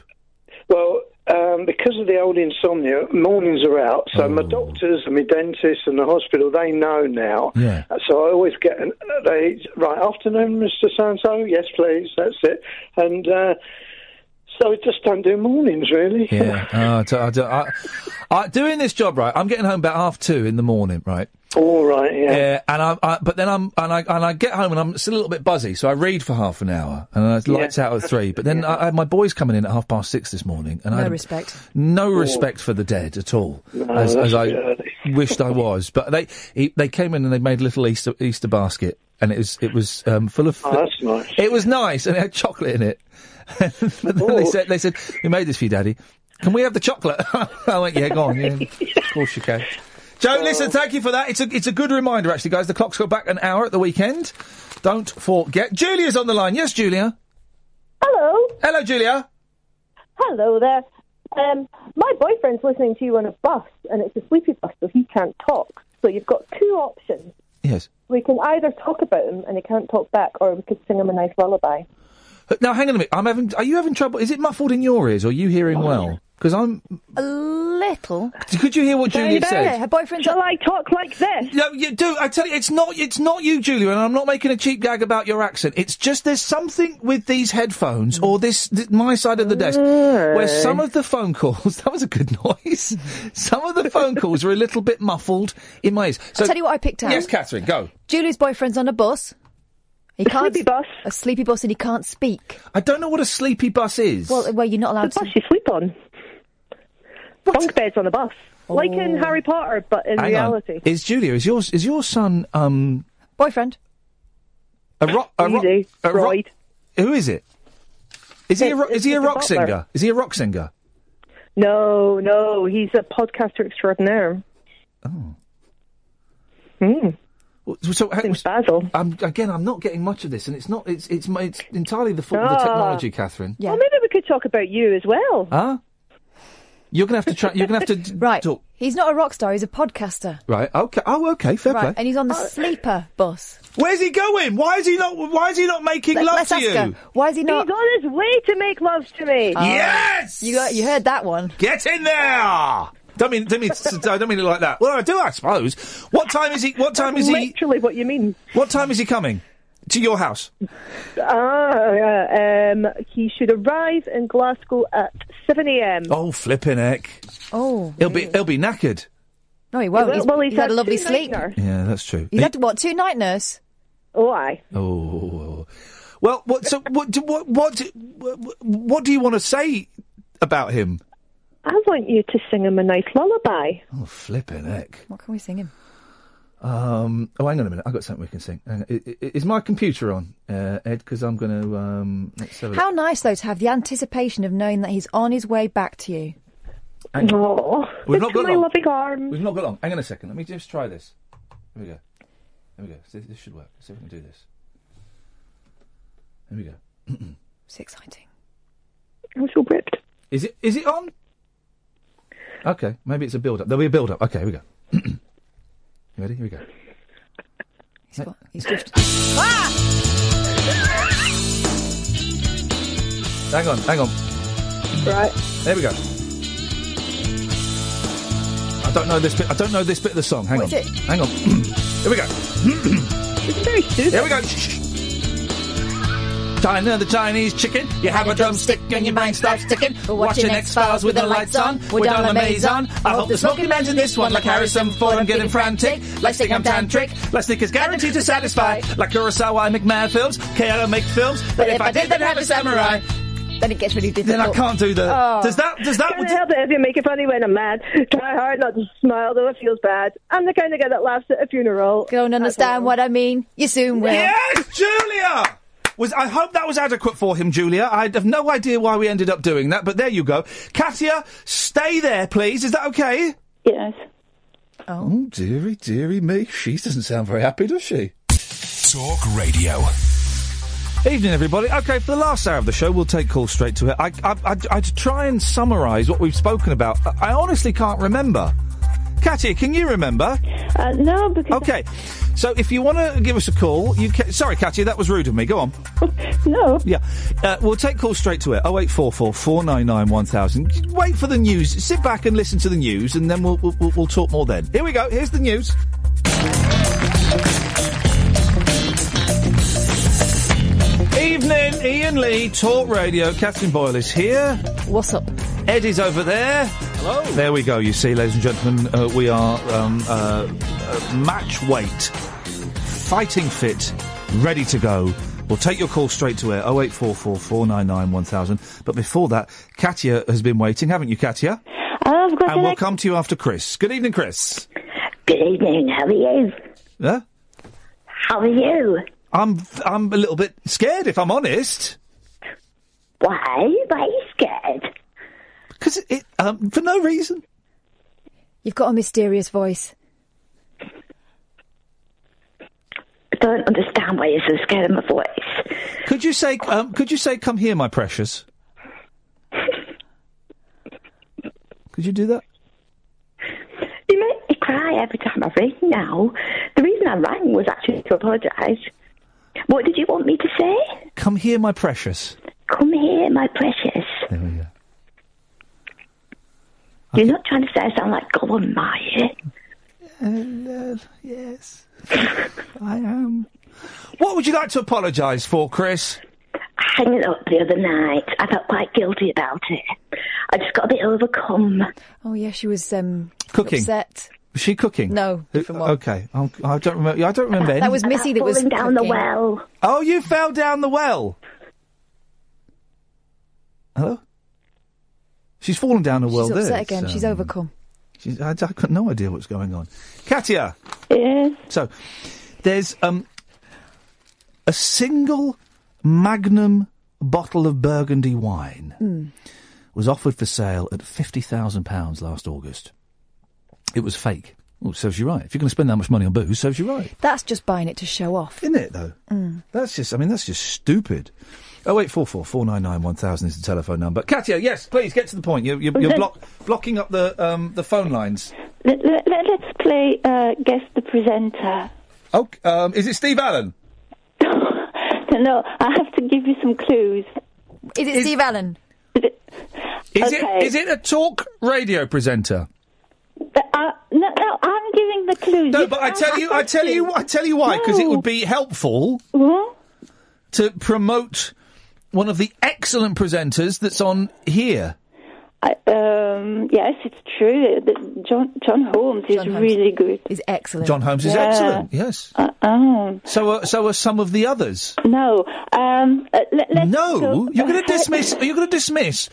S1: Well, um, because of the old insomnia, mornings are out. So
S3: Oh.
S1: my doctors and my dentist and the hospital, they know now.
S3: Yeah.
S1: Uh, So I always get an, they right afternoon, Mister So and So. Yes, please. That's it. And uh, so I just don't do mornings really.
S3: Yeah. uh, I do- I do- I- I- doing this job right. I'm getting home about half two in the morning, right?
S1: All right. Yeah.
S3: and I, I but then I'm and I and I get home and I'm still a little bit buzzy, so I read for half an hour and I
S5: Yeah.
S3: lights out at three. But then I, I had my boys coming in at half past six this morning, and I
S8: No
S3: had
S8: respect.
S3: no respect for the dead at all,
S8: No,
S3: as,
S8: that's
S3: as I
S8: good.
S3: wished I was. But they he, they came in and they made a little Easter Easter basket, and it was it was um, full of.
S1: Oh, that's nice.
S3: It was nice, and it had chocolate in it. but then they said they said we made this for you, Daddy. Can we have the chocolate? I went, yeah, go on. Yeah. of course you can. Joe, listen, thank you for that. It's a it's a good reminder, actually, guys. The clock's got back an hour at the weekend. Don't forget. Julia's on the line. Yes, Julia.
S21: Hello.
S3: Hello, Julia.
S21: Hello there. Um, my boyfriend's listening to you on a bus, and it's a sleepy bus, so he can't talk. So you've got two options.
S3: Yes.
S21: We can either talk about him, and he can't talk back, or we could sing him a nice lullaby.
S3: Now, hang on a minute. I'm having. Are you having trouble? Is it muffled in your ears, or are you hearing
S8: Oh.
S3: well? Because I'm.
S8: A little.
S3: Could you hear what Julia said?
S8: her boyfriend's.
S21: Shall I talk like this?
S3: No, you do. I tell you, it's not. It's not you, Julia, and I'm not making a cheap gag about your accent. It's just there's something with these headphones or this, th my side of the desk where some of the phone calls. That was a good noise. some of the phone calls were a little bit muffled in my ears. So
S8: tell you what I picked out.
S3: Yes, Catherine, go.
S8: Julie's boyfriend's on a bus. He a can't, sleepy bus. A sleepy bus, and he can't speak.
S3: I don't know what a sleepy bus is.
S8: Well, well, you're not allowed to.
S21: you sleep on. Bunk beds on the bus, like in Harry Potter, but in
S3: Oh. Hang
S21: reality.
S3: on. Is Julia? Is yours? Is your son? Um,
S8: boyfriend.
S3: A rock. A rock.
S21: Easy.
S3: A rock who is it? Is he a, ro-
S21: It's-
S3: is he a
S21: it's a
S3: rock
S21: butler.
S3: singer? Is he a rock singer?
S21: No, no, he's a podcaster extraordinaire. Hmm.
S3: Well, So, how, I'm, again, I'm not getting much of this, and it's not. It's it's my- it's entirely the fault of the
S21: Ah.
S3: technology, Catherine.
S21: Well, maybe we could talk about you as well.
S3: Huh? You're gonna have to try. You're gonna have to d-
S8: Right.
S3: talk.
S8: He's not a rock star. He's a podcaster.
S3: Right. Okay. Oh, okay. Fair
S8: right,
S3: play. Uh,
S8: and he's on the sleeper bus.
S3: Where's he going? Why is he not? Why is he not making
S8: Let-
S3: love
S8: let's
S3: to
S8: ask
S3: you?
S8: her. Why is he not?
S21: He's on his way to make love to me.
S8: Oh.
S3: Yes!
S8: You got, you heard that one.
S3: Get in there! Don't mean, don't mean, I don't mean it like that. Well, I do, I suppose. What time is he? What time is he?
S21: Literally, what you mean? Mm-hmm.
S3: What time is he coming to your house?
S21: Ah, yeah, um, he should arrive in Glasgow at 7 a.m.
S3: Oh, flipping heck!
S8: Oh.
S3: He'll be, he'll be knackered.
S8: No, he won't.
S21: Well,
S8: he's
S21: well,
S8: he's had a lovely
S21: two
S8: sleep.
S21: night nurse.
S3: Yeah, that's true.
S8: He's had what? Two night nurse.
S21: Oh, I.
S3: Oh. Well, what? So, what? do- What? What? do- wh- What do you want to say about him?
S21: I want you to sing him a nice lullaby.
S3: Oh, flipping heck!
S8: What can we sing him?
S3: Um. Oh, hang on a minute. I've got something we can sing. Hang on. I- I- Is my computer on, uh, Ed? Because I'm going to. Um, let's have a
S8: How nice though to have the anticipation of knowing that he's on his way back to you.
S3: Hang on. We've not got long.
S21: arms.
S3: We've not got long. Hang on a second. Let me just try this. Here we go. Here we go. See, this should work. See if we can do this. Here we go.
S8: It's exciting.
S21: I'm so ripped.
S3: Is it? Is it on? Okay. Maybe it's a build-up. There'll be a build-up. Okay. Here we go. you ready? Here we go.
S8: He's got. He's just.
S3: Hang on. Hang on.
S21: Right.
S3: There we go. I don't know this bit. I don't know this bit of the song. Hang
S21: What
S3: on.
S21: is it?
S3: Hang on. Here we go.
S21: It's very soothing.
S3: Here we go. Shh, shh. Diner the Chinese chicken. You have a drumstick and your mind starts ticking. We're watching X Files with the lights on. We're down the maze on. I hope the smoking man's in this one like Harrison Ford. I'm getting frantic. Let's think I'm tantric. Let's think it's guaranteed to satisfy. Like Kurosawa, I make mad films. KLO make films. But if I did, then have a samurai.
S8: Then it gets really
S3: Then I can't do that.
S21: Oh.
S3: Does that? Does that?
S21: Can't help it if you make it funny when I'm mad. Try hard not to smile though it feels bad. I'm the kind of guy that laughs at a funeral.
S8: Don't understand what I mean. You soon will.
S3: Yes, Julia. Was I hope that was adequate for him, Julia? I have no idea why we ended up doing that, but there you go. Katia, stay there, please. Is that okay?
S7: Yes.
S3: Oh, dearie, dearie me. She doesn't sound very happy, does she?
S2: Talk Radio.
S3: Evening, everybody. Okay, for the last hour of the show, we'll take calls straight to it. I, I, I, I try and summarise what we've spoken about. I, I honestly can't remember. Katia, can you remember?
S7: Uh, no, because.
S3: Okay, so if you want to give us a call, you ca- sorry, Katia, that was rude of me. Go on.
S7: no.
S3: Yeah, uh, we'll take calls straight to it. Oh eight four four four nine nine one thousand. Wait for the news. Sit back and listen to the news, and then we'll we'll, we'll- we'll talk more then. Here we go. Here's the news. Evening, Ian Lee, Talk Radio. Catherine Boyle is here.
S8: What's up?
S3: Ed is over there. Hello. There we go. You see, ladies and gentlemen, uh, we are um, uh, uh, match weight, fighting fit, ready to go. We'll take your call straight to air 0844 499 1000. But before that, Katia has been waiting, haven't you, Katia?
S7: I've got
S3: And
S7: an
S3: we'll
S7: ex-
S3: come to you after Chris. Good evening, Chris.
S7: Good evening. How are you?
S3: Huh?
S7: How are you?
S3: I'm I'm a little bit scared, if I'm honest.
S7: Why? Why are you scared?
S3: Because it, um, for no reason.
S8: You've got a mysterious voice.
S7: I don't understand why you're so scared of my voice.
S3: Could you say, um, could you say, come here, my precious? Could you do that?
S7: You make me cry every time I ring now. The reason I rang was actually to apologise. What did you want me to say?
S3: Come here, my precious.
S7: Come here, my precious.
S3: There we go.
S7: You're not trying to say I sound like Gollum, are you?
S3: yes. Uh, I am. What would you like to apologise for, Chris?
S7: Hanging up the other night, I felt quite guilty about it. I just got a bit overcome.
S8: Oh yeah, she was um,
S3: Cooking.
S8: Upset.
S3: Was she cooking?
S8: No,
S3: different one. Okay, I'm, I don't remember. I don't remember.
S8: That was
S3: any-
S8: Missy that was
S7: falling down the
S8: cooking.
S7: well.
S3: Oh, you fell down the well. Hello. She's fallen down the well. um,
S8: She's upset
S3: there.
S8: again.
S3: so-
S8: She's overcome.
S3: She's, I, I've got no idea what's going on. Katia.
S7: Yeah.
S3: So, there's um, a single magnum bottle of Burgundy wine
S8: Hmm,
S7: Mm.
S3: was offered for sale at fifty thousand pounds last August. It was fake. Well, serves you right. If you're going to spend that much money on booze, serves you right,
S8: That's just buying it to show off.
S3: isn't it? Though Mm. that's just. I mean, that's just stupid. Oh eight four four four nine nine one thousand is the telephone number. Katia, yes, please get to the point. You're, you're, you're
S7: Okay.
S3: block, blocking up the um, the phone lines.
S7: Let, let, us play uh, Guess the Presenter.
S3: Oh, um, is it Steve Allen?
S7: No, I have to give you some clues.
S8: Is it Steve Allen?
S3: Is it
S7: Okay.
S3: is it a talk radio presenter?
S7: Uh, no, no, I'm giving the clues.
S3: No, but I tell you, I tell you, I tell you why, because it would be helpful to promote one of the excellent presenters that's on here.
S7: I, um, yes, it's true. Uh, The- John John Holmes is really good.
S8: He's excellent.
S3: John Holmes is
S7: Yeah.
S3: excellent. Yes.
S7: Uh, um,
S3: So are, so are some of the others.
S7: no, um, uh, let, let's
S3: No,
S7: go-
S3: you're going to dismiss. You're going to dismiss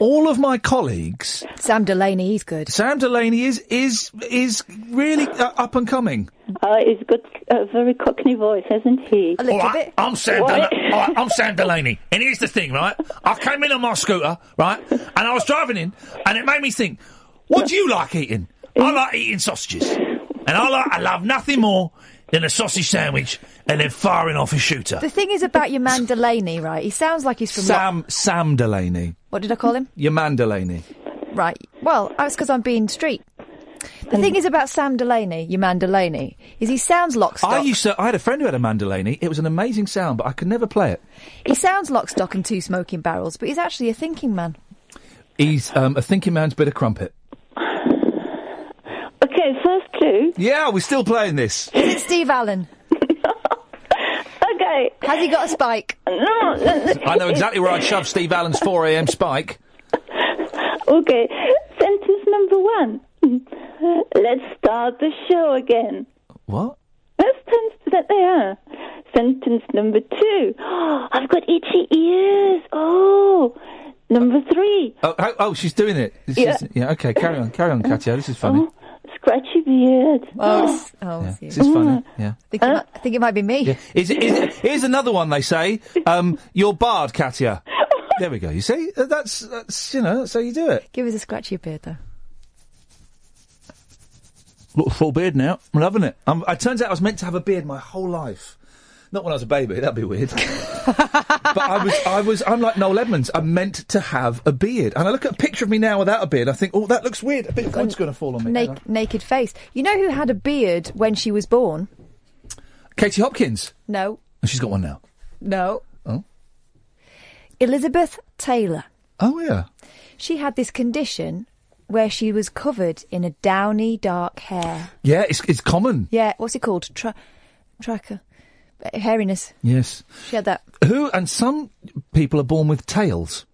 S3: all of my colleagues.
S8: Sam Delaney, he's good.
S3: Sam Delaney is is is really uh, up and coming.
S7: Uh, he's got a very cockney voice, hasn't he?
S8: A little
S7: All right,
S8: bit.
S7: I'm Sam What? Delaney.
S22: All right, I'm Sam Delaney, and here's the thing, right? I came in on my scooter, right, and I was driving in, and it made me think, what do you like eating? I like eating sausages, and I like, I love nothing more than a sausage sandwich and then firing off a shooter.
S8: The thing is about your man Delaney, right? He sounds like he's from
S3: Sam Sam Delaney,
S8: What did I call him?
S3: your man Delaney.
S8: Right. Well, that's because I'm being street. The
S3: Hmm.
S8: thing is about Sam Delaney, your man Delaney, is he sounds lockstock.
S3: I used to. I had a friend who had a Mandolini. It was an amazing sound, but I could never play it.
S8: He sounds lockstock and two smoking barrels, but he's actually a thinking man.
S3: He's um, a thinking man's bit of crumpet.
S7: Okay, first clue.
S3: Yeah, we're still playing this.
S8: Is it Steve Allen?
S7: Okay,
S8: Okay. Has he got a spike?
S20: No.
S3: I know exactly where I'd shove Steve Allen's 4 a.m. spike.
S20: Okay, sentence number one. Let's start the show again.
S3: What?
S20: That's sentence that they are. Sentence number two. I've got itchy ears. Oh. Number three.
S3: Oh, oh, oh she's doing it. This
S20: Yeah.
S3: is- yeah. Okay, carry on, carry on, Katia. This is funny.
S20: Oh, Scratchy beard. Mm.
S8: Oh, it's- oh,
S3: Yeah,
S8: it's you.
S3: This is funny. Yeah.
S8: I think, it might, I think it might be me.
S3: Yeah. Is, it- is, it- here's another one they say. Um, you're barred, Katia. There we go. You see, Uh, that's that's you know that's how you do it.
S8: Give us a scratchy beard, though.
S3: Look, full beard now. I'm loving it. Um, it turns out I was meant to have a beard my whole life. Not when I was a baby. That'd be weird. but I was I was unlike Noel Edmonds. I'm meant to have a beard. And I look at a picture of me now without a beard. I think, oh, that looks weird. A bit of wood's going to fall on me.
S8: Na- naked face. You know who had a beard when she was born?
S3: Katie Hopkins.
S8: No,
S3: And she's got one now.
S8: no.
S3: Oh.
S8: Elizabeth Taylor.
S3: Oh yeah.
S8: She had this condition where she was covered in a downy dark hair.
S3: Yeah, it's it's common.
S8: Yeah, what's it called? Tra- tracker. Uh, Hairiness.
S3: Yes.
S8: She had that.
S3: Who and some people are born with tails,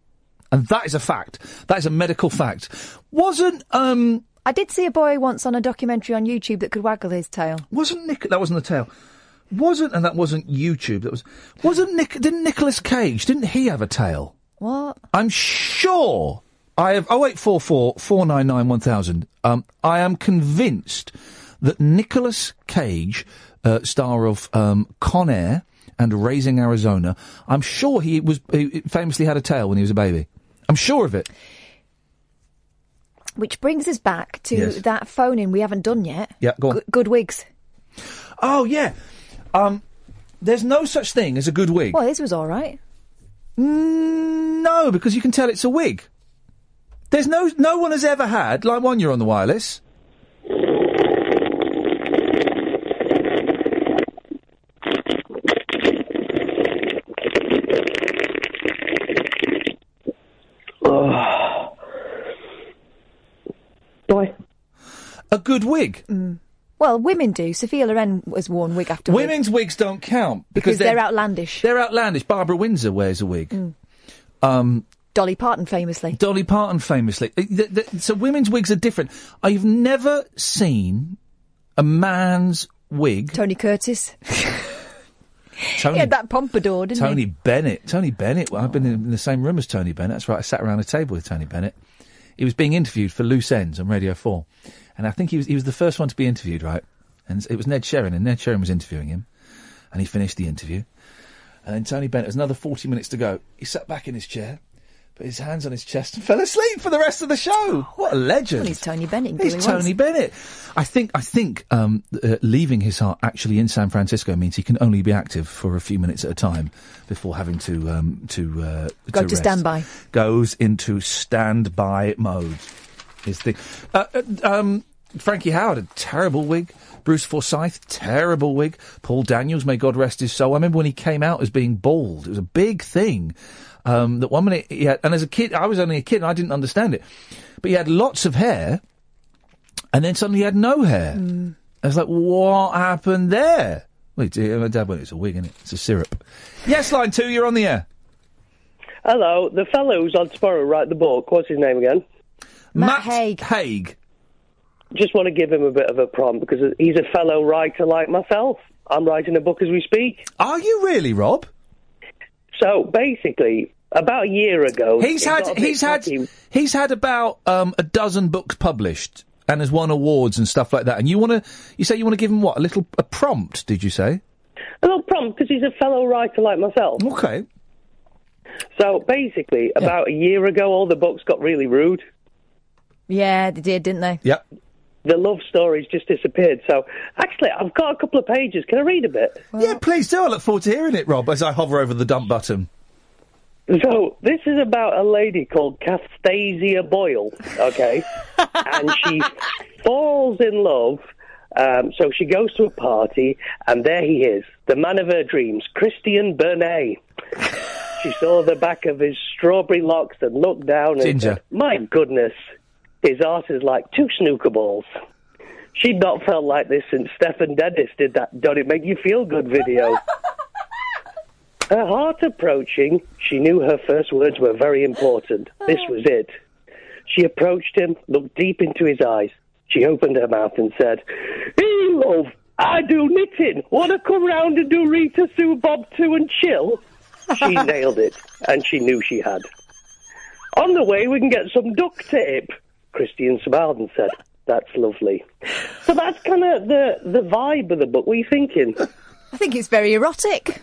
S3: and that is a fact. That is a medical fact. Wasn't um
S8: I did see a boy once on a documentary on YouTube that could waggle his tail.
S3: wasn't Nick? That wasn't the tail. Wasn't and that wasn't YouTube. That was wasn't Nick? Didn't Nicolas Cage? Didn't he have a tail?
S8: What?
S3: I'm sure I have. Oh eight four four four nine nine one thousand. Um, I am convinced that Nicolas Cage, uh, star of um, Con Air and Raising Arizona, I'm sure he was he famously had a tail when he was a baby. I'm sure of it.
S8: Which brings us back to
S3: Yes.
S8: that phone in we haven't done yet.
S3: Yeah, go on.
S8: Good, good wigs.
S3: Oh yeah. Um, there's no such thing as a good wig.
S8: Well, his was all right.
S3: Mm, no, because you can tell it's a wig. There's no no one has ever had like one. You're on the wireless.
S8: Boy.
S3: A good wig.
S8: Mm. Well, women do. Sophia Loren was worn wig after wig.
S3: Women's wigs don't count
S8: Because
S3: because,
S8: they're outlandish.
S3: They're outlandish. Barbara Windsor wears a wig.
S8: Mm.
S3: Um,
S8: Dolly Parton famously.
S3: Dolly Parton famously. Uh, th- th- so women's wigs are different. I've never seen a man's wig.
S8: Tony Curtis.
S3: Tony
S8: He had that pompadour, didn't
S3: Tony
S8: he?
S3: Bennett. Tony Bennett. Well, I've been in the same room as Tony Bennett. That's right. I sat around a table with Tony Bennett. He was being interviewed for Loose Ends on Radio 4. And I think he was, he was the first one to be interviewed, right? And it was Ned Sherrin, and Ned Sherrin was interviewing him. And he finished the interview. And then Tony Bennett, it was another 40 minutes to go. He sat back in his chair, put his hands on his chest, and fell asleep for the rest of the show. What a legend.
S8: Well, he's Tony Bennett. he can do
S3: He's
S8: what he wants.
S3: Tony Bennett. I think. I think um, uh, leaving his heart actually in San Francisco means he can only be active for a few minutes at a time before having to um, to uh,
S8: Go to
S3: rest.
S8: standby.
S3: Goes into standby mode. His thing. Uh, uh, um, Frankie Howard, a terrible wig. Bruce Forsyth, terrible wig. Paul Daniels, may God rest his soul. I remember when he came out as being bald. It was a big thing. Um, that one minute he had, and as a kid, I was only a kid and I didn't understand it. But he had lots of hair, and then suddenly he had no hair.
S8: Mm.
S3: I was like, what happened there? Well, it's- uh, my dad went, it's a wig, is it? It's a syrup. Yes, line two, you're on the air.
S6: Hello, the fellow who's on tomorrow, write the book. What's his name again?
S3: Matt, Haig.
S6: Just want to give him a bit of a prompt because he's a fellow writer like myself. I'm writing a book as we speak.
S3: Are you really, Rob?
S6: So basically, about a year ago,
S3: He's
S6: it
S3: had
S6: got Oh, a bit
S3: he's had
S6: cocky.
S3: he's had about um, a dozen books published and has won awards and stuff like that. And you want to you say you want to give him what a little a prompt? Did you say?
S6: a little prompt because he's a fellow writer like myself.
S3: Okay.
S6: So basically, about a year ago, all the books got really rude.
S8: Yeah, they did, didn't they?
S3: Yep.
S6: The love stories just disappeared. So actually, I've got a couple of pages. Can I read a bit?
S3: yeah, please do. I look forward to hearing it, Rob. As I hover over the dump button.
S6: So this is about a lady called Castasia Boyle, okay, and she falls in love. Um, so she goes to a party, and there he is, the man of her dreams, Christian Bernay. she saw the back of his strawberry locks and looked down and
S3: Ginger.
S6: said, "My goodness, his art is like two snooker balls." She'd not felt like this since Stephen Dennis did that "Don't It Make You Feel Good" video. Her heart approaching, she knew her first words were very important. This
S8: Oh.
S6: was it. She approached him, looked deep into his eyes. She opened her mouth and said, Hey, love, I do knitting. Want to come round and do Rita Sue Bob too and chill? She nailed it, and she knew she had. On the way, we can get some duct tape. Christian smiled and said, That's lovely. So that's kind of the, the vibe of the book. What are you thinking?
S8: I think it's very erotic.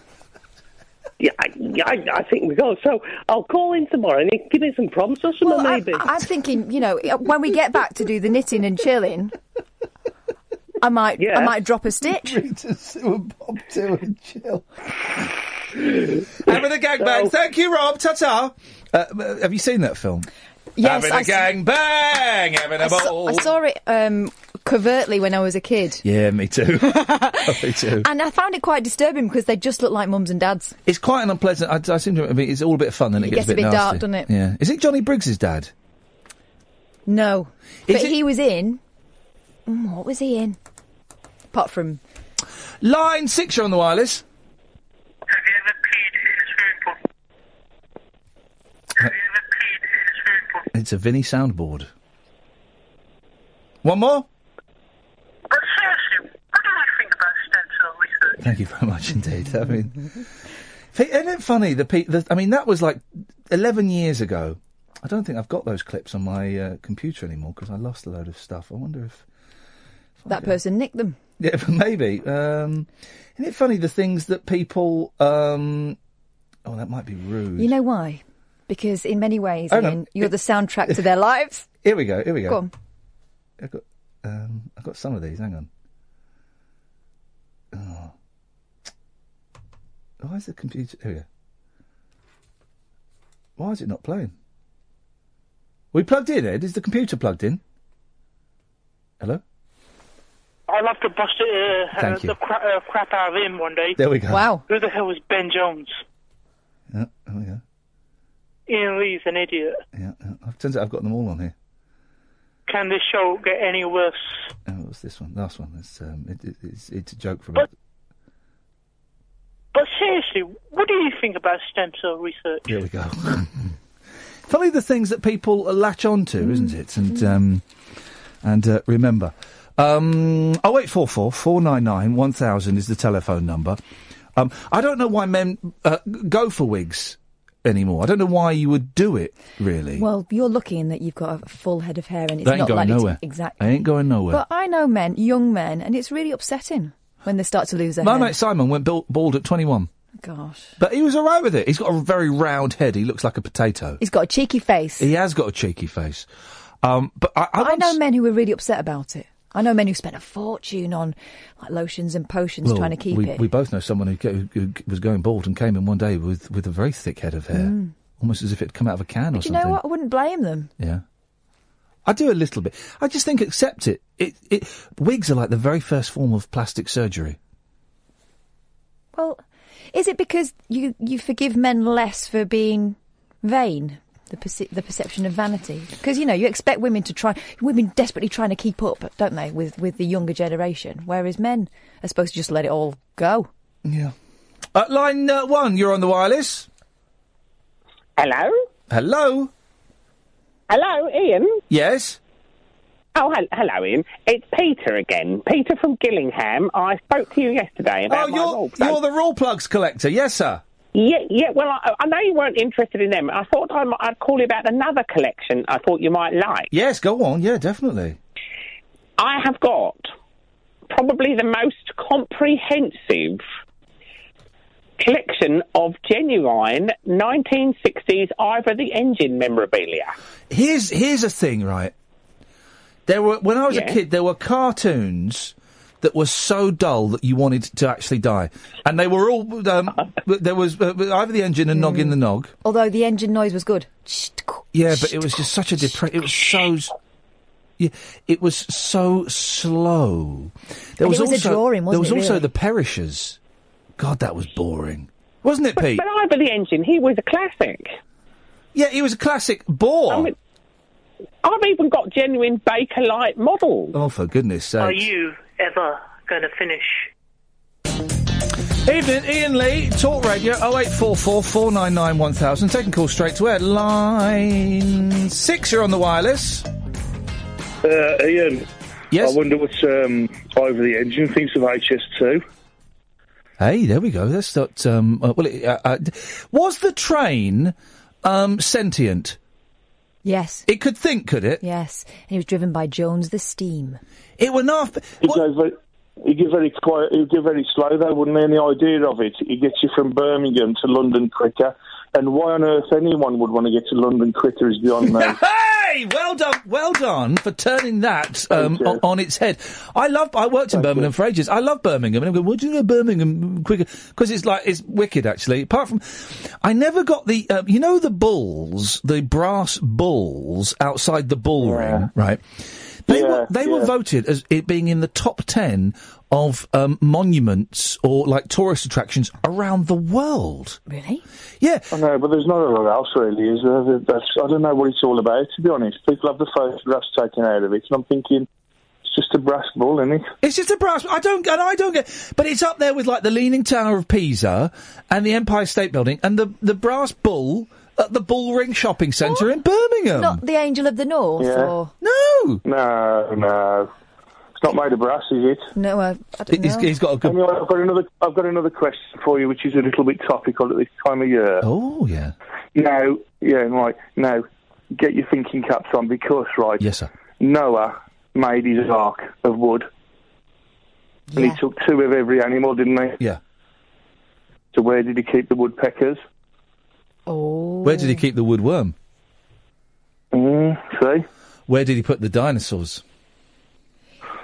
S6: Yeah, I, I, I think we go. So I'll call in tomorrow and he can give me some prompts or something, maybe.
S8: I'm thinking, you know, uh, when we get back to do the knitting and chilling, I might, I
S6: Yeah.
S8: might drop a stitch.
S3: Bob too and chill. Having a gang bang. Thank you, Rob. Ta ta. Uh, have you seen that film?
S8: Yes,
S3: having
S8: I
S3: a
S8: s-
S3: gang bang, having
S8: I
S3: a
S8: saw,
S3: ball.
S8: I saw it um, covertly when I was a kid,
S3: Yeah, me too. me too.
S8: and I found it quite disturbing because they just look like mums and dads.
S3: It's quite an unpleasant. I, I seem to. I mean, it's all a bit of fun, then it,
S8: It
S3: gets,
S8: gets a bit
S3: nasty.
S8: dark, doesn't it?
S3: Yeah. Is it Johnny Briggs's dad?
S8: No,
S3: Is
S8: but
S3: it-
S8: he was in. Mm, What was he in? Apart from
S3: Line six, you're on the wireless. It's a Vinny soundboard. One more. Thank you very much indeed. I mean, f- isn't it funny? The, pe- the I mean, that was like eleven years ago. I don't think I've got those clips on my uh, computer anymore because I lost a load of stuff. I wonder if
S8: that person nicked them.
S3: yeah, but maybe. Um, isn't it funny the things that people? Um, oh, that might be rude.
S8: You know why? Because in many ways,
S3: Hang on.
S8: Ian, you're the soundtrack to their lives.
S3: Here we go. Here we go.
S8: Go on.
S3: I've got, um, I've got some of these. Hang on. Oh. Why is the computer? Here we go. Why is it not playing? We plugged in, Ed. Is the computer plugged in? Hello.
S16: I'll have to bust it, uh,
S3: Thank
S16: uh,
S3: you.
S16: the crap, uh, crap out of him one day.
S3: There we go. Wow.
S16: Who the hell was Ben Jones?
S3: Yeah, there we go.
S16: Ian Lee's an idiot.
S3: Yeah, yeah. I've- turns out I've got them all on here.
S16: Can this show get any worse?
S3: Oh, what's this one? Last one. It's um, it, it, it's, it's a joke from.
S16: But seriously, what do you think about stem cell research?
S3: Here we go. Funny the things that people latch onto,
S8: Mm.
S3: isn't it? And um, and uh, remember, um, oh eight four four four nine nine one thousand is the telephone number. Um, I don't know why men uh, go for wigs anymore. I don't know why you would do it really.
S8: Well, you're lucky in that you've got a full head of hair, and it's
S3: They ain't
S8: not
S3: going
S8: likely
S3: nowhere.
S8: to exactly.
S3: I ain't going nowhere.
S8: But I know men, young men, and it's really upsetting when they start to lose their
S3: My
S8: hair.
S3: mate Simon went bal- bald at twenty one,
S8: Gosh,
S3: but he was all right with it. He's got a very round head. He looks like a potato.
S8: he's got a cheeky face.
S3: He has got a cheeky face. Um, but I, I,
S8: I
S3: once-
S8: know men who were really upset about it. I know men who spent a fortune on like lotions and potions
S3: Well,
S8: trying to keep
S3: we,
S8: it.
S3: We both know someone who, go- who was going bald and came in one day with, with a very thick head of hair,
S8: Mm.
S3: almost as if it'd come out of a can or
S8: but you
S3: something.
S8: know what? I wouldn't blame them.
S3: Yeah, I do a little bit. I just think accept it. It, it. Wigs are like the very first form of plastic surgery.
S8: Well, is it because you you forgive men less for being vain? The, perce- the perception of vanity, because you know you expect women to try, women desperately trying to keep up, don't they, with with the younger generation? Whereas men are supposed to just let it all go.
S3: Yeah. Uh, line uh, one, you're on the wireless.
S11: Hello?
S3: Hello.
S11: Hello, Ian?
S3: Yes.
S11: Oh, hel- hello, Ian. It's Peter again. Peter from Gillingham. I spoke to you yesterday about
S3: oh,
S11: my
S3: you're
S11: role play.
S3: you're the raw plugs collector. Yes, sir.
S11: Yeah, yeah. Well, I, I know you weren't interested in them. I thought I might, I'd call you about another collection I thought you might like.
S3: Yes, go on. Yeah, definitely.
S11: I have got probably the most comprehensive collection of genuine 1960s Ivor the Engine memorabilia.
S3: Here's here's a thing, right? There were when I was a
S11: Yeah.
S3: kid, there were cartoons that were so dull that you wanted to actually die, and they were all
S8: Uh-huh.
S3: um, there was uh, either the engine and nog in the
S8: Mm.
S3: nog.
S8: Although the engine noise was good.
S3: Yeah, but it was just such a depre- It was so. s- Yeah, it was so slow.
S8: And
S3: There
S8: it was a
S3: also
S8: drawing, wasn't
S3: there was
S11: it,
S3: also
S11: really?
S3: the Perishers. God, that was boring, wasn't it, Pete?
S11: But Ivor the Engine, he was a classic.
S3: Yeah, he was a classic bore.
S11: I mean, I've even got genuine Baker Light models.
S3: Oh, for goodness' sake!
S16: Are you ever going to finish?
S3: Evening, Ian Lee, Talk Radio 0844 499 1000. Taking calls straight to air. Line 6, you're on the wireless.
S5: Uh, Ian. Yes. I wonder what um, Over the Engine thinks of HS2.
S3: Hey, there we go. That's not. Um, uh, well, it, uh, uh, d- was the train um, sentient?
S8: Yes.
S3: It could think, could it?
S8: Yes. And he was driven by Jones the Steam.
S3: It were not.
S5: He goes very, he get very quiet. He get very slow though, wouldn't he? And the idea of it, it gets you from Birmingham to London quicker. And why on earth anyone would want to get to London quicker is beyond me.
S3: Hey, well done, well done for turning that um, on, on its head. I love. I worked in Birmingham for ages. I love Birmingham, and I'm going. Would you go to Birmingham quicker? Because it's like it's wicked, actually. Apart from, I never got the. Uh, you know the bulls, the brass bulls outside the bull ring, right? They were they were voted as it being in the top ten of um, monuments or like tourist attractions around the world.
S8: Really?
S3: Yeah.
S5: I know, but there's not a lot else really, is there? That's, I don't know what it's all about, to be honest. People have the photographs taken out of it, and I'm thinking, it's just a brass ball, isn't it?
S3: It's just a brass. I don't. And I don't get. But it's up there with like the Leaning Tower of Pisa and the Empire State Building and the the brass bull at the Bull Ring Shopping Centre in Birmingham.
S8: Not the Angel of the North,
S5: Yeah.
S8: or
S3: No!
S5: No, no. It's not made of brass, is it?
S8: no? uh, I, I don't know.
S3: got a good.
S5: Anyway, I've got another. I've got another question for you, which is a little bit topical at this time of year.
S3: Oh yeah.
S5: No, yeah, right. No, get your thinking caps on because right.
S3: Yes, sir.
S5: Noah made his ark of wood, and he took two of every animal, didn't he?
S3: Yeah.
S5: So where did he keep the woodpeckers?
S8: Oh.
S3: Where did he keep the woodworm?
S5: Mm, see.
S3: Where did he put the dinosaurs?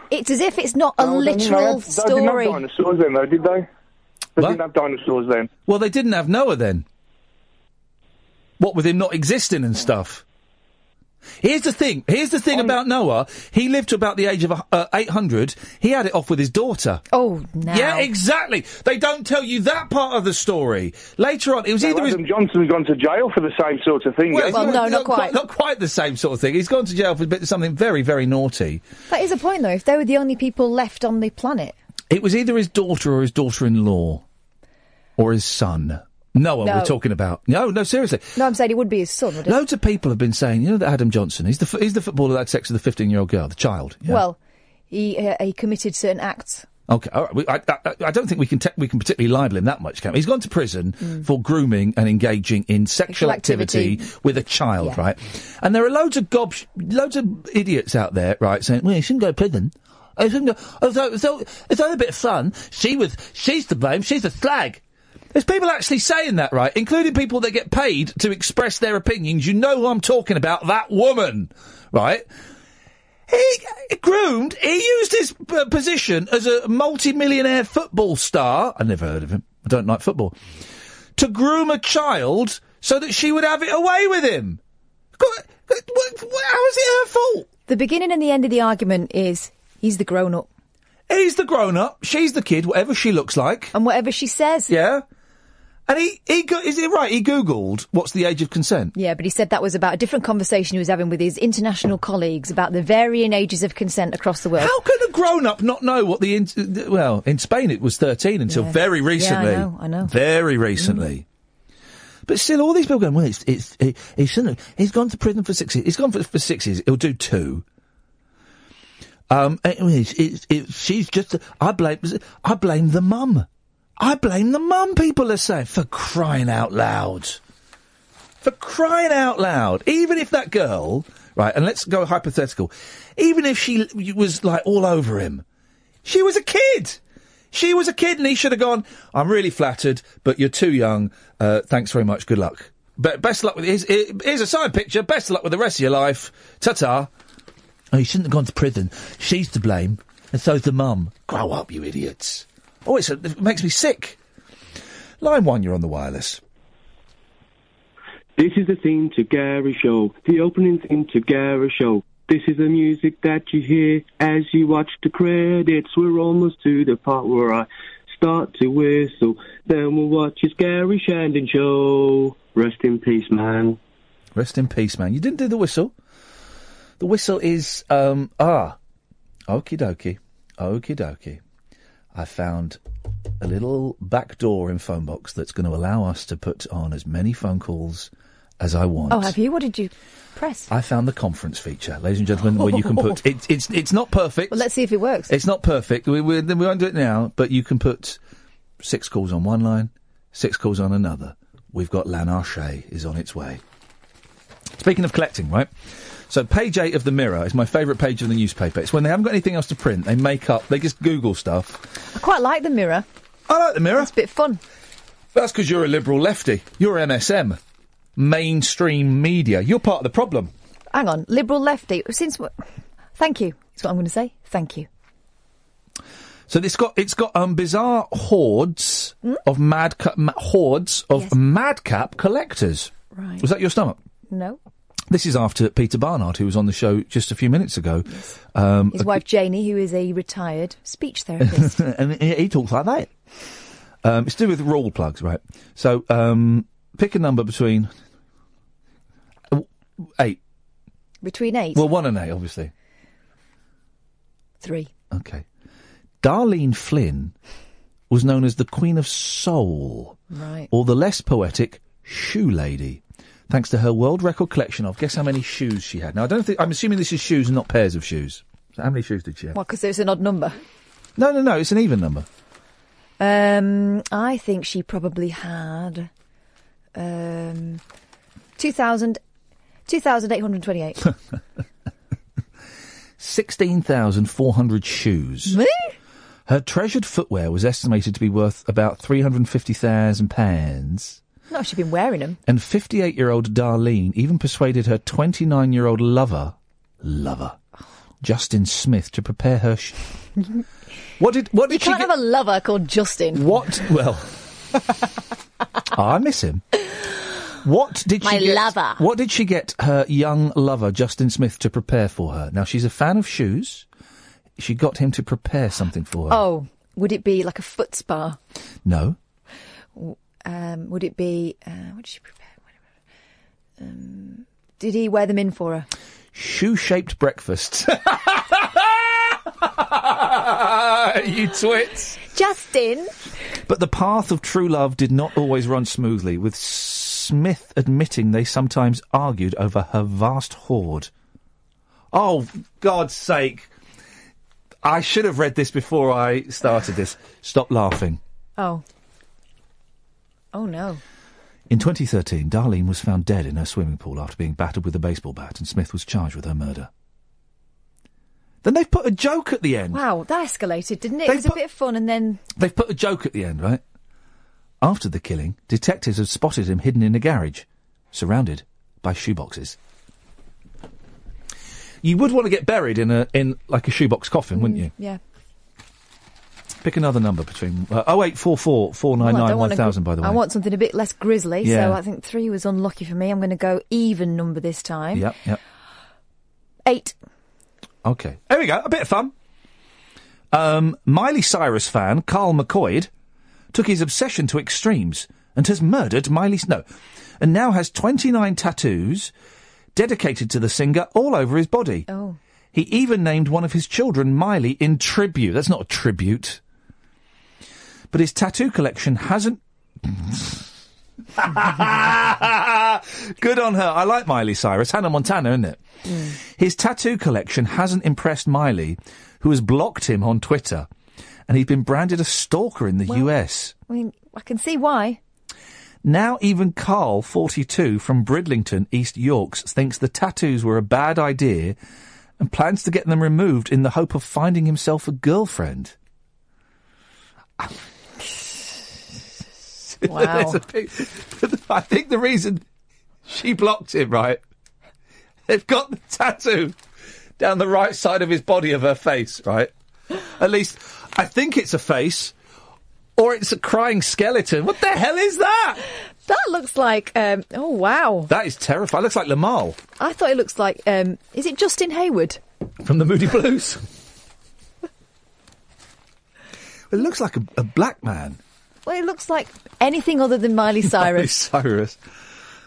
S8: It's as if it's not a
S5: No, they didn't
S8: literal
S5: have- They
S8: story.
S5: didn't have dinosaurs then, though, did they? They didn't have dinosaurs then.
S3: Well, they didn't have Noah then. What with him not existing and stuff. Here's the thing. Here's the thing about Noah. He lived to about the age of uh, 800. He had it off with his daughter.
S8: Oh, no.
S3: Yeah, exactly. They don't tell you that part of the story. Later on, it was either
S5: Adam Johnson's gone to jail for the same sort of thing.
S3: Well,
S5: hasn't he?
S3: it's Not quite the same sort of thing. He's gone to jail for a bit- something very, very naughty.
S8: That is a point, though. If they were the only people left on the planet,
S3: It was either his daughter or his daughter-in-law, or his son. Noah,
S8: No.
S3: we're talking about. No, no, seriously.
S8: no, I'm saying it would be his son. Would it?
S3: Loads of people have been saying, you know, that Adam Johnson, he's the f- he's the footballer that had sex with the fifteen year old girl, the child. Yeah.
S8: Well, he uh, he committed certain acts.
S3: Okay, all right. We, I, I, I don't think we can te- we can particularly libel him that much. Can we? He's gone to prison for grooming and engaging in sexual
S8: Hmm. Sexual activity.
S3: activity, with a child,
S8: Yeah.
S3: right? And there are loads of gobs, loads of idiots out there, right, saying, "Well, he shouldn't go to prison." He shouldn't go. Oh, so, so, it's only a bit of fun. She was, she's to blame. She's a slag. There's people actually saying that, right? Including people that get paid to express their opinions. You know who I'm talking about? That woman, right? He groomed. He used his p- position as a multi-millionaire football star. I never heard of him. I don't like football. To groom a child so that she would have it away with him. How is it her fault?
S8: The beginning and the end of the argument is he's the grown up.
S3: He's the grown-up. She's the kid. Whatever she looks like,
S8: and whatever she says.
S3: Yeah. And he he go- is it right? He googled what's the age of consent.
S8: Yeah, but he said that was about a different conversation he was having with his international colleagues about the varying ages of consent across the world.
S3: How can a grown-up not know what the in- th- well in Spain it was thirteen until
S8: Yeah.
S3: very
S8: Yeah, I
S3: recently.
S8: know, I know. Mm.
S3: Very recently. But still, all these people going. Well, it's it's he, he shouldn't. Have, he's gone to prison for six. years. He's gone for, for six years. He'll do two. Um, it, it's it's it's- she's just. I blame I blame the mum. I blame the mum. People are saying for crying out loud. For crying out loud. Even if that girl, right, and let's go hypothetical, even if she l- was like all over him, she was a kid. She was a kid and he should have gone, I'm really flattered, but you're too young. Uh, thanks very much. Good luck. But best luck with here's, here's a side picture. Best of luck with the rest of your life. Ta ta. Oh, you shouldn't have gone to prison. She's to blame, and so's the mum. Grow up, you idiots. Oh, it's, it makes me sick. Line one, you're on the wireless.
S6: This is the theme to Gary Show, the opening theme to Gary Show. This is the music that you hear as you watch the credits. We're almost to the part where I start to whistle. Then we'll watch his Gary Shandon Show. Rest in peace, man.
S3: Rest in peace, man. You didn't do the whistle. The whistle is um ah. Okie dokie. Okie dokie. I found a little back door in Phonebox that's going to allow us to put on as many phone calls as I want.
S8: Oh, have you? What did you press?
S3: I found the conference feature, ladies and gentlemen, where you can put it, it's it's not perfect.
S8: Well, let's see if it works.
S3: It's not perfect. We, we, we won't do it now, but you can put six calls on one line, six calls on another. We've got Lan Arche is on its way. Speaking of collecting, right? So page eight of the Mirror is my favourite page of the newspaper. It's when they haven't got anything else to print. They make up. They just Google stuff.
S8: I quite like the mirror.
S3: I like the mirror.
S8: It's a bit fun.
S3: That's because you're a liberal lefty. You're MSM, mainstream media. You're part of the problem.
S8: Hang on, liberal lefty. Since wh- thank you is what I'm going to say. Thank you.
S3: So it's got it's got um, bizarre hordes
S8: Hmm?
S3: of madcap ma- hordes of madcap collectors.
S8: Right.
S3: Was that your stomach?
S8: No,
S3: This is after Peter Barnard, who was on the show just a few minutes ago. Um,
S8: his wife Janie, who is a retired speech therapist.
S3: and he, he talks like that. Um, it's to do with rule plugs, right? So um, pick a number between eight.
S8: Between eight,
S3: Well, one and eight, obviously.
S8: three.
S3: Okay. Darlene Flynn was known as the Queen of Soul,
S8: Right.
S3: or the less poetic Shoe Lady, thanks to her world record collection of guess how many shoes she had. Now, I don't think I'm assuming this is shoes and not pairs of shoes. So, how many shoes did she have?
S8: Well, because there's an odd number.
S3: No, no, no. It's an even number.
S8: Um, I think she probably had um, 2,000 2,828.
S3: Sixteen thousand four hundred shoes.
S8: Me?
S3: Her treasured footwear was estimated to be worth about three hundred fifty thousand pounds.
S8: no, she'd been wearing them.
S3: And 58 year old Darlene even persuaded her 29 year old lover, lover, Justin Smith, to prepare her. Sh- what did, what
S8: You
S3: did she
S8: can't
S3: get?
S8: have a lover called Justin.
S3: What? Well, I miss him. What did she
S8: My
S3: get?
S8: lover.
S3: What did she get her young lover, Justin Smith, to prepare for her? Now, she's a fan of shoes. She got him to prepare something for her.
S8: Oh, would it be like a foot spa?
S3: No.
S8: W- Um, would it be. Uh, what did she prepare? Um, did he wear them in for her?
S3: Shoe shaped breakfasts. Ah, you twits.
S8: Justin!
S3: But the path of true love did not always run smoothly, with Smith admitting they sometimes argued over her vast hoard. Oh, for God's sake. I should have read this before I started this. Stop laughing.
S8: Oh. Oh, no.
S3: In 2013, Darlene was found dead in her swimming pool after being battered with a baseball bat, and Smith was charged with her murder. Then they've put a joke at the end.
S8: Wow, that escalated, didn't it?
S3: They
S8: It was a bit of fun, and then.
S3: They've put a joke at the end, right? After the killing, detectives have spotted him hidden in a garage, surrounded by shoeboxes. You would want to get buried in a in like a shoebox coffin, wouldn't you?
S8: Yeah.
S3: Pick another number between uh, 0844
S8: Well, Oh, I
S3: 499
S8: don't wanna go-
S3: 1000, by the way.
S8: I want something a bit less grisly,
S3: Yeah.
S8: so I think three was unlucky for me. I'm going to go even number this time.
S3: Yep, yep.
S8: Eight.
S3: Okay. There we go. A bit of fun. Um, Miley Cyrus fan Carl McCoyd took his obsession to extremes and has murdered Miley Snow. And now has 29 tattoos dedicated to the singer all over his body.
S8: Oh.
S3: He even named one of his children Miley in tribute. That's not a tribute. But his tattoo collection hasn't. Good on her. I like Miley Cyrus. Hannah Montana, isn't it? His tattoo collection hasn't impressed Miley, who has blocked him on Twitter, and he's been branded a stalker in the US.
S8: I mean, I can see why.
S3: Now, even Carl, 42, from Bridlington, East Yorks, thinks the tattoos were a bad idea and plans to get them removed in the hope of finding himself a girlfriend. There's a pic- I think the reason she blocked him, right? They've got the tattoo down the right side of his body of her face, right? At least, I think it's a face, or it's a crying skeleton. What the hell is that?
S8: That looks like. Um, oh wow!
S3: That is terrifying. Looks like Lamal
S8: I thought it looks like. Um, is it Justin Hayward?
S3: from the Moody Blues. it looks like a, a black man.
S8: Well, it looks like anything other than Miley Cyrus.
S3: Cyrus.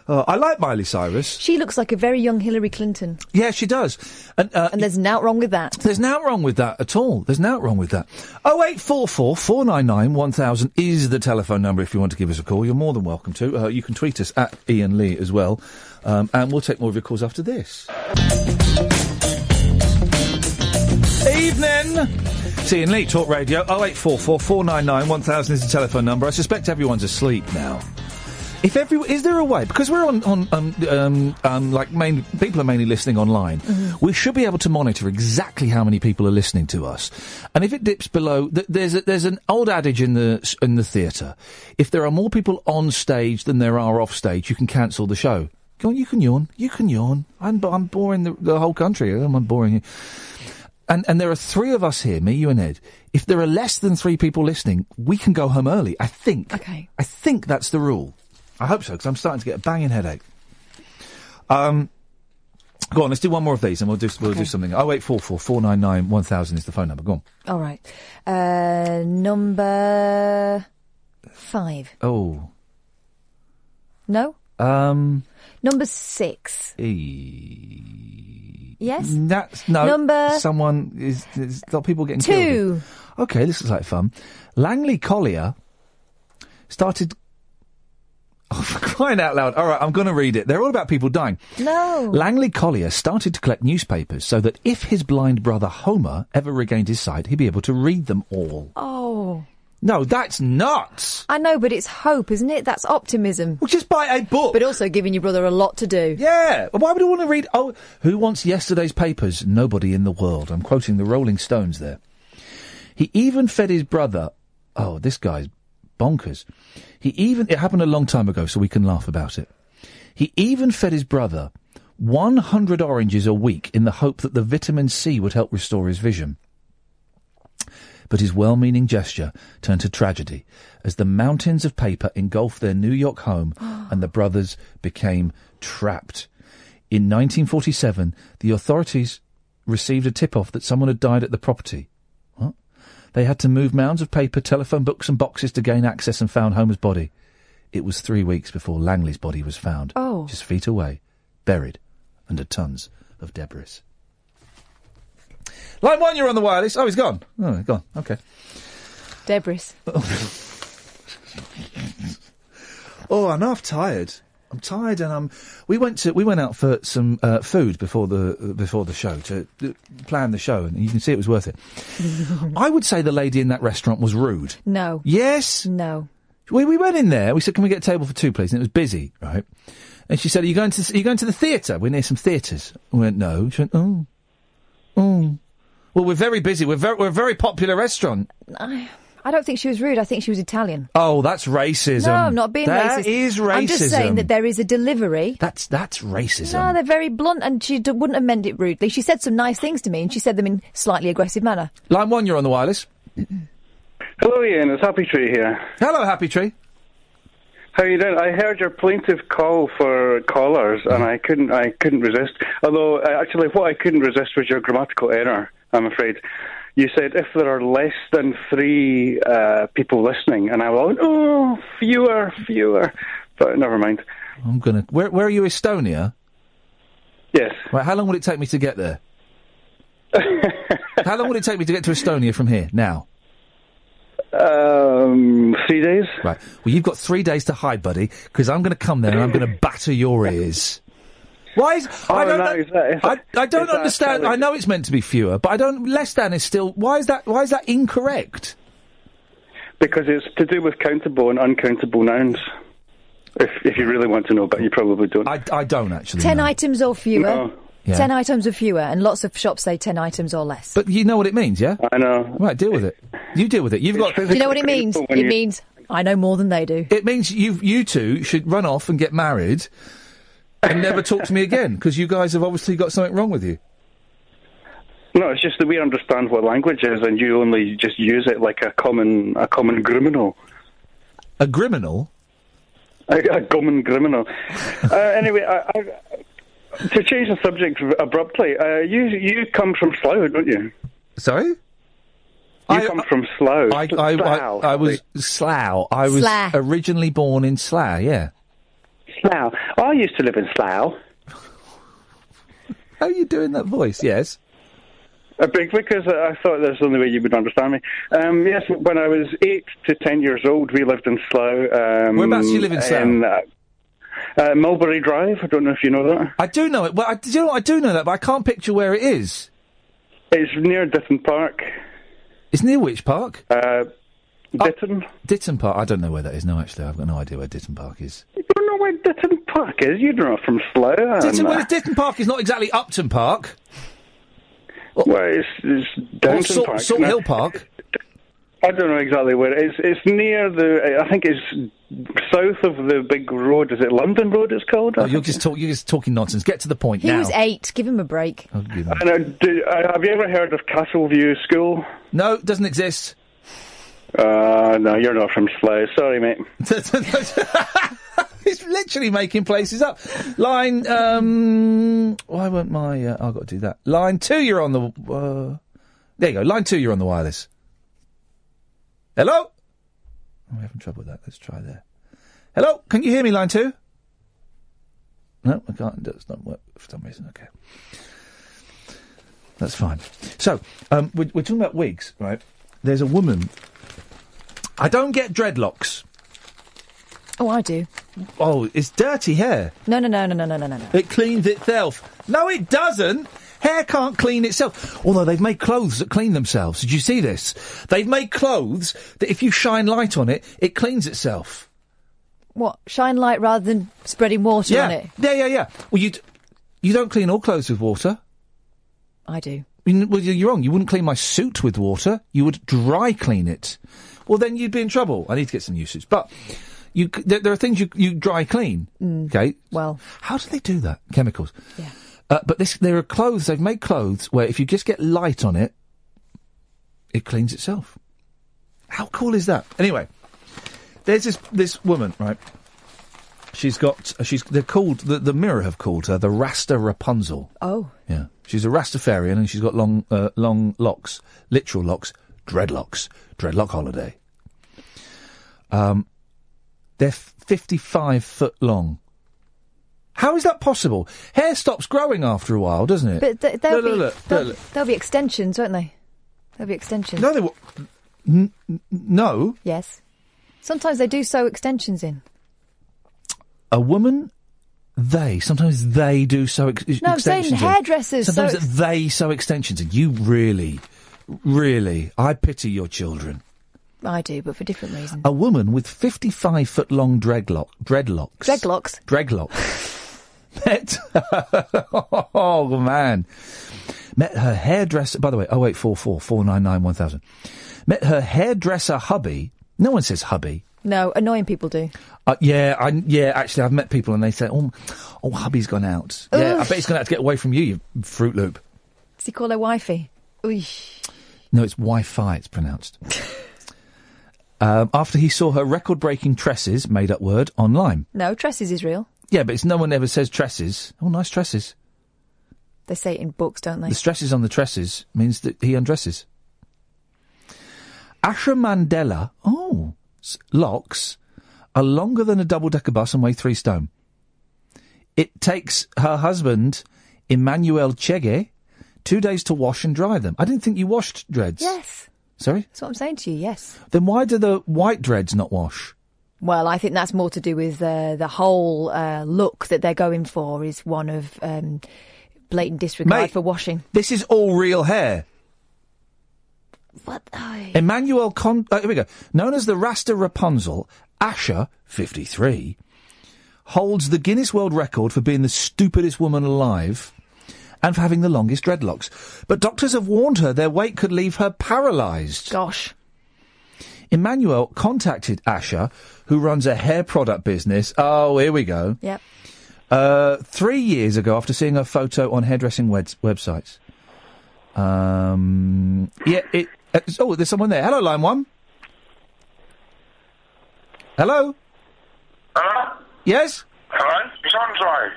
S3: Uh, I like Miley Cyrus.
S8: She looks like a very young Hillary Clinton.
S3: Yeah, she does. And, uh,
S8: and there's nout wrong with that.
S3: There's nout wrong with that at all. There's nout wrong with that. Oh, 0844 499 1000 is the telephone number if you want to give us a call. You're more than welcome to. Uh, you can tweet us at Ian Lee as well. Um, and we'll take more of your calls after this. Evening! It's Ian Lee, Talk Radio. 0844 499 1000 is the telephone number. I suspect everyone's asleep now. If every is there a way because we're on on um, um, um like main people are mainly listening online, we should be able to monitor exactly how many people are listening to us, and if it dips below, th- there's a, there's an old adage in the s- in the theatre: if there are more people on stage than there are off stage, you can cancel the show. Go on, you can yawn, you can yawn. I'm I'm boring the, the whole country. I'm boring you. And and there are three of us here, me, you, and Ed. If there are less than three people listening, we can go home early. I think.
S8: Okay.
S3: I think that's the rule. I hope so because I'm starting to get a banging headache. Um, go on, let's do one more of these, and we'll do we'll do
S8: Okay.
S3: something. Oh eight four four four nine nine one thousand is the phone number. Go on.
S8: All right. Uh, number five.
S3: Oh,
S8: No?
S3: um,
S8: Number six.
S3: e-
S8: Yes?
S3: that's no
S8: Number-
S3: Someone is, is not people getting
S8: Two.
S3: killed. Okay, this is like fun. Langley Collier started. Oh, for crying out loud! All right, I'm going to read it. They're all about people dying.
S8: No.
S3: Langley Collier started to collect newspapers so that if his blind brother Homer ever regained his sight, he'd be able to read them all.
S8: Oh.
S3: No, that's nuts.
S8: I know, but it's hope, isn't it? That's optimism.
S3: Well, just buy a book.
S8: But also giving your brother a lot to do.
S3: Yeah. Why would I want to read? Oh, who wants yesterday's papers? Nobody in the world. I'm quoting the Rolling Stones there. He even fed his brother. Oh, this guy's bonkers. He even. It happened a long time ago, so we can laugh about it. He even fed his brother 100 oranges a week in the hope that the vitamin C would help restore his vision. But his well meaning gesture turned to tragedy as the mountains of paper engulfed their New York home and the brothers became trapped. In 1947, the authorities received a tip off that someone had died at the property. What? They had to move mounds of paper, telephone books, and boxes to gain access and found Homer's body. It was three weeks before Langley's body was found,
S8: Oh.
S3: just feet away, buried under tons of debris. Line one, you're on the wireless. Oh, he's gone. Oh, he's gone. Okay.
S8: Debris.
S3: Oh, I know. I'm tired. I'm tired, and I'm. We went to we went out for some uh, food before the before the show to uh, plan the show, and you can see it was worth it. I would say the lady in that restaurant was rude.
S8: No.
S3: Yes.
S8: No.
S3: We we went in there. We said, "Can we get a table for two, please?" And it was busy, right? And she said, "Are you going to are you going to the theatre? We're near some theatres." I went, "No." She went, "Oh, oh." Well, we're very busy. We're very, we're a very popular restaurant.
S8: I, I don't think she was rude. I think she was Italian.
S3: Oh, that's racism.
S8: No, I'm not being
S3: That
S8: racist.
S3: is racism.
S8: I'm just saying that there is a delivery.
S3: That's that's racism.
S8: No, they're very blunt, and she d- wouldn't have meant it rudely. She said some nice things to me, and she said them in slightly aggressive manner.
S3: Line one, you're on the wireless.
S10: Hello, Ian. It's Happy Tree here.
S3: Hello, Happy Tree.
S10: How you doing? I heard your plaintive call for callers, and I couldn't. I couldn't resist. Although, uh, actually, what I couldn't resist was your grammatical error. I'm afraid. You said if there are less than three uh, people listening, and I went, oh, fewer, fewer. But never mind.
S3: I'm gonna. Where where are you, Estonia?
S10: Yes.
S3: Right. How long would it take me to get there? how long would it take me to get to Estonia from here now?
S10: Um, three days.
S3: Right. Well, you've got three days to hide, buddy, because I'm going to come there and I'm going to batter your ears. Why is
S10: Oh,
S3: I don't know- I, I don't understand. I know it's meant to be fewer, but I don't. Less than is still. Why is that? Why is that incorrect?
S10: Because it's to do with countable and uncountable nouns. If, if you really want to know, but you probably don't.
S3: I, I don't actually.
S8: Ten items or fewer.
S10: No.
S3: Yeah.
S8: Ten items or fewer, and lots of shops say ten items or less.
S3: But you know what it means, yeah?
S10: I know.
S3: Right. Deal with it. You deal with it. You've got.
S8: Do you know what it means? It means I know more than they do.
S3: It means you you two should run off and get married, and never talk to me again because you guys have obviously got something wrong with you.
S10: No, it's just that we understand what language is, and you only just use it like a common a common criminal.
S3: A criminal.
S10: A, a common criminal. uh, anyway, I, I, to change the subject abruptly, uh, you you come from Slough, don't you?
S3: Sorry. You
S10: come from Slough.
S3: I, I,
S10: Slough.
S3: I, I was Slough. I was
S10: Slough.
S3: originally born in Slough, yeah.
S10: Slough.
S14: I used to live in Slough.
S3: How are you doing that voice? Yes.
S10: A big because I thought that's the only way you would understand me. Um, yes, when I was eight to ten years old, we lived in Slough. Um,
S3: Whereabouts do you live in Slough?
S10: uh, uh, Mulberry Drive. I don't know if you know that.
S3: I do know it. Well, I, do you know, what? I do know that, but I can't picture where it is.
S10: It's near Ditton Park.
S3: It's near which park? Oh,
S10: Uh, Ditton.
S3: Ditton Park. I don't know where that is. No, actually, I've got no idea where Ditton Park is.
S10: You don't know where Ditton Park is. You're not from Slough.
S3: Ditton,
S10: and, uh,
S3: well, Ditton Park is not exactly Upton Park.
S10: Well, it's, it's Downton
S3: Oh, Salt-
S10: Park.
S3: Salt
S10: No,
S3: Hill Park.
S10: I don't know exactly where it is. It's near the. I think it's south of the big road. Is it London Road? It's called.
S3: Oh, you're just, talk, you're just talking nonsense. Get to the point
S8: He
S3: now.
S8: was eight. Give him a break.
S3: Oh, you know.
S10: I know, do, uh, have you ever heard of Castleview School?
S3: No, it doesn't exist.
S10: Uh, no, you're not from Slough. Sorry, mate.
S3: He's literally making places up. Line, um, why won't my, uh, I've got to do that. Line two, you're on the, uh, there you go. Line two, you're on the wireless. Hello? Oh, we're having trouble with that. Let's try there. Hello? Can you hear me, line two? No, I can't. That's not work for some reason. Okay. That's fine. So, um, we're, we're talking about wigs, right? There's a woman. I don't get dreadlocks.
S8: Oh, I do.
S3: Oh, it's dirty hair.
S8: No, no, no, no, no, no, no, no. no.
S3: It cleans itself. No, it doesn't. Hair can't clean itself. Although they've made clothes that clean themselves. Did you see this? They've made clothes that if you shine light on it, it cleans itself.
S8: What? Shine light rather than spreading water
S3: yeah.
S8: on it.
S3: Yeah, yeah, yeah. Well, you d- you don't clean all clothes with water.
S8: I do.
S3: You kn- Well, you're wrong. You wouldn't clean my suit with water. You would dry clean it. Well, then you'd be in trouble. I need to get some new suits. But you, c- there, there are things you, you dry clean.
S8: Mm.
S3: Okay.
S8: Well,
S3: how do they do that? Chemicals.
S8: Yeah.
S3: Uh, but this, there are clothes. They've made clothes where if you just get light on it, it cleans itself. How cool is that? Anyway, there's this this woman, right? She's got uh, she's they're called the, the mirror have called her the Rasta Rapunzel.
S8: Oh.
S3: Yeah, she's a Rastafarian and she's got long uh, long locks, literal locks, dreadlocks, dreadlock holiday. Um, they're fifty five foot long. How is that possible? Hair stops growing after a while, doesn't it?
S8: But th- there'll,
S3: Look, look,
S8: be,
S3: look, look,
S8: there'll,
S3: look.
S8: there'll be extensions, won't they? There'll be extensions.
S3: No, they will. N- n- no,
S8: Yes. Sometimes they do sew extensions in.
S3: a woman. They sometimes they do so ex-
S8: No, I'm saying
S3: extensions. in.
S8: hairdressers sew
S3: Sometimes
S8: ex-
S3: they sew extensions, and you really, really, I pity your children.
S8: I do, but for different reasons.
S3: A woman with 55 foot long dreadlock, dreadlocks.
S8: Dreadlocks.
S3: Dreadlocks. met. oh, man. Met her hairdresser. By the way, oh, 0844 499 1000. Met her hairdresser hubby. No one says hubby.
S8: No, annoying people do.
S3: Uh, yeah, I, yeah. Actually, I've met people and they say, "Oh, oh, hubby's gone out. Yeah, I
S8: Ugh.
S3: bet he's gone out to get away from you, you Fruit Loop."
S8: Does he call her wifey? Oosh.
S3: No, it's Wi-Fi. It's pronounced. um, after he saw her record-breaking tresses, made-up word, online.
S8: No, tresses is real.
S3: Yeah, but it's no one ever says tresses. Oh, nice tresses.
S8: They say it in books, don't they?
S3: The stresses on the tresses means that he undresses. Asher Mandela. Oh, s- locks are longer than a double-decker bus and weigh three stone. It takes her husband Emmanuel Chege two days to wash and dry them. I didn't think you washed dreads.
S8: Yes.
S3: Sorry.
S8: That's what I'm saying to you, yes.
S3: Then why do the white dreads not wash?
S8: Well, I think that's more to do with uh, the whole uh, look that they're going for is one of um, blatant disregard
S3: Mate.
S8: for washing.
S3: This is all real hair.
S8: What? I...
S3: Emmanuel Con. Uh, here we go. Known as the Rasta Rapunzel, Asher, 53, holds the Guinness World Record for being the stupidest woman alive and for having the longest dreadlocks. But doctors have warned her their weight could leave her paralysed.
S8: Gosh.
S3: Emmanuel contacted Asher, who runs a hair product business. Oh, here we go.
S8: Yep.
S3: Uh, three years ago, after seeing her photo on hairdressing webs- websites. Um, yeah, it. uh, oh, there's someone there. Hello, line one. Hello.
S16: Hello?
S3: Yes.
S16: Hello? It's Andre.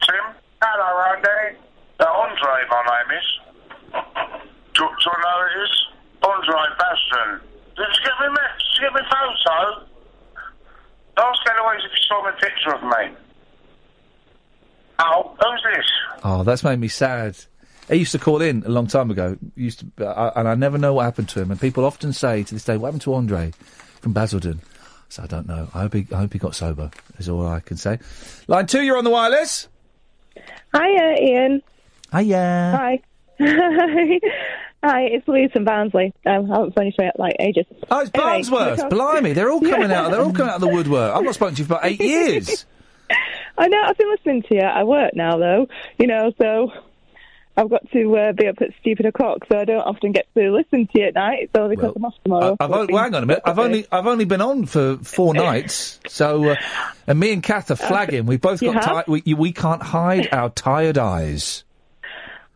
S16: Tim? Hello, Andy. Uh, Andre, my name is. Do, do you know who it is? Andre Baston. Did you give me, me, did you give me photo? Last getaway
S23: surprised if you saw the picture of me. Oh, who's this?
S3: Oh, that's made me sad. He used to call in a long time ago, he used to, uh, and I never know what happened to him. And people often say to this day, "What happened to Andre from Basildon?" So I don't know. I hope he, I hope he got sober. Is all I can say. Line two, you're on the wireless.
S21: Hiya, uh, Ian.
S3: Hiya.
S21: Hi. Hi, it's Louise from Barnsley. Um, I haven't phoned you for like ages.
S3: Oh, it's Barnsworth. Blimey, they're all coming out. They're all coming out of the woodwork. I've not spoken to you for about eight years.
S21: I know. I've been listening to you. I work now, though. You know, so I've got to uh, be up at stupid o'clock, so I don't often get to listen to you at night. It's only because I'm off tomorrow.
S3: I've on, well, hang on a minute. I've only I've only been on for four nights. So, uh, and me and Kath are flagging. We both
S21: You
S3: got
S21: have?
S3: tired. We, you- we can't hide our tired eyes.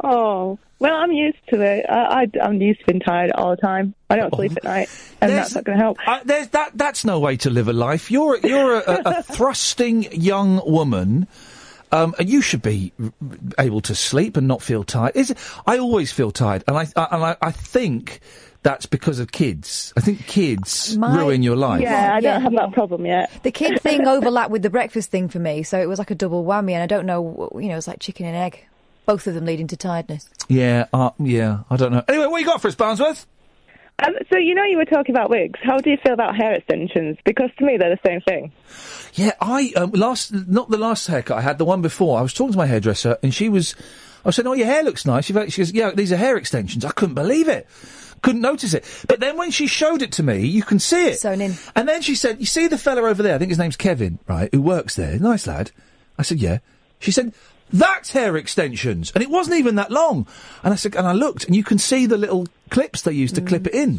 S21: Oh, well, I'm used to it. I, I, I'm used to being tired all the time. I don't sleep at night, and that's not going to help.
S3: Uh, there's that. That's no way to live a life. You're you're a, a, a thrusting young woman. Um, and you should be r- r- able to sleep and not feel tired. Is it, I always feel tired, and I, I and I, I think that's because of kids. I think kids
S21: My-
S3: ruin your life.
S21: Yeah, I don't have that problem yet.
S8: The kid thing overlapped with the breakfast thing for me, so it was like a double whammy, and I don't know, you know, it's like chicken and egg, both of them leading to tiredness.
S3: Yeah, uh, yeah. I don't know. Anyway, what you got for us, Barnsworth?
S21: Um, so you know you were talking about wigs. How do you feel about hair extensions? Because to me they're the same thing.
S3: Yeah, I um, last not the last haircut I had, the one before. I was talking to my hairdresser, and she was. I said, "Oh, your hair looks nice." She goes, she goes, "Yeah, these are hair extensions." I couldn't believe it. Couldn't notice it. But then when she showed it to me, you can see it. Sewn in. And then she said, "You see the fella over there? I think his name's Kevin, right? Who works there? Nice lad." I said, "Yeah." She said, "That's hair extensions," and it wasn't even that long. And I said, and I looked, and you can see the little clips they use to clip it in.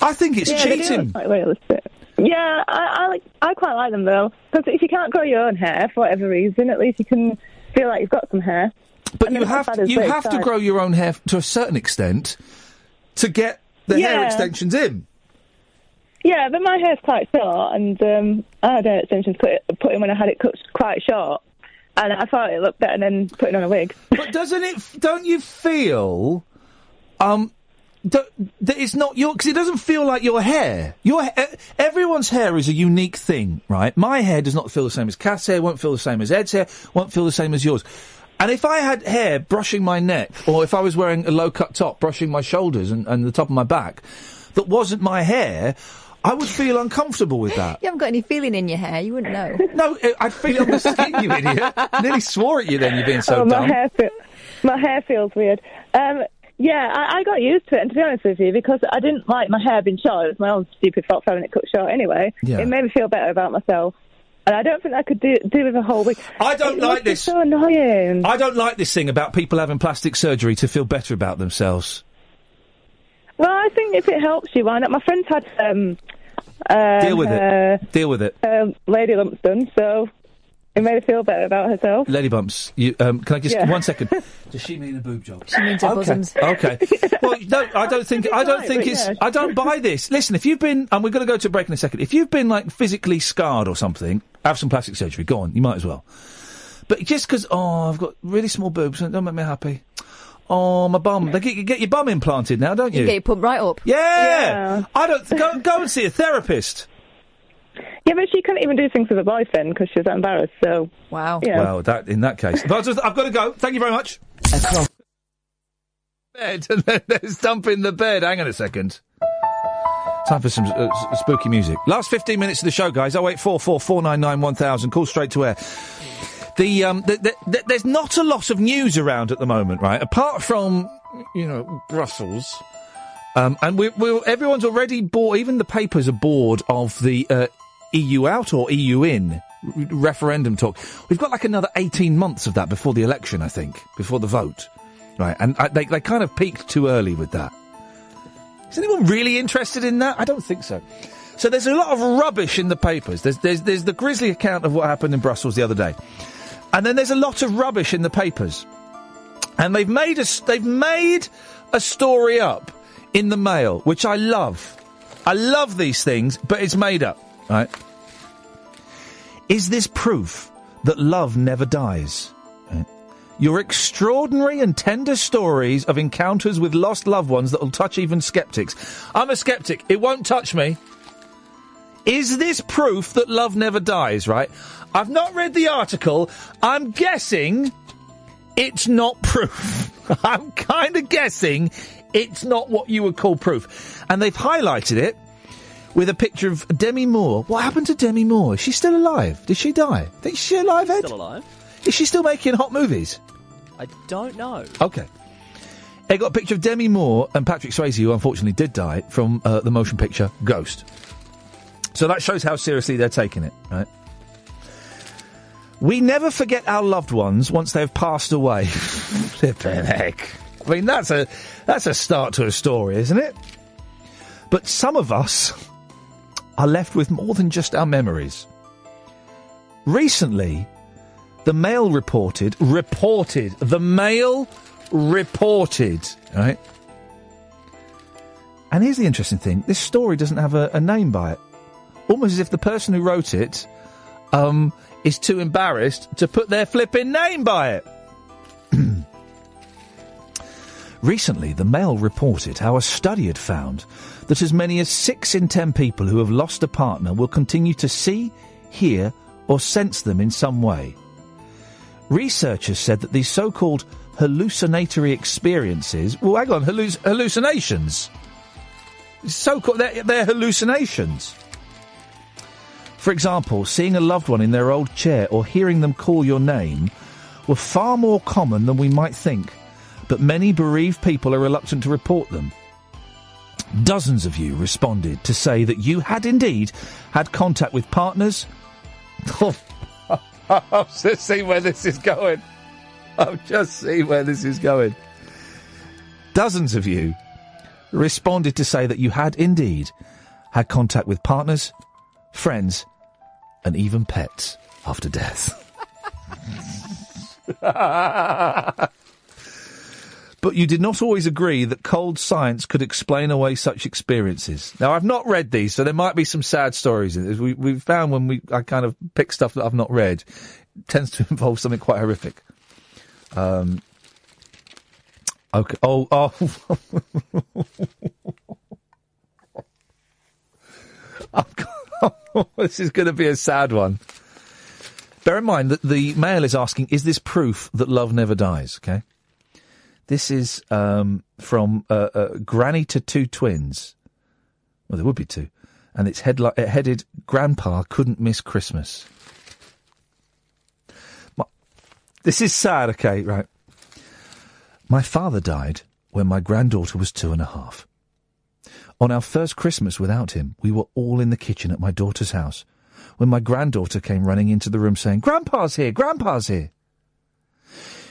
S3: I think it's
S21: Mm. Yeah, they do
S3: cheating.
S21: look quite realistic. Yeah, I, I like. I quite like them though. Because if you can't grow your own hair for whatever reason, at least you can feel like you've got some hair.
S3: But you have to, you have to grow your own hair f- to a certain extent to get the hair
S21: Yeah.
S3: extensions in.
S21: Yeah, but my hair's quite short, and um, I had hair extensions put it, put in when I had it cut quite short, and I thought it looked better than putting on a wig.
S3: But doesn't it? f- Don't you feel? Um, do, that it's not your because it doesn't feel like your hair. Your ha- e- everyone's hair is a unique thing, right? My hair does not feel the same as Kath's hair. Won't feel the same as Ed's hair. Won't feel the same as yours. And if I had hair brushing my neck, or if I was wearing a low cut top brushing my shoulders and, and the top of my back, that wasn't my hair, I would feel uncomfortable with that.
S8: You haven't got any feeling in your hair, you wouldn't know.
S3: No, I'd feel it on the skin, you idiot. Nearly swore at you then, you being so
S21: oh, my
S3: dumb.
S21: hair, feel, my hair feels weird. Um, yeah, I, I got used to it, and to be honest with you, because I didn't like my hair being short. It was my own stupid fault for having it cut short anyway.
S3: Yeah.
S21: It made me feel better about myself. And I don't think I could do, do with a whole week.
S3: I don't
S21: It
S3: like
S21: must be
S3: this.
S21: so annoying.
S3: I don't like this thing about people having plastic surgery to feel better about themselves.
S21: Well, I think if it helps you, why not? My friend's had um, uh,
S3: Deal with
S21: her,
S3: it. Deal with it.
S21: um, lady lumps done, so it made her feel better about herself.
S3: Lady bumps. You, um, can I just
S21: Yeah.
S3: one second? Does she mean a boob job?
S21: She means her
S3: okay.
S21: bosoms.
S3: Okay. Well, no, I don't think. I don't
S21: right,
S3: think
S21: but
S3: it's.
S21: yeah.
S3: I don't buy this. Listen, if you've been, and we're going to go to a break in a second. If you've been like physically scarred or something, have some plastic surgery. Go on. You might as well. But just because, oh, I've got really small boobs, and it don't make me happy. Oh, my bum. They get, you get your bum implanted now, don't
S8: You
S3: you?
S8: can get it pumped right up.
S3: Yeah. I don't go go and see a therapist.
S21: Yeah, but she couldn't even do things with her boyfriend because she was embarrassed. So
S8: wow,
S3: Well, that in that case, but I just- I've got to go. Thank you very much. Bed and then there's dump in the bed. Hang on a second. Time for some uh, s- spooky music. Last 15 minutes of the show, guys. 0844 499 1000. Call straight to air. The, um, the, the, the, there's not a lot of news around at the moment, right? Apart from, you know, Brussels. Um, and we, we, everyone's already bored, even the papers are bored of the uh, EU out or EU in r- referendum talk. We've got like another 18 months of that before the election, I think, before the vote. Right, and I, they, they kind of peaked too early with that. Is anyone really interested in that? I don't think so. So there's a lot of rubbish in the papers. There's, there's, there's the grisly account of what happened in Brussels the other day. And then there's a lot of rubbish in the papers. And they've made a, s- they've made a story up in the mail, which I love. I love these things, but it's made up, right? Is this proof that love never dies? Right. Your extraordinary and tender stories of encounters with lost loved ones that will touch even skeptics. I'm a skeptic. It won't touch me. Is this proof that love never dies, right? I've not read the article. I'm guessing it's not proof. I'm kind of guessing it's not what you would call proof. And they've highlighted it with a picture of Demi Moore. What happened to Demi Moore? Is she still alive? Did she die? Think she's still alive, Ed?
S17: Still alive?
S3: Is she still making hot movies?
S17: I don't know.
S3: Okay. It got a picture of Demi Moore and Patrick Swayze, who unfortunately did die from uh, the motion picture Ghost. So that shows how seriously they're taking it, right? We never forget our loved ones once they've passed away. Flippin' heck. I mean, that's a, that's a start to a story, isn't it? But some of us are left with more than just our memories. Recently, the Mail reported, reported, the Mail reported, right? And here's the interesting thing this story doesn't have a, a name by it. Almost as if the person who wrote it um, is too embarrassed to put their flipping name by it. Recently, the Mail reported how a study had found that as many as six in ten people who have lost a partner will continue to see, hear, or sense them in some way. Researchers said that these so called hallucinatory experiences. Well, hang on, halluc- hallucinations. So called, they're, they're hallucinations. For example, seeing a loved one in their old chair or hearing them call your name were far more common than we might think, but many bereaved people are reluctant to report them. Dozens of you responded to say that you had indeed had contact with partners. Oh, I've just seen where this is going. I've just seen where this is going. Dozens of you responded to say that you had indeed had contact with partners, friends, and even pets after death. but you did not always agree that cold science could explain away such experiences. Now, I've not read these, so there might be some sad stories. In this. We, we've found when we I kind of pick stuff that I've not read, it tends to involve something quite horrific. Um, okay. Oh, oh. I'm go- this is going to be a sad one. Bear in mind that the mail is asking, is this proof that love never dies? Okay. This is um, from uh, uh, Granny to Two Twins. Well, there would be two. And it's headli- uh, headed, Grandpa Couldn't Miss Christmas. My- this is sad, okay, right. My father died when my granddaughter was two and a half. On our first Christmas without him, we were all in the kitchen at my daughter's house when my granddaughter came running into the room saying, Grandpa's here, Grandpa's here.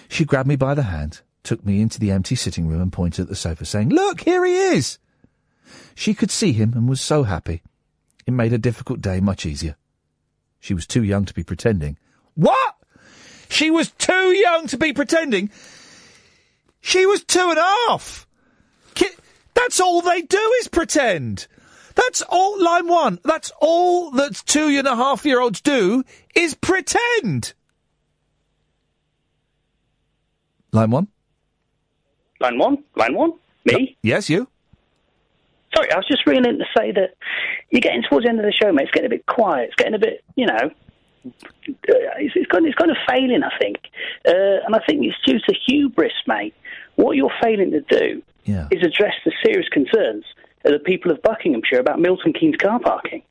S3: She grabbed me by the hand, took me into the empty sitting room and pointed at the sofa saying, Look, here he is. She could see him and was so happy. It made a difficult day much easier. She was too young to be pretending. What? She was too young to be pretending. She was two and a half. Ki- That's all they do is pretend. That's all, line one, that's all that two and a half year olds do is pretend. Line one?
S24: Line one, line one. Me?
S3: Yes, you?
S24: Sorry, I was just ringing in to say that you're getting towards the end of the show, mate. It's getting a bit quiet. It's getting a bit, you know, uh, it's, it's, kind, of, it's kind of failing, I think. Uh, and I think it's due to hubris, mate. What you're failing to do is address the serious concerns of the people of Buckinghamshire about Milton Keynes car parking.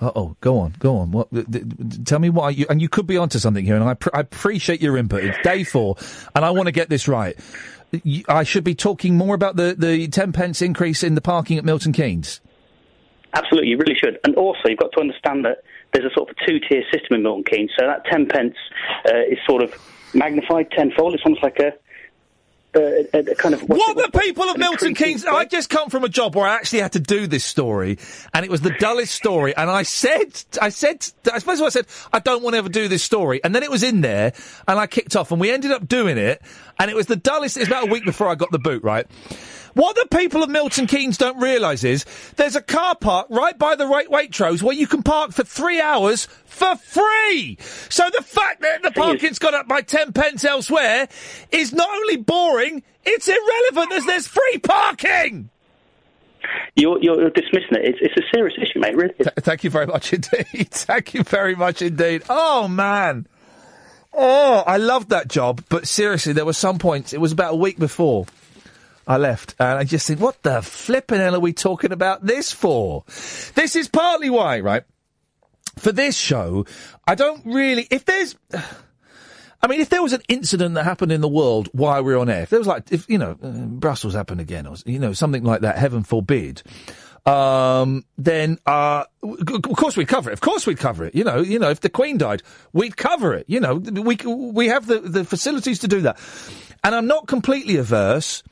S3: Uh oh, go on, go on. What, th- th- th- tell me why you, and you could be onto something here, and I, pr- I appreciate your input. It's day four, and I want to get this right. Y- I should be talking more about the, the 10 pence increase in the parking at Milton Keynes.
S24: Absolutely, you really should. And also, you've got to understand that there's a sort of two tier system in Milton Keynes. So that 10 pence uh, is sort of magnified tenfold. It's almost like a. Uh, a, a kind of
S3: what's it- what's-
S24: what
S3: the people of
S24: an
S3: Milton
S24: increasing
S3: Keynes. I just come from a job where I actually had to do this story, and it was the dullest story. And I said, I said, I suppose what I said, I don't want to ever do this story. And then it was in there, and I kicked off, and we ended up doing it, and it was the dullest. It was about a week before I got the boot, right? What the people of Milton Keynes don't realise is there's a car park right by the right Waitrose where you can park for three hours for free. So the fact that the parking's gone up by ten pence elsewhere is not only boring, it's irrelevant as there's free parking.
S19: You're, you're dismissing it. It's, it's a serious issue, mate, really.
S3: thank you very much indeed. thank you very much indeed. Oh man. Oh, I loved that job, but seriously, there were some points. It was about a week before I left, and I just think, what the flipping hell are we talking about this for? This is partly why, right? For this show, I don't really. If there's. I mean, if there was an incident that happened in the world while we were on air, if there was like, if you know, uh, Brussels happened again, or you know, something like that, heaven forbid, um, then uh, w- g- of course we'd cover it. Of course we'd cover it. You know, you know, if the Queen died, we'd cover it. You know, we c- we have the the facilities to do that, and I'm not completely averse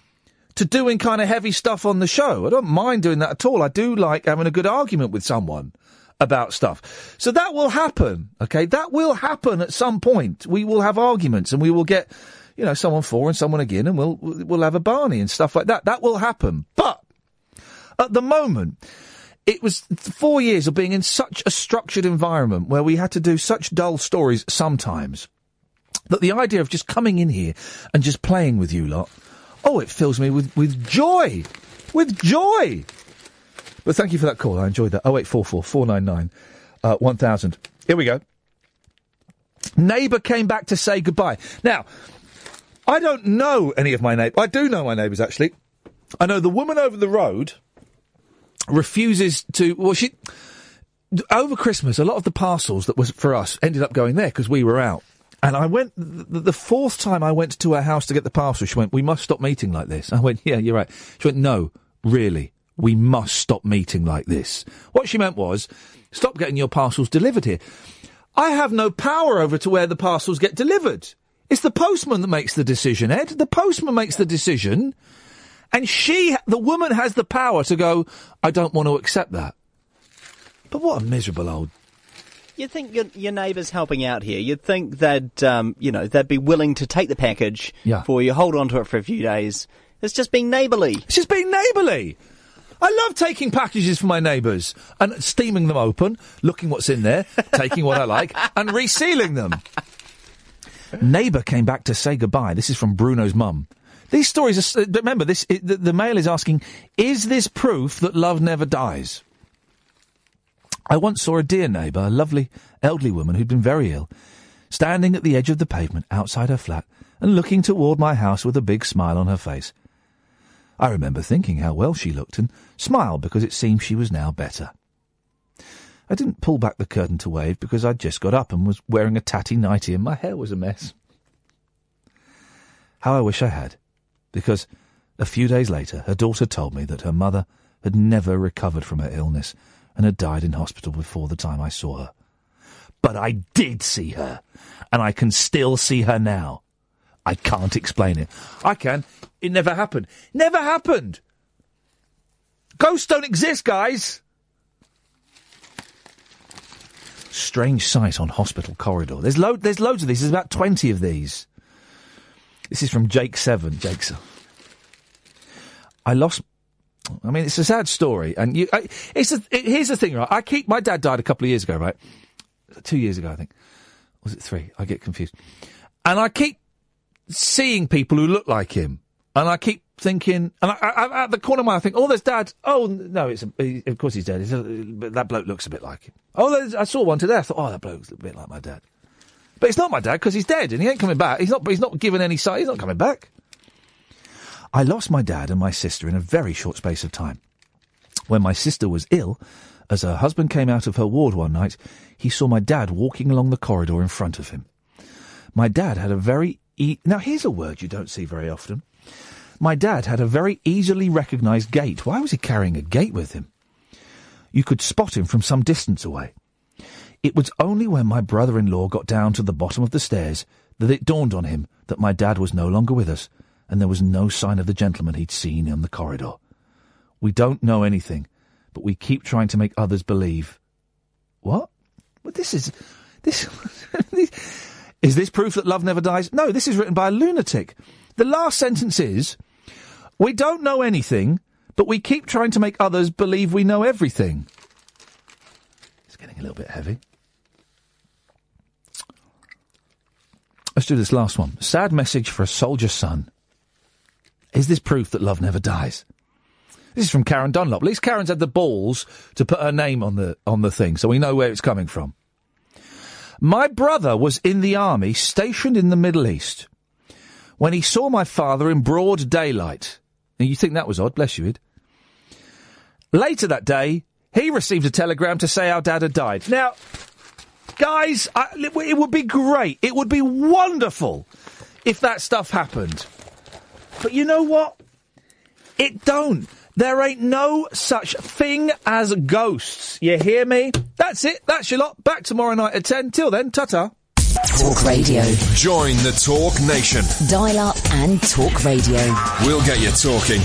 S3: to doing kind of heavy stuff on the show. I don't mind doing that at all. I do like having a good argument with someone about stuff. So that will happen, okay? That will happen at some point. We will have arguments and we will get, you know, someone for and someone again and we'll we'll have a Barney and stuff like that. That will happen. But at the moment, it was four years of being in such a structured environment where we had to do such dull stories sometimes that the idea of just coming in here and just playing with you lot, oh, it fills me with, with joy. With joy. But thank you for that call. I enjoyed that. 0844 499 uh, 1000. Here we go. Neighbour came back to say goodbye. Now, I don't know any of my neighbours. I do know my neighbours, actually. I know the woman over the road refuses to. Well, she. Over Christmas, a lot of the parcels that was for us ended up going there because we were out. And I went, the, the fourth time I went to her house to get the parcel, she went, We must stop meeting like this. I went, Yeah, you're right. She went, No, really, we must stop meeting like this. What she meant was, Stop getting your parcels delivered here. I have no power over to where the parcels get delivered. It's the postman that makes the decision, Ed. The postman makes the decision. And she, the woman has the power to go, I don't want to accept that. But what a miserable old
S15: You'd think your, your neighbour's helping out here. You'd think that um, you know they'd be willing to take the package
S3: Yeah.
S15: for you, hold on to it for a few days. It's just being neighbourly.
S3: It's just being neighbourly. I love taking packages from my neighbours and steaming them open, looking what's in there, taking what I like, and resealing them. Neighbour came back to say goodbye. This is from Bruno's mum. These stories are. s- uh, Remember, this i the, the mail is asking: Is this proof that love never dies? I once saw a dear neighbour, a lovely elderly woman who'd been very ill, standing at the edge of the pavement outside her flat and looking toward my house with a big smile on her face. I remember thinking how well she looked and smiled because it seemed she was now better. I didn't pull back the curtain to wave because I'd just got up and was wearing a tatty nightie and my hair was a mess. How I wish I had, because a few days later her daughter told me that her mother had never recovered from her illness and had died in hospital before the time I saw her. But I did see her, and I can still see her now. I can't explain it. I can. It never happened. Never happened. Ghosts don't exist, guys. Strange sight on hospital corridor. There's lo- There's loads of these. There's about twenty of these. This is from Jake Seven. Jake Seven. I lost. I mean, it's a sad story, and you. I, it's a, it, here's the thing, right? I keep my dad died a couple of years ago, right? Two years ago, I think. Was it three? I get confused, and I keep seeing people who look like him, and I keep thinking, and I, I, I- at the corner of my eye, I think, oh, there's dad. Oh no, it's a, he- of course he's dead. It's a, but that bloke looks a bit like him. Oh, there's- I saw one today. I thought, oh, that bloke's a bit like my dad, but it's not my dad because he's dead and he ain't coming back. He's not. He's not given any sign. He's not coming back. I lost my dad and my sister in a very short space of time. When my sister was ill, as her husband came out of her ward one night, he saw my dad walking along the corridor in front of him. My dad had a very e- now here's a word you don't see very often. My dad had a very easily recognised gait. Why was he carrying a gait with him? You could spot him from some distance away. It was only when my brother in law got down to the bottom of the stairs that it dawned on him that my dad was no longer with us, and there was no sign of the gentleman he'd seen in the corridor. We don't know anything, but we keep trying to make others believe. What? Well, this is. This. Is this proof that love never dies? No, this is written by a lunatic. The last sentence is We don't know anything, but we keep trying to make others believe we know everything. It's getting a little bit heavy. Let's do this last one. Sad message for a soldier's son. Is this proof that love never dies? This is from Karen Dunlop. At least Karen's had the balls to put her name on the on the thing, so we know where it's coming from. My brother was in the army stationed in the Middle East when he saw my father in broad daylight. And you think that was odd, bless you, Id. Later that day, he received a telegram to say our dad had died. Now, guys, I, it w- it would be great. It would be wonderful if that stuff happened. But you know what? It don't. There ain't no such thing as ghosts. You hear me? That's it. That's your lot. Back tomorrow night at 10. Till then, ta ta.
S13: Talk radio. Join the Talk Nation.
S17: Dial up and talk radio.
S13: We'll get you talking.